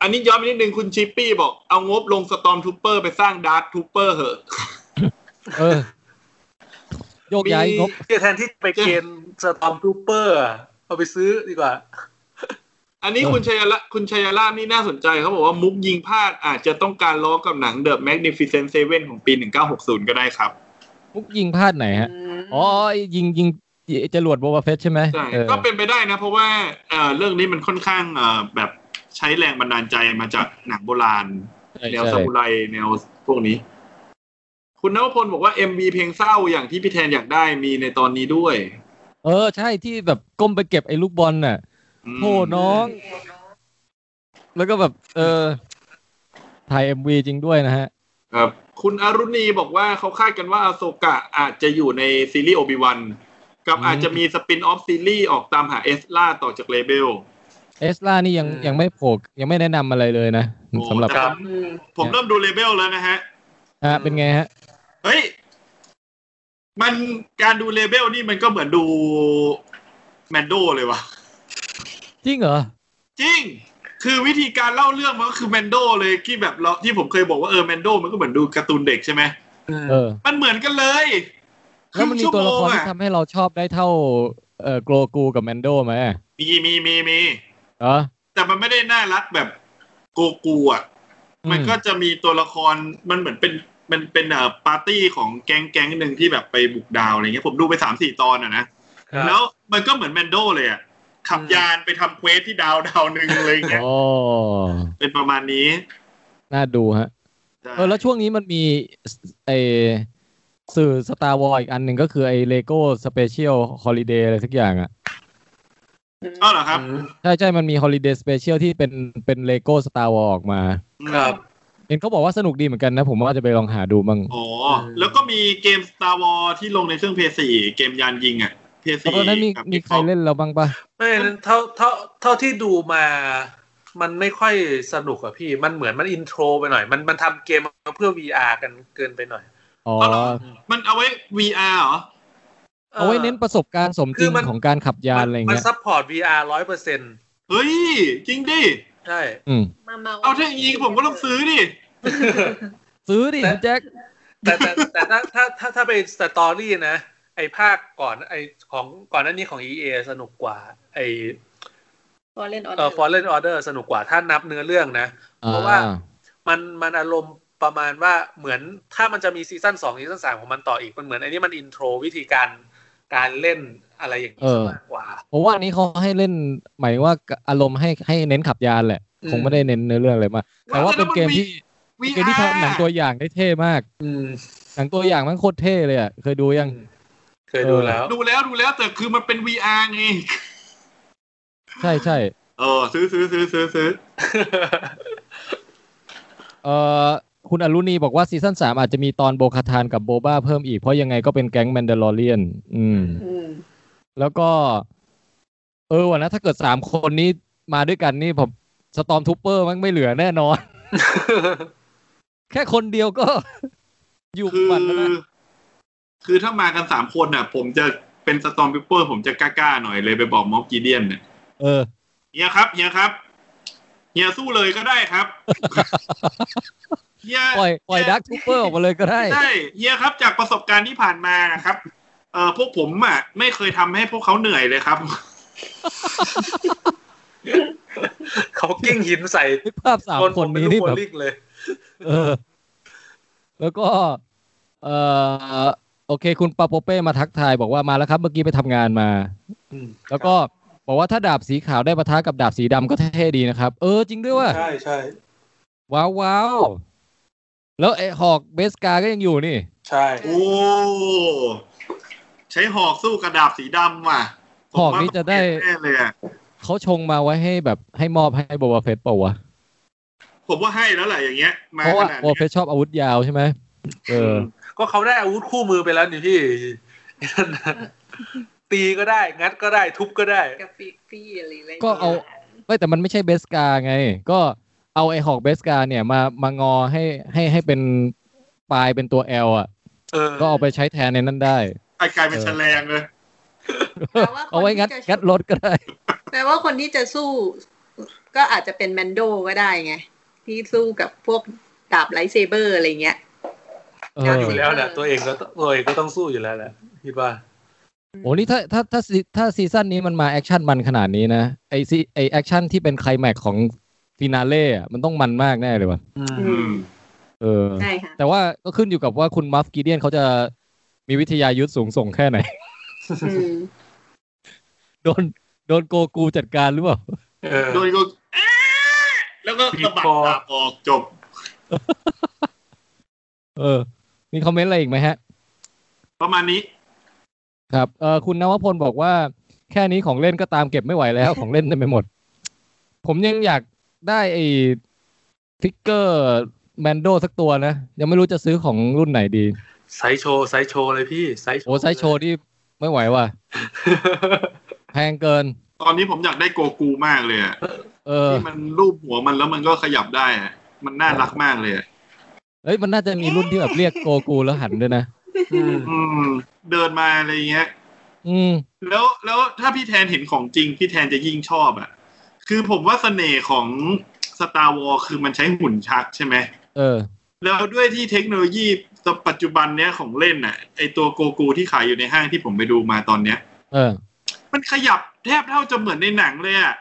Speaker 4: อันนี้ย้อนไปนิดนึงคุณชิปปี้บอกเอางบลงสตอมทูเปอร์ไปสร้างดาร์ททูเปอร์เหอะ
Speaker 1: เออ โยกย้ายงบ
Speaker 2: เพื่อแทนที่ไปเกณฑ์สตอมทูเปอร์เอาไปซื้อดีกว่า
Speaker 4: อันนี้คุณชัยละคุณชัยลาบนี่น่าสนใจเขาบอกว่ามุกยิงพลาดอาจจะต้องการล้อกับหนัง The Magnificent Seven ของปี 1960 ก็ได้ครับ
Speaker 1: มุกยิงพลาดไหนฮะ
Speaker 3: ม
Speaker 1: อ๋อไอ้ยิงยิงไอ้จรวดโบวาเฟสใช่ไหม
Speaker 4: ใช่
Speaker 1: เออ
Speaker 4: ก็เป็นไปได้นะ เพราะว่าเอ่อเรื่องนี้มันค่อนข้างเอ่อแบบใช้แรงบันดาลใจมาจากหนังโบราณ
Speaker 1: ใช่
Speaker 4: แนวซา
Speaker 1: ใช่
Speaker 4: มูไรแนวพวกนี้ คุณนวพลบอกว่า MV เพลงเศร้าอย่างที่พี่แทนอยากได้มีในตอนนี้ด้วย
Speaker 1: เออ ใช่ที่แบบก้มไปเก็บไอ้ลูกบอลน่ะ
Speaker 4: อืม
Speaker 1: โธ่น้อง แล้วก็แบบ เออถ่ายเอ็มวีจริงด้วยนะฮะ
Speaker 4: ครับ คุณอรุณีบอกว่าเขาคาดกันว่าอโศกะอาจจะอยู่ในซีรีส์โอบิวันกับ
Speaker 1: อืม
Speaker 4: อาจจะมีสปินออฟซีรีส์ออกตามหาเอสล่าต่อจากเลเบล
Speaker 1: เอสล่านี่ยัง
Speaker 4: อืม
Speaker 1: ยังไม่โผล่ยังไม่แนะนำอะไรเลยนะสำหรับ
Speaker 4: แต่ผม
Speaker 3: อืม
Speaker 4: ผมเริ่มดูเลเบลแล้วนะฮะ
Speaker 1: อ่ะเป็นไงฮะ
Speaker 4: เฮ้ย มันการดูเลเบลนี่มันก็เหมือนดูแมนโดเลยว่ะ
Speaker 1: จริงเหรอ
Speaker 4: จริง คือวิธีการเล่าเรื่องมันก็คือแมนโดเลยที่แบบเราที่ผมเคยบอกว่าเออแมนโดมันก็เหมือนดูการ์ตูนเด็กใช่ไหม
Speaker 1: เออ
Speaker 4: มันเหมือนกันเลยค
Speaker 1: แล้ว
Speaker 4: รึ่ง
Speaker 1: มันมี
Speaker 4: ชั่ว
Speaker 1: ตัวละค
Speaker 4: โมง
Speaker 1: ร
Speaker 4: อ่ะ
Speaker 1: ที่ทำให้เราชอบได้เท่าเอ่อโกลกูกับแมนโดไหม
Speaker 4: มีมีมีมี
Speaker 1: เออ
Speaker 4: แต่มันไม่ได้น่ารักแบบโกกูอ่ะ
Speaker 1: อืม
Speaker 4: มันก็จะมีตัวละครมันเหมือนเป็นมันเป็นเอ่อปาร์ตี้ของแก๊งแก๊งหนึ่งที่แบบไปบุกดาวอะไรเงี้ยผมดูไปสามสี่ตอนอ่ะนะ แล้วมันก็เหมือนแมนโดเลยอ่ะขับ
Speaker 2: อืม
Speaker 4: ยานไปทำเควสที่ดาวดาวหนึ่งอะไรเงี้ย
Speaker 1: โอ้
Speaker 4: เป็นประมาณนี้
Speaker 1: น่าดูฮะ
Speaker 4: ใช่
Speaker 1: เออแล้วช่วงนี้มันมีไอสื่อสตาร์วอลอีกอันหนึ่งก็คือไอเลโก้สเปเชียลฮอลิเดย์อะไรสักอย่างอ่ะ
Speaker 4: เอ้าเหรอครับ
Speaker 1: ใช่ใช่มันมีฮอลิเดย์สเปเชียลที่เป็นเป็นเลโก้สตาร์วอลออกมา
Speaker 2: ครับ
Speaker 1: เห็นเขาบอกว่าสนุกดีเหมือนกันนะ ผมว่าจะไปลองหาดูบ้าง
Speaker 4: อ๋อแล้วก็มีเกม Star War ที่ลงในเครื่องเพย์สี่เกมยานยิงอ่ะเพย์
Speaker 1: แล้ว
Speaker 4: สี่
Speaker 1: ตอนนั้นมีมีใครเล่นแล้วบ้างปะ
Speaker 2: ไม่เท่าเท่าเท่าที่ดูมา มันไม่ค่อยสนุกอะพี่ มันเหมือนมันอินโทรไปหน่อย มันมันทำเกมมาเพื่อ VR กันเกินไปหน่อย
Speaker 1: อ๋อ
Speaker 4: อ๋อเหรอมันเอาไว้ VR เหรอ
Speaker 1: เอาไว้เน้นประสบการณ์สมจ
Speaker 2: คื
Speaker 1: ริ
Speaker 2: อง มัน
Speaker 1: ของการขับยานอะไร
Speaker 2: มั
Speaker 1: เงี้ย
Speaker 2: ซัพพอร์ต VR ร้อยเปอร์เซ็นต์
Speaker 4: เฮ้ย จริงดิ
Speaker 2: ใช่
Speaker 1: อืม
Speaker 3: มามา
Speaker 4: เอาถ้าอย่างนี้ผมก็ต้องซื้อดิ
Speaker 1: ซื้อดิคุ
Speaker 2: แต่
Speaker 1: ณแจ็ค
Speaker 2: แต่แต่แต่ถ้าถ้าถ้าถ้าไปสตอรี่นะ ไอภาคก่อนไอของก่อนหน้านี้ของ EA สนุกกว่า ไอ
Speaker 3: พอเล่นออนไล
Speaker 2: เอ่อ
Speaker 3: น์
Speaker 2: Fallen Order สนุกกว่าถ้านับเนื้อเรื่องนะ เพราะว่า มันมันอารมณ์ประมาณว่าเหมือนถ้ามันจะมีซีซั่นสองซีซั่นสามของมันต่ออีก มันเหมือนไอ้นี่มันอินโทรวิธีการการเล่นอะไรอย่างนี้
Speaker 1: เออ
Speaker 2: มากกว่า
Speaker 1: ผมว่าอันนี้เขาให้เล่นหมายว่าอารมณ์ให้ให้เน้นขับยานแหละ
Speaker 2: อืม
Speaker 1: คงไม่ได้เน้นเนื้อเรื่องอะไรมากแต่ว่าเป็นเกมที่เป็นเกม
Speaker 4: VR
Speaker 1: ที่ทำหนังตัวอย่างได้เท่มาก
Speaker 2: อืม
Speaker 1: หนังตัวอย่างมันโคตรเท่เลยอ่ะเคยดูยัง
Speaker 2: เคยดูแล้ว
Speaker 4: ดูแล้วดูแล้วแต่คือมันเป็น VR ไง
Speaker 1: ใช่ใช่
Speaker 4: เออซื้อซื้อซื้อซื้อซื้อ
Speaker 1: เออคุณอรุณีบอกว่าซีซั่นสามอาจจะมีตอนโบคาทานกับโบบ้าเพิ่มอีก เพราะยังไงก็เป็นแก๊งแมนดาลอเรียน อืม
Speaker 3: อืม
Speaker 1: แล้วก็ เออวันนะถ้าเกิดสามคนนี้มาด้วยกันนี่ผมสตอมทูเปอร์มันไม่เหลือแน่นอน แค่คนเดียวก็ อยู่
Speaker 4: คือ
Speaker 1: บันแล้วนะ
Speaker 4: คือถ้ามากันสามคนน่ะ ผมจะเป็นสตอมปิเปอร์ผมจะกล้าๆหน่อยเลยไปบอกม็อบกีเดียนเนี่ย
Speaker 1: เออ
Speaker 4: เฮียครับเฮียครับเฮียสู้เลยก็ได้ ครับเฮีย
Speaker 1: ปล่อยปล่อยดักทูเปอร์ออกมาเลยก็ได้
Speaker 4: ใช่เฮียครับจากประสบการณ์ที่ผ่านมาครับเออพวกผมอ่ะไม่เคยทำให้พวกเขาเหนื่อยเลยครับ
Speaker 2: เขากิ้งหินใส่
Speaker 1: นึกภาพสามคนนี้นี่
Speaker 2: เป็
Speaker 1: แบบ
Speaker 2: ลูกโบลิ่งเลย
Speaker 1: เออ แล้วก็ เออโอเค คุณปาโปเป้มาทักทายบอกว่ามาแล้วครับ เมื่อกี้ไปทำงานมา
Speaker 2: อืม
Speaker 1: แล้วก็บอกว่าถ้าดาบสีขาวได้ปะทะกับดาบสีดำก็เท่ดีนะครับ เออจริงด้วยว่า
Speaker 2: ใช่ใช่
Speaker 1: ว้าวว้าวแล้วไอ้หอกเบสกาก็ยังอยู่นี่
Speaker 2: ใช่
Speaker 4: โอ้ใช้หอกสู้กระดาบสีดำว่ะ
Speaker 1: หอกนี่จะได้
Speaker 4: ผมว่าต้องเปลี่ยนแน่เลยอ่ะ
Speaker 1: เขาชงมาไว้ให้แบบให้มอบให้โบวาเฟสเปล่าวะ
Speaker 4: ผมว่าให้แล้วแหละอย่างเงี้ย มา
Speaker 1: เพราะ
Speaker 4: ข
Speaker 1: ว่า
Speaker 4: นาด
Speaker 1: โบวาเฟ
Speaker 4: เนี้ย
Speaker 1: สชอบอาวุธยาวใช่ไหมเออ
Speaker 2: ก็เขาได้อาวุธคู่มือไปแล้วนี่ พี่นั่นน่ะตีก็ได้ งัดก็ได้ทุบก็ได้
Speaker 3: กับฟิกฟี่อะไรอะไร
Speaker 1: ก็เอา ไม่แต่มันไม่ใช่เบสกาไง ก็เอาไอ้หอกเบสกาเนี่ยมามางอให้ให้ให้เป็นปลายเป็นตัว L อ่ะ
Speaker 2: เออ
Speaker 1: ก็เอาไปใช้แทนในนั้นได้
Speaker 4: ไปกลายเป็นแฉลงเลย
Speaker 3: แปลว่าคน
Speaker 1: เอาไว้งัด
Speaker 3: ที่จะ
Speaker 1: งัดรถก็ได้
Speaker 3: แปลว่าคนที่จะสู้ ก็อาจจะเป็นแมนโดก็ได้ไง ที่สู้กับพวกดาบไลท์เซเบอร์อะไรเงี้ย
Speaker 1: เอ
Speaker 3: งัด
Speaker 1: อ
Speaker 2: อยู่แล้วแหละตัวเองก็ต้องตัวเองก็ต้องสู้อยู่แล้วแหละ คิดว่า
Speaker 1: โอ้นี่ถ้าถ้าถ้าซีถ้าซีซั่นนี้มันมาแอคชั่นมันขนาดนี้นะ ไอซีไอแอคชั่นที่เป็นไคลแม็กซ์ของฟินาเล่อะมันต้องมันมากแน่เลยว่ะ
Speaker 2: อืม
Speaker 4: อืม
Speaker 1: เออ
Speaker 3: ใช่ค่ะ
Speaker 1: แต่ว่าก็ขึ้นอยู่กับว่าคุณมัฟกีเดียนเขาจะมีวิทยายุทธสูงส่งแค่ไหน
Speaker 3: อืม
Speaker 1: โดนโดนโกกูจัดการหรือเปล่า
Speaker 2: เออ
Speaker 4: โดยก็แอ๊ะแล้วก็สะบั
Speaker 2: บีบ
Speaker 4: ด
Speaker 2: คอ
Speaker 4: ดาบออกจบ
Speaker 1: เออ มีคอมเมนต์อะไรอีกไหมฮะ
Speaker 4: ประมาณนี้
Speaker 1: ครับเออคุณนวพลบอกว่าแค่นี้ของเล่นก็ตามเก็บไม่ไหวแล้ว ของเล่นเต็มไปหมด ผมยังอยากได้ไอ้ฟิกเกอร์แมนโดสักตัวนะ ยังไม่รู้จะซื้อของรุ่นไหนดี
Speaker 2: ไซส์โชว์ไซส์โชว์เลยพี่ไซส์โชว์
Speaker 1: โอ้ไซส์โชว์ที่ไม่ไหว ว่ะ แพงเกิน
Speaker 4: ตอนนี้ผมอยากได้โกกูมากเลยอะ
Speaker 1: เออ
Speaker 4: ที่มันรูปหัวมันแล้วมันก็ขยับได้อะมันน่ารักมากเลยอะ
Speaker 1: เอ้ยมันน่าจะมีรุ่นที่แบบเรียกโกกูแล้วหันด้วยนะ
Speaker 2: อืม
Speaker 4: อืม เดินมาอะไรเงี้ย
Speaker 1: อืม
Speaker 4: แล้วแล้วถ้าพี่แทนเห็นของจริง พี่แทนจะยิ่งชอบอ่ะ คือผมว่าเสน่ห์ของสตาร์วอลคือมันใช้หุ่นชักใช่ไหม
Speaker 1: เออ
Speaker 4: แล้วด้วยที่เทคโนโลยีปัจจุบันเนี้ยของเล่นน่ะ ไอตัวโกกูที่ขายอยู่ในห้างที่ผมไปดูมาตอนเนี้ย
Speaker 1: เออ
Speaker 4: มันขยับแทบเท่าจะเหมือนในหนังเลยอ่ะ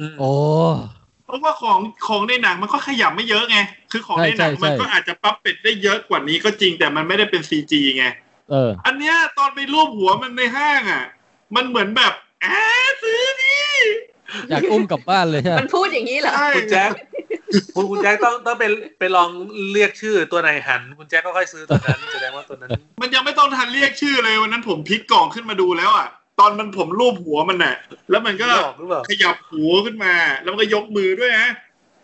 Speaker 2: อืม
Speaker 1: โอ้
Speaker 4: เพราะว่าของของในหนังมันก็ขยับไม่เยอะไง คือของในหนัง
Speaker 1: ใช่ใช่ใช่
Speaker 4: มันก็อาจจะปั๊บเป็ดได้เยอะกว่านี้ก็จริงแต่มันไม่ได้เป็นซีจีไง
Speaker 1: เออ
Speaker 4: อันเนี้ยตอนไปรูปหัวมันในห้างอ่ะ มันเหมือนแบบแอะซื้อดิ
Speaker 1: อยากอุ้มกลับบ้านเลยใช่ไหม
Speaker 3: มันพูดอย่างนี้เหรอ
Speaker 4: ใช่
Speaker 2: คุณแจ็คคุณคุณแจ็คต้องต้องไปไปลองเรียกชื่อตัวไหนหัน คุณแจ็คก็ค่อยซื้อตัวนั้นแสดงว่าตัวนั้น
Speaker 4: มันยังไม่ต้องทันเรียกชื่อเลยวันนั้นผมพลิกกล่องขึ้นมาดูแล้วอ่ะ ตอนมันผมรูปหัวมันน่ะ แล้วมันก็
Speaker 2: ไม่ออกหรือเปล่า
Speaker 4: ขยับหูขึ้นมา แล้วมันก็ยกมือด้วยนะ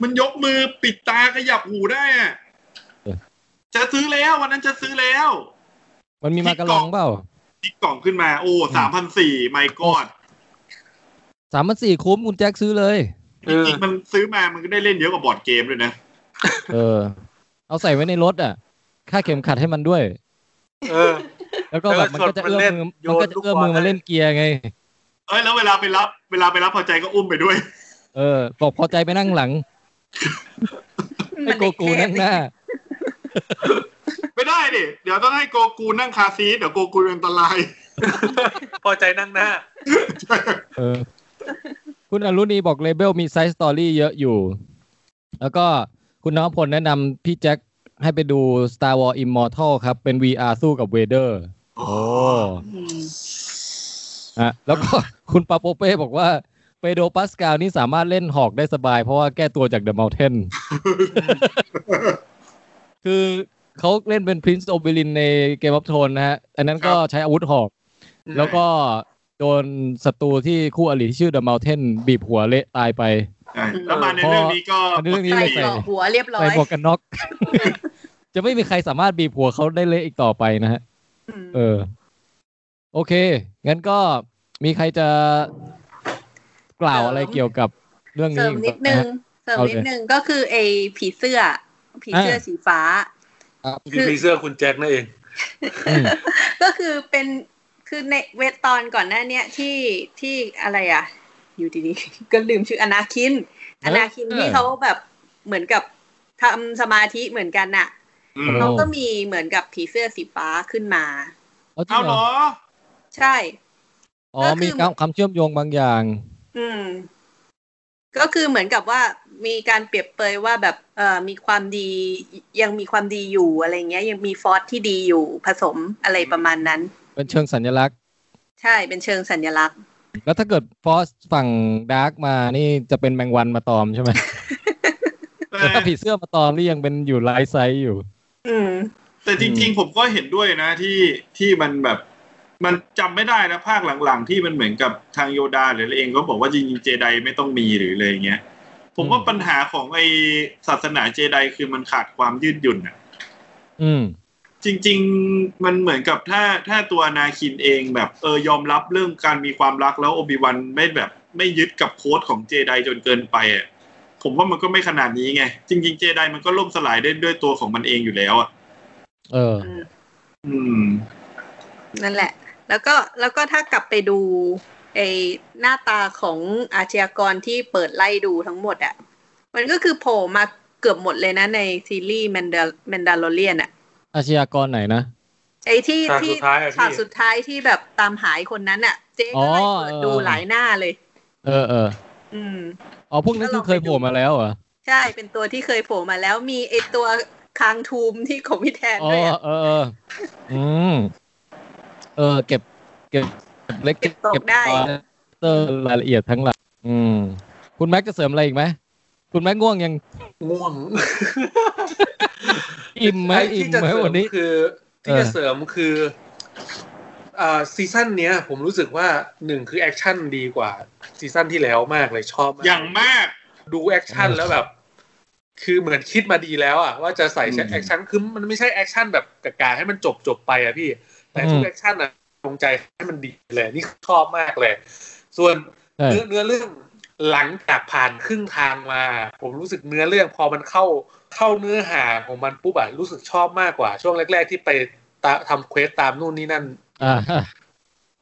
Speaker 4: มันยกมือปิดตาขยับหูได้อะจะซื้อแล้ววันนั้นจะซื้อแล้ว
Speaker 1: มันมีมากระลองเปล่า
Speaker 4: พลิกกล่องขึ้นมาโอ้สามพันสี่ไมกอด
Speaker 1: สามพันสี่คุ้มคุณแจ็คซื้อเลย
Speaker 2: เออ
Speaker 4: จริงๆมันซื้อมามันก็ได้เล่นเยอะกว่าบอร์ดเกมด้วยนะ
Speaker 1: เออ เอาใส่ไว้ในรถอ่ะ ค่าเข็มขัดให้มันด้วย
Speaker 2: เออ
Speaker 1: แล้วก็แบบมันก็จะเอื้อมมือ มันก็จะเอื้อมมือมาเล่นเกียร์ไง
Speaker 4: เอ้ยแล้วเวลาไปรับ เวลาไปรับพอใจก็อุ้มไปด้วย
Speaker 1: เออ บอกพอใจไปนั่งหลัง ให้โกกูนั่งหน้า
Speaker 4: ไม่ได้ดิเดี๋ยวต้องให้โกกูนั่งคาร์ซีทเดี๋ยวโกกูอันตราย
Speaker 2: พอใจนั่งหน้า
Speaker 1: เออ คุณอรุณีบอกเลเบลมีไซส์สตอรี่เยอะอยู่ แล้วก็คุณน้องพลแนะนำพี่แจ็คให้ไปดู Star Wars Immortal ครับ เป็น VR สู้กับเวเดอร์
Speaker 4: โอ้
Speaker 1: อ่ะ แล้วก็ คุณปาโปเป้บอกว่าเปโดปาสกาลนี่สามารถเล่นหอกได้สบาย เพราะว่าแก้ตัวจากเดอะม n t เทน คือเขาเล่นเป็นพรินซ์โอเบลินในเกม o ั t โทนนะฮะ อันนั้นก็ใช้อาวุธหอก แล้วก็โดนศัตรูที่คู่อริที่ชื่อเดอะม n t เทนบีบหัวเละตายไป
Speaker 4: ใช่แล้วมาในเรื่องนี้ก็
Speaker 1: อันนี้เรื่องนี้
Speaker 3: ใส่
Speaker 1: เลย
Speaker 3: เกราะหัวเรียบร้อ
Speaker 1: ใส่
Speaker 3: ย
Speaker 1: หมวกกัน น็อก จะไม่มีใครสามารถบีบหัวเขาได้เละอีกต่อไปนะฮะ
Speaker 3: ม
Speaker 1: เออ โอเค งั้นก็มีใครจะกล่าวอะไรเกี่ยวกับเรื่อง
Speaker 3: เสริ
Speaker 1: นี้
Speaker 3: ม
Speaker 1: อีก
Speaker 3: นิดนึ
Speaker 1: บ้าง ฮะ
Speaker 3: เสริม
Speaker 1: เอาเลย
Speaker 3: นิดนึงก็คือไอ้ผีเสื้อ ผีเสื้ออา สีฟ้า
Speaker 1: ครับ
Speaker 2: คือผีเสื้อคุณแจ็คนั่นเอง
Speaker 1: อืม
Speaker 3: ก็คือเป็นคือในเวทตอนก่อนหน้าเนี้ยที่ที่อะไรอ่ะ อยู่ดีๆ ก็ลืมชื่ออนาคิน อนาคินที่เขาแบบเหมือนกับทำสมาธิเหมือนกันน่ะ
Speaker 4: อืม
Speaker 3: เขาก็มีเหมือนกับผีเสื้อสีฟ้าขึ้นมา
Speaker 1: เอาจริ
Speaker 4: เอา
Speaker 1: ง
Speaker 4: เห
Speaker 1: เห
Speaker 4: ร
Speaker 1: รอ
Speaker 4: อ
Speaker 3: ใช่
Speaker 1: อ๋อ มีคำคำเชื่อมโยงบางอย่าง
Speaker 3: อืม ก็คือเหมือนกับว่ามีการเปรียบเปยว่าแบบเอ่อมีความดียังมีความดีอยู่อะไรเงี้ย ยังมีฟอสที่ดีอยู่ผสมอะไรประมาณนั้น
Speaker 1: เป็นเชิงสัญลักษณ์
Speaker 3: ใช่เป็นเชิงสัญลักษณ์
Speaker 1: แล้วถ้าเกิดฟอสฝั่งดาร์กมานี่จะเป็นแมงวันมาตอมใช่ไหม
Speaker 4: แต่
Speaker 1: แต่ถ้าผีเสื้อมาตอมนี่ยังเป็นอยู่ไลท์ไซส์อยู่
Speaker 3: อืม
Speaker 4: แต่จริงๆผมก็เห็นด้วยนะที่ที่มันแบบ มันจำไม่ได้นะภาคหลังๆ ที่มันเหมือนกับทางโยดาหรืออะไรเองก็บอกว่าจริงๆเจไดไม่ต้องมีหรืออะไรอย่างเงี้ย ผมว่า
Speaker 1: อืม
Speaker 4: ปัญหาของไอศาสนาเจไดคือมันขาดความยืดหยุ่นอ่ะ
Speaker 1: อืม
Speaker 4: จริง ๆ มันเหมือนกับถ้าถ้าตัวนาคินเองแบบเออยอมรับเรื่องการมีความรักแล้วโอบิวันไม่แบบไม่ยึดกับโค้ดของเจไดจนเกินไปอ่ะผมว่ามันก็ไม่ขนาดนี้ไง จริง ๆ เจไดมันก็ล่มสลายได้ด้วยตัวของมันเองอยู่แล้วอ่ะ
Speaker 1: เออ
Speaker 4: อืม
Speaker 3: นั่นแหละ แล้วก็แล้วก็ถ้ากลับไปดูไอหน้าตาของอาชญากรที่เปิดไล่ดูทั้งหมดอะ่ะ มันก็คือโผล่มาเกือบหมดเลยนะในซีรีส์แมนดาแมนดาโลเรียนอ่ะ
Speaker 1: อาชญากรไหนนะ
Speaker 3: ไอ้ที่
Speaker 2: ฉาก
Speaker 3: ที่
Speaker 2: สุดท้ายอะ
Speaker 3: ฉาก
Speaker 2: พี่
Speaker 3: สุดท้ายที่แบบตามหายคนนั้นอ่ะ เจ๊ก็ไล่เปิดดู
Speaker 1: อ๋อเออ
Speaker 3: หลายหน้าเลย
Speaker 1: เออเออ
Speaker 3: อืม
Speaker 1: อ๋อพวกนั้นคือเคยโผล่มาแล้วเหรอ
Speaker 3: ใช่เป็นตัวที่เคยโผล่มาแล้วมีไอตัวคางทูมที่ของพี่แทน
Speaker 1: อ๋อ
Speaker 3: ด้วยอะ
Speaker 1: เออเอออืมเออ เก็บ เก็บเก็บเล็ก
Speaker 3: เก็บตกได้
Speaker 1: เออรายละเอียดทั้งหลายอืม คุณแม็กจะเสริมอะไรอีกไหมคุณแม็กง่วงยัง
Speaker 2: ง่วง
Speaker 1: อิ่มไหม
Speaker 2: อ้
Speaker 1: อิ่
Speaker 2: ที่
Speaker 1: ม
Speaker 2: จะ
Speaker 1: ไหม
Speaker 2: เสริ
Speaker 1: วั
Speaker 2: ม
Speaker 1: นนี้
Speaker 2: คือที่จะเสริมคืออ่าซีซั่นเนี้ย ผมรู้สึกว่าหนึ่งคือแอคชั่นดีกว่าซีซั่นที่แล้วมากเลยชอบมาก
Speaker 4: อย่างมาก
Speaker 2: ดูแอคชั่น
Speaker 1: เออ
Speaker 2: แล้วแบบ คือเหมือนคิดมาดีแล้วอ่ะว่าจะใส่
Speaker 4: อืม
Speaker 2: แอคชั่นคือมันไม่ใช่แอคชั่นแบบกะกาให้มันจบจบไปอ่ะพี่ แต่
Speaker 1: อื
Speaker 2: ทุก
Speaker 1: ม
Speaker 2: แอคชั่นอ่ะตรงใจให้มันดีเลยนี่ชอบมากเลย ส่วน
Speaker 1: ใช่
Speaker 2: เนื้อเนื้อเรื่องหลังจากผ่านครึ่งทางมา ผมรู้สึกเนื้อเรื่องพอมันเข้าเข้าเนื้อหาของมันปุ๊บอะรู้สึกชอบมากกว่า ช่วงแรก ๆ ที่ไปตาทำเควสตามนู่นนี่นั่น
Speaker 1: อ่า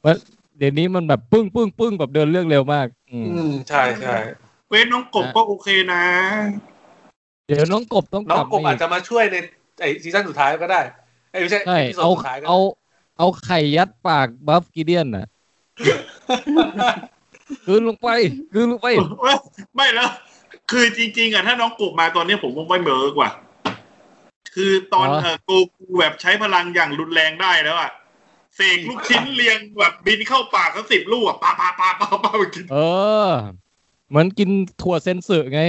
Speaker 1: มันเดี๋ยวนี้มันแบบปึ้งปึ้งปึ้งแบบเดินเรื่องเร็วมาก อืม
Speaker 2: อืมใช่ใช่
Speaker 4: เว้นน้องกบก็โอเคนะ
Speaker 1: เดี๋ยวน้องกบต้อง
Speaker 2: น้อก
Speaker 1: ลั
Speaker 2: ง
Speaker 1: บ
Speaker 2: กบอาจจะมาช่วยในไอซีซั่นสุดท้ายก็ได้ไอยไม่ใช่
Speaker 1: ใช่
Speaker 2: เอพิโซด
Speaker 1: เอา
Speaker 2: สุดท้ายก็ได้
Speaker 1: เอาเอาไข่ยัดปากบัฟกิเดียนน่ะ คืนลงไปคืนลงไป
Speaker 4: ไม่แล้ว คือจริง ๆอ่ะถ้าน้องกบมาตอนนี้ผมคงไม่เบิร์กว่ะคือตอน
Speaker 1: อ๋อ
Speaker 4: เออโกกูแบบใช้พลังอย่างรุนแรงได้แล้วอ่ะเสกลูกชิ้นเรียงแบบบินเข้าปากเขาสิบลูกอ่ะปาปาปาปาปาไปกิน
Speaker 1: เออ เหมือนกินถั่วเซนสึไง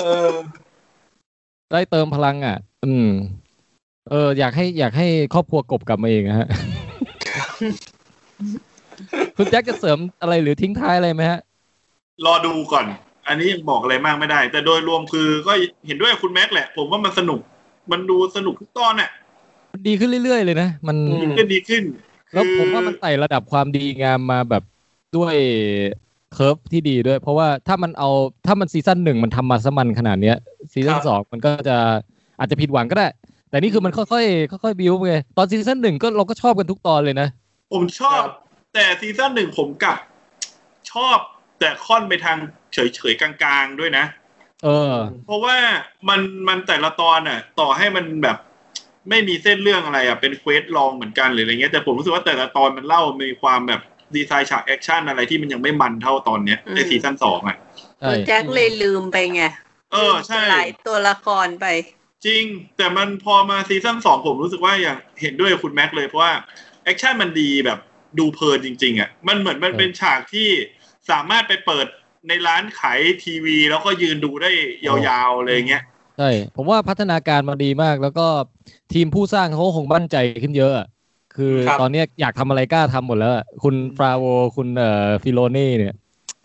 Speaker 2: เออ
Speaker 1: ได้เติมพลังอ่ะ อืม เออ อยากให้อยากให้ครอบครัวกบกลับมาเองนะ ฮะ คุณแจ็คจะเสริมอะไรหรือทิ้งท้ายอะไรไหมฮะ
Speaker 4: รอดูก่อน อันนี้ยังบอกอะไรมากไม่ได้ แต่โดยรวมคือก็เห็นด้วยกับคุณแม็กซ์แหละ ผมว่ามันสนุก มันดูสนุกทุกตอนอ่ะ
Speaker 1: ดีขึ้นเรื่อยๆเลยนะ มัน
Speaker 2: อืม
Speaker 4: ก็ดีขึ้น
Speaker 1: แล้วผมว่ามัน
Speaker 4: คือ
Speaker 1: ไต่ระดับความดีงามมาแบบด้วยเคิร์ฟที่ดีด้วย เพราะว่าถ้ามันเอาถ้ามันซีซั่นหนึ่งมันทำมาสมันขนาดเนี้ยซีซั่น
Speaker 2: ครับ
Speaker 1: สองมันก็จะอาจจะผิดหวังก็ได้ แต่นี่คือมันค่อยๆค่อยๆบิวไงตอนซีซั่นหนึ่งก็เราก็ชอบกันทุกตอนเลยนะ
Speaker 4: ผมชอบ
Speaker 2: ครับ
Speaker 4: แต่ซีซั่นหนึ่งผมกลับ ชอบแต่ค่อนไปทางเฉยๆกลางๆด้วยนะ
Speaker 1: เออ
Speaker 4: เพราะว่ามันมันแต่ละตอนอ่ะ ต่อให้มันแบบ ไม่มีเส้นเรื่องอะไรอ่ะเป็นเควสลองเหมือนกันหรืออะไรเงี้ยแต่ผมรู้สึกว่าแต่ละตอนมันเล่ามีความแบบดีไซน์ฉากแอคชั่นอะไรที่มันยังไม่มันเท่าตอนเนี้ยในซีซั่นสองอ่ะ
Speaker 1: ใช่
Speaker 3: แจ็คเลยลืมไปไง
Speaker 4: เออใช่
Speaker 3: ลืมหลายตัวละครไป
Speaker 4: จริง แต่มันพอมาซีซั่นสองผมรู้สึกว่าอย่างเห็นด้วยกับคุณแม็กซ์เลยเพราะว่าแอคชั่นมันดีแบบดูเพลินจริงๆอ่ะมันเหมือนมันเป็นฉากที่สามารถไปเปิดในร้านขายทีวี แล้วก็ยืนดูได้ยาวๆเลยเงี้ย
Speaker 1: ใช่ ผมว่าพัฒนาการมันดีมาก แล้วก็ทีมผู้สร้างเขาคงบั้นใจขึ้นเยอะอะคือ
Speaker 2: ครับ
Speaker 1: ตอนเนี้ยอยากทำอะไรกล้าทำหมดแล้วอะคุณฟราโวคุณเอ่อฟิโลเน่เนี่ย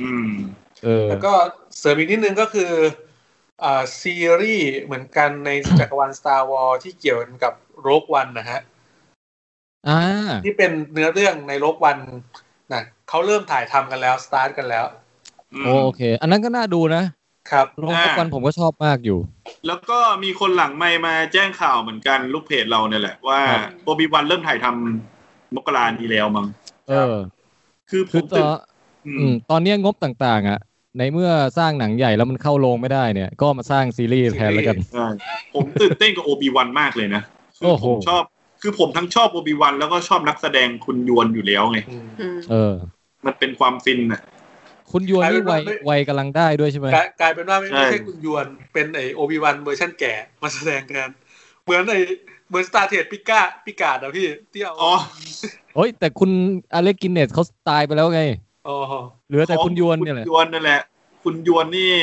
Speaker 4: อืม
Speaker 1: เออ
Speaker 2: แล้วก็เสริมอีกนิดนึงก็คืออ่าซีรีส์เหมือนกันในจักรวาล Star Wars ที่เกี่ยวกับโรกวันนะฮะ
Speaker 1: อ่า
Speaker 2: ที่เป็นเนื้อเรื่องในโรกวันนะเขาเริ่มถ่ายทำกันแล้วสตาร์ทกันแล้ว
Speaker 1: โอโอเค อันนั้นก็น่าดูนะครับ ลง
Speaker 4: อ่า
Speaker 1: ทุกวันผมก็ชอบมากอยู่
Speaker 4: แล้วก็มีคนหลังไม่มาแจ้งข่าวเหมือนกันลูกเพจเราเนี่ยแหละว่า
Speaker 1: ครับ
Speaker 4: โอบิวันเริ่มถ่ายทำมกรานี้แล้วมั้ง
Speaker 1: เออ
Speaker 4: คือผ
Speaker 1: คือ
Speaker 4: ม
Speaker 1: ตอ
Speaker 4: ตื่
Speaker 1: น
Speaker 4: น
Speaker 1: อื
Speaker 4: อื
Speaker 1: ม
Speaker 4: ม
Speaker 1: ตอนเนี้ยงบต่างๆ อ่ะ ในเมื่อสร้างหนังใหญ่แล้วมันเข้าโรงไม่ได้เนี่ย ก็มาสร้างซีรีส์แทนแล้วกัน
Speaker 2: ซีรีส์
Speaker 4: ใช่ผมตื่นเต้นกับโอบิวันมากเลยนะคื
Speaker 1: โอ้
Speaker 4: อ
Speaker 1: โห
Speaker 4: ผมชอบ คือผมทั้งชอบโอบิวันแล้วก็ชอบนักแสดงคุณยวนอยู่แล้วไง
Speaker 2: อืม
Speaker 3: อืม
Speaker 1: เออ
Speaker 4: มันเป็นความฟินอ่ะ
Speaker 1: คุณยวนนี่
Speaker 2: ก
Speaker 1: วั
Speaker 2: ลาย
Speaker 1: ย
Speaker 2: เป็นว่าไม่
Speaker 1: วัยกำลังได้ด้วยใช่ไหม
Speaker 2: กลายกลายเป็นว่าไม่
Speaker 4: ใช่
Speaker 2: ไม่ใช่คุณยวน เป็นไอโอบิวันเวอร์ชันแก่มาแสดงแทนเหมือนไอเหมือนสตาร์เทรดปิก้าปิกาดอะพี่ที่เอา
Speaker 4: อ๋อ
Speaker 1: เฮ้ย แต่คุณอเล็กกินเนสเขาตายไปแล้วไง
Speaker 2: อ๋อ
Speaker 1: เหลือแต่
Speaker 4: ของ
Speaker 1: คุณยวนเนี่ยแหละ
Speaker 4: คุณยวนนั่นแหละ คุณยวนนี่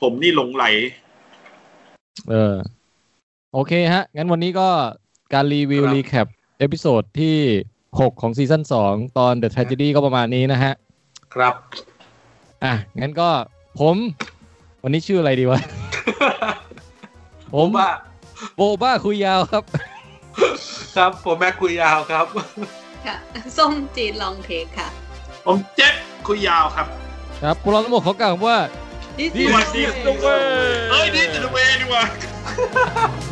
Speaker 4: ผมนี่หลงไหล
Speaker 1: เออ โอเคฮะ งั้นวันนี้ก็การรีวิว
Speaker 4: ครับ
Speaker 1: รีแคปเอพิโซดที่ 6 ของซีซั่น2 ตอน The Tragedy ก็ประมาณนี้นะฮะ
Speaker 2: ครับ
Speaker 1: อ่ะ งั้นก็ผมวันนี้ชื่ออะไรดีวะ ผม
Speaker 2: ว่า
Speaker 1: โบบ้าคุยยาวครับ
Speaker 2: ครับผมแม็กคุยยาวครับ
Speaker 3: ค่ะ ส้มจีนลองเทคค่ะ
Speaker 4: ผมเจ็บคุยยาวครับ
Speaker 1: ครับพวกเราทั้งหมดขอกล่าวว่า
Speaker 3: นี่
Speaker 1: This
Speaker 3: คือ
Speaker 1: is the way
Speaker 4: เอ้ยนี่จะเวดีกว่า
Speaker 1: เ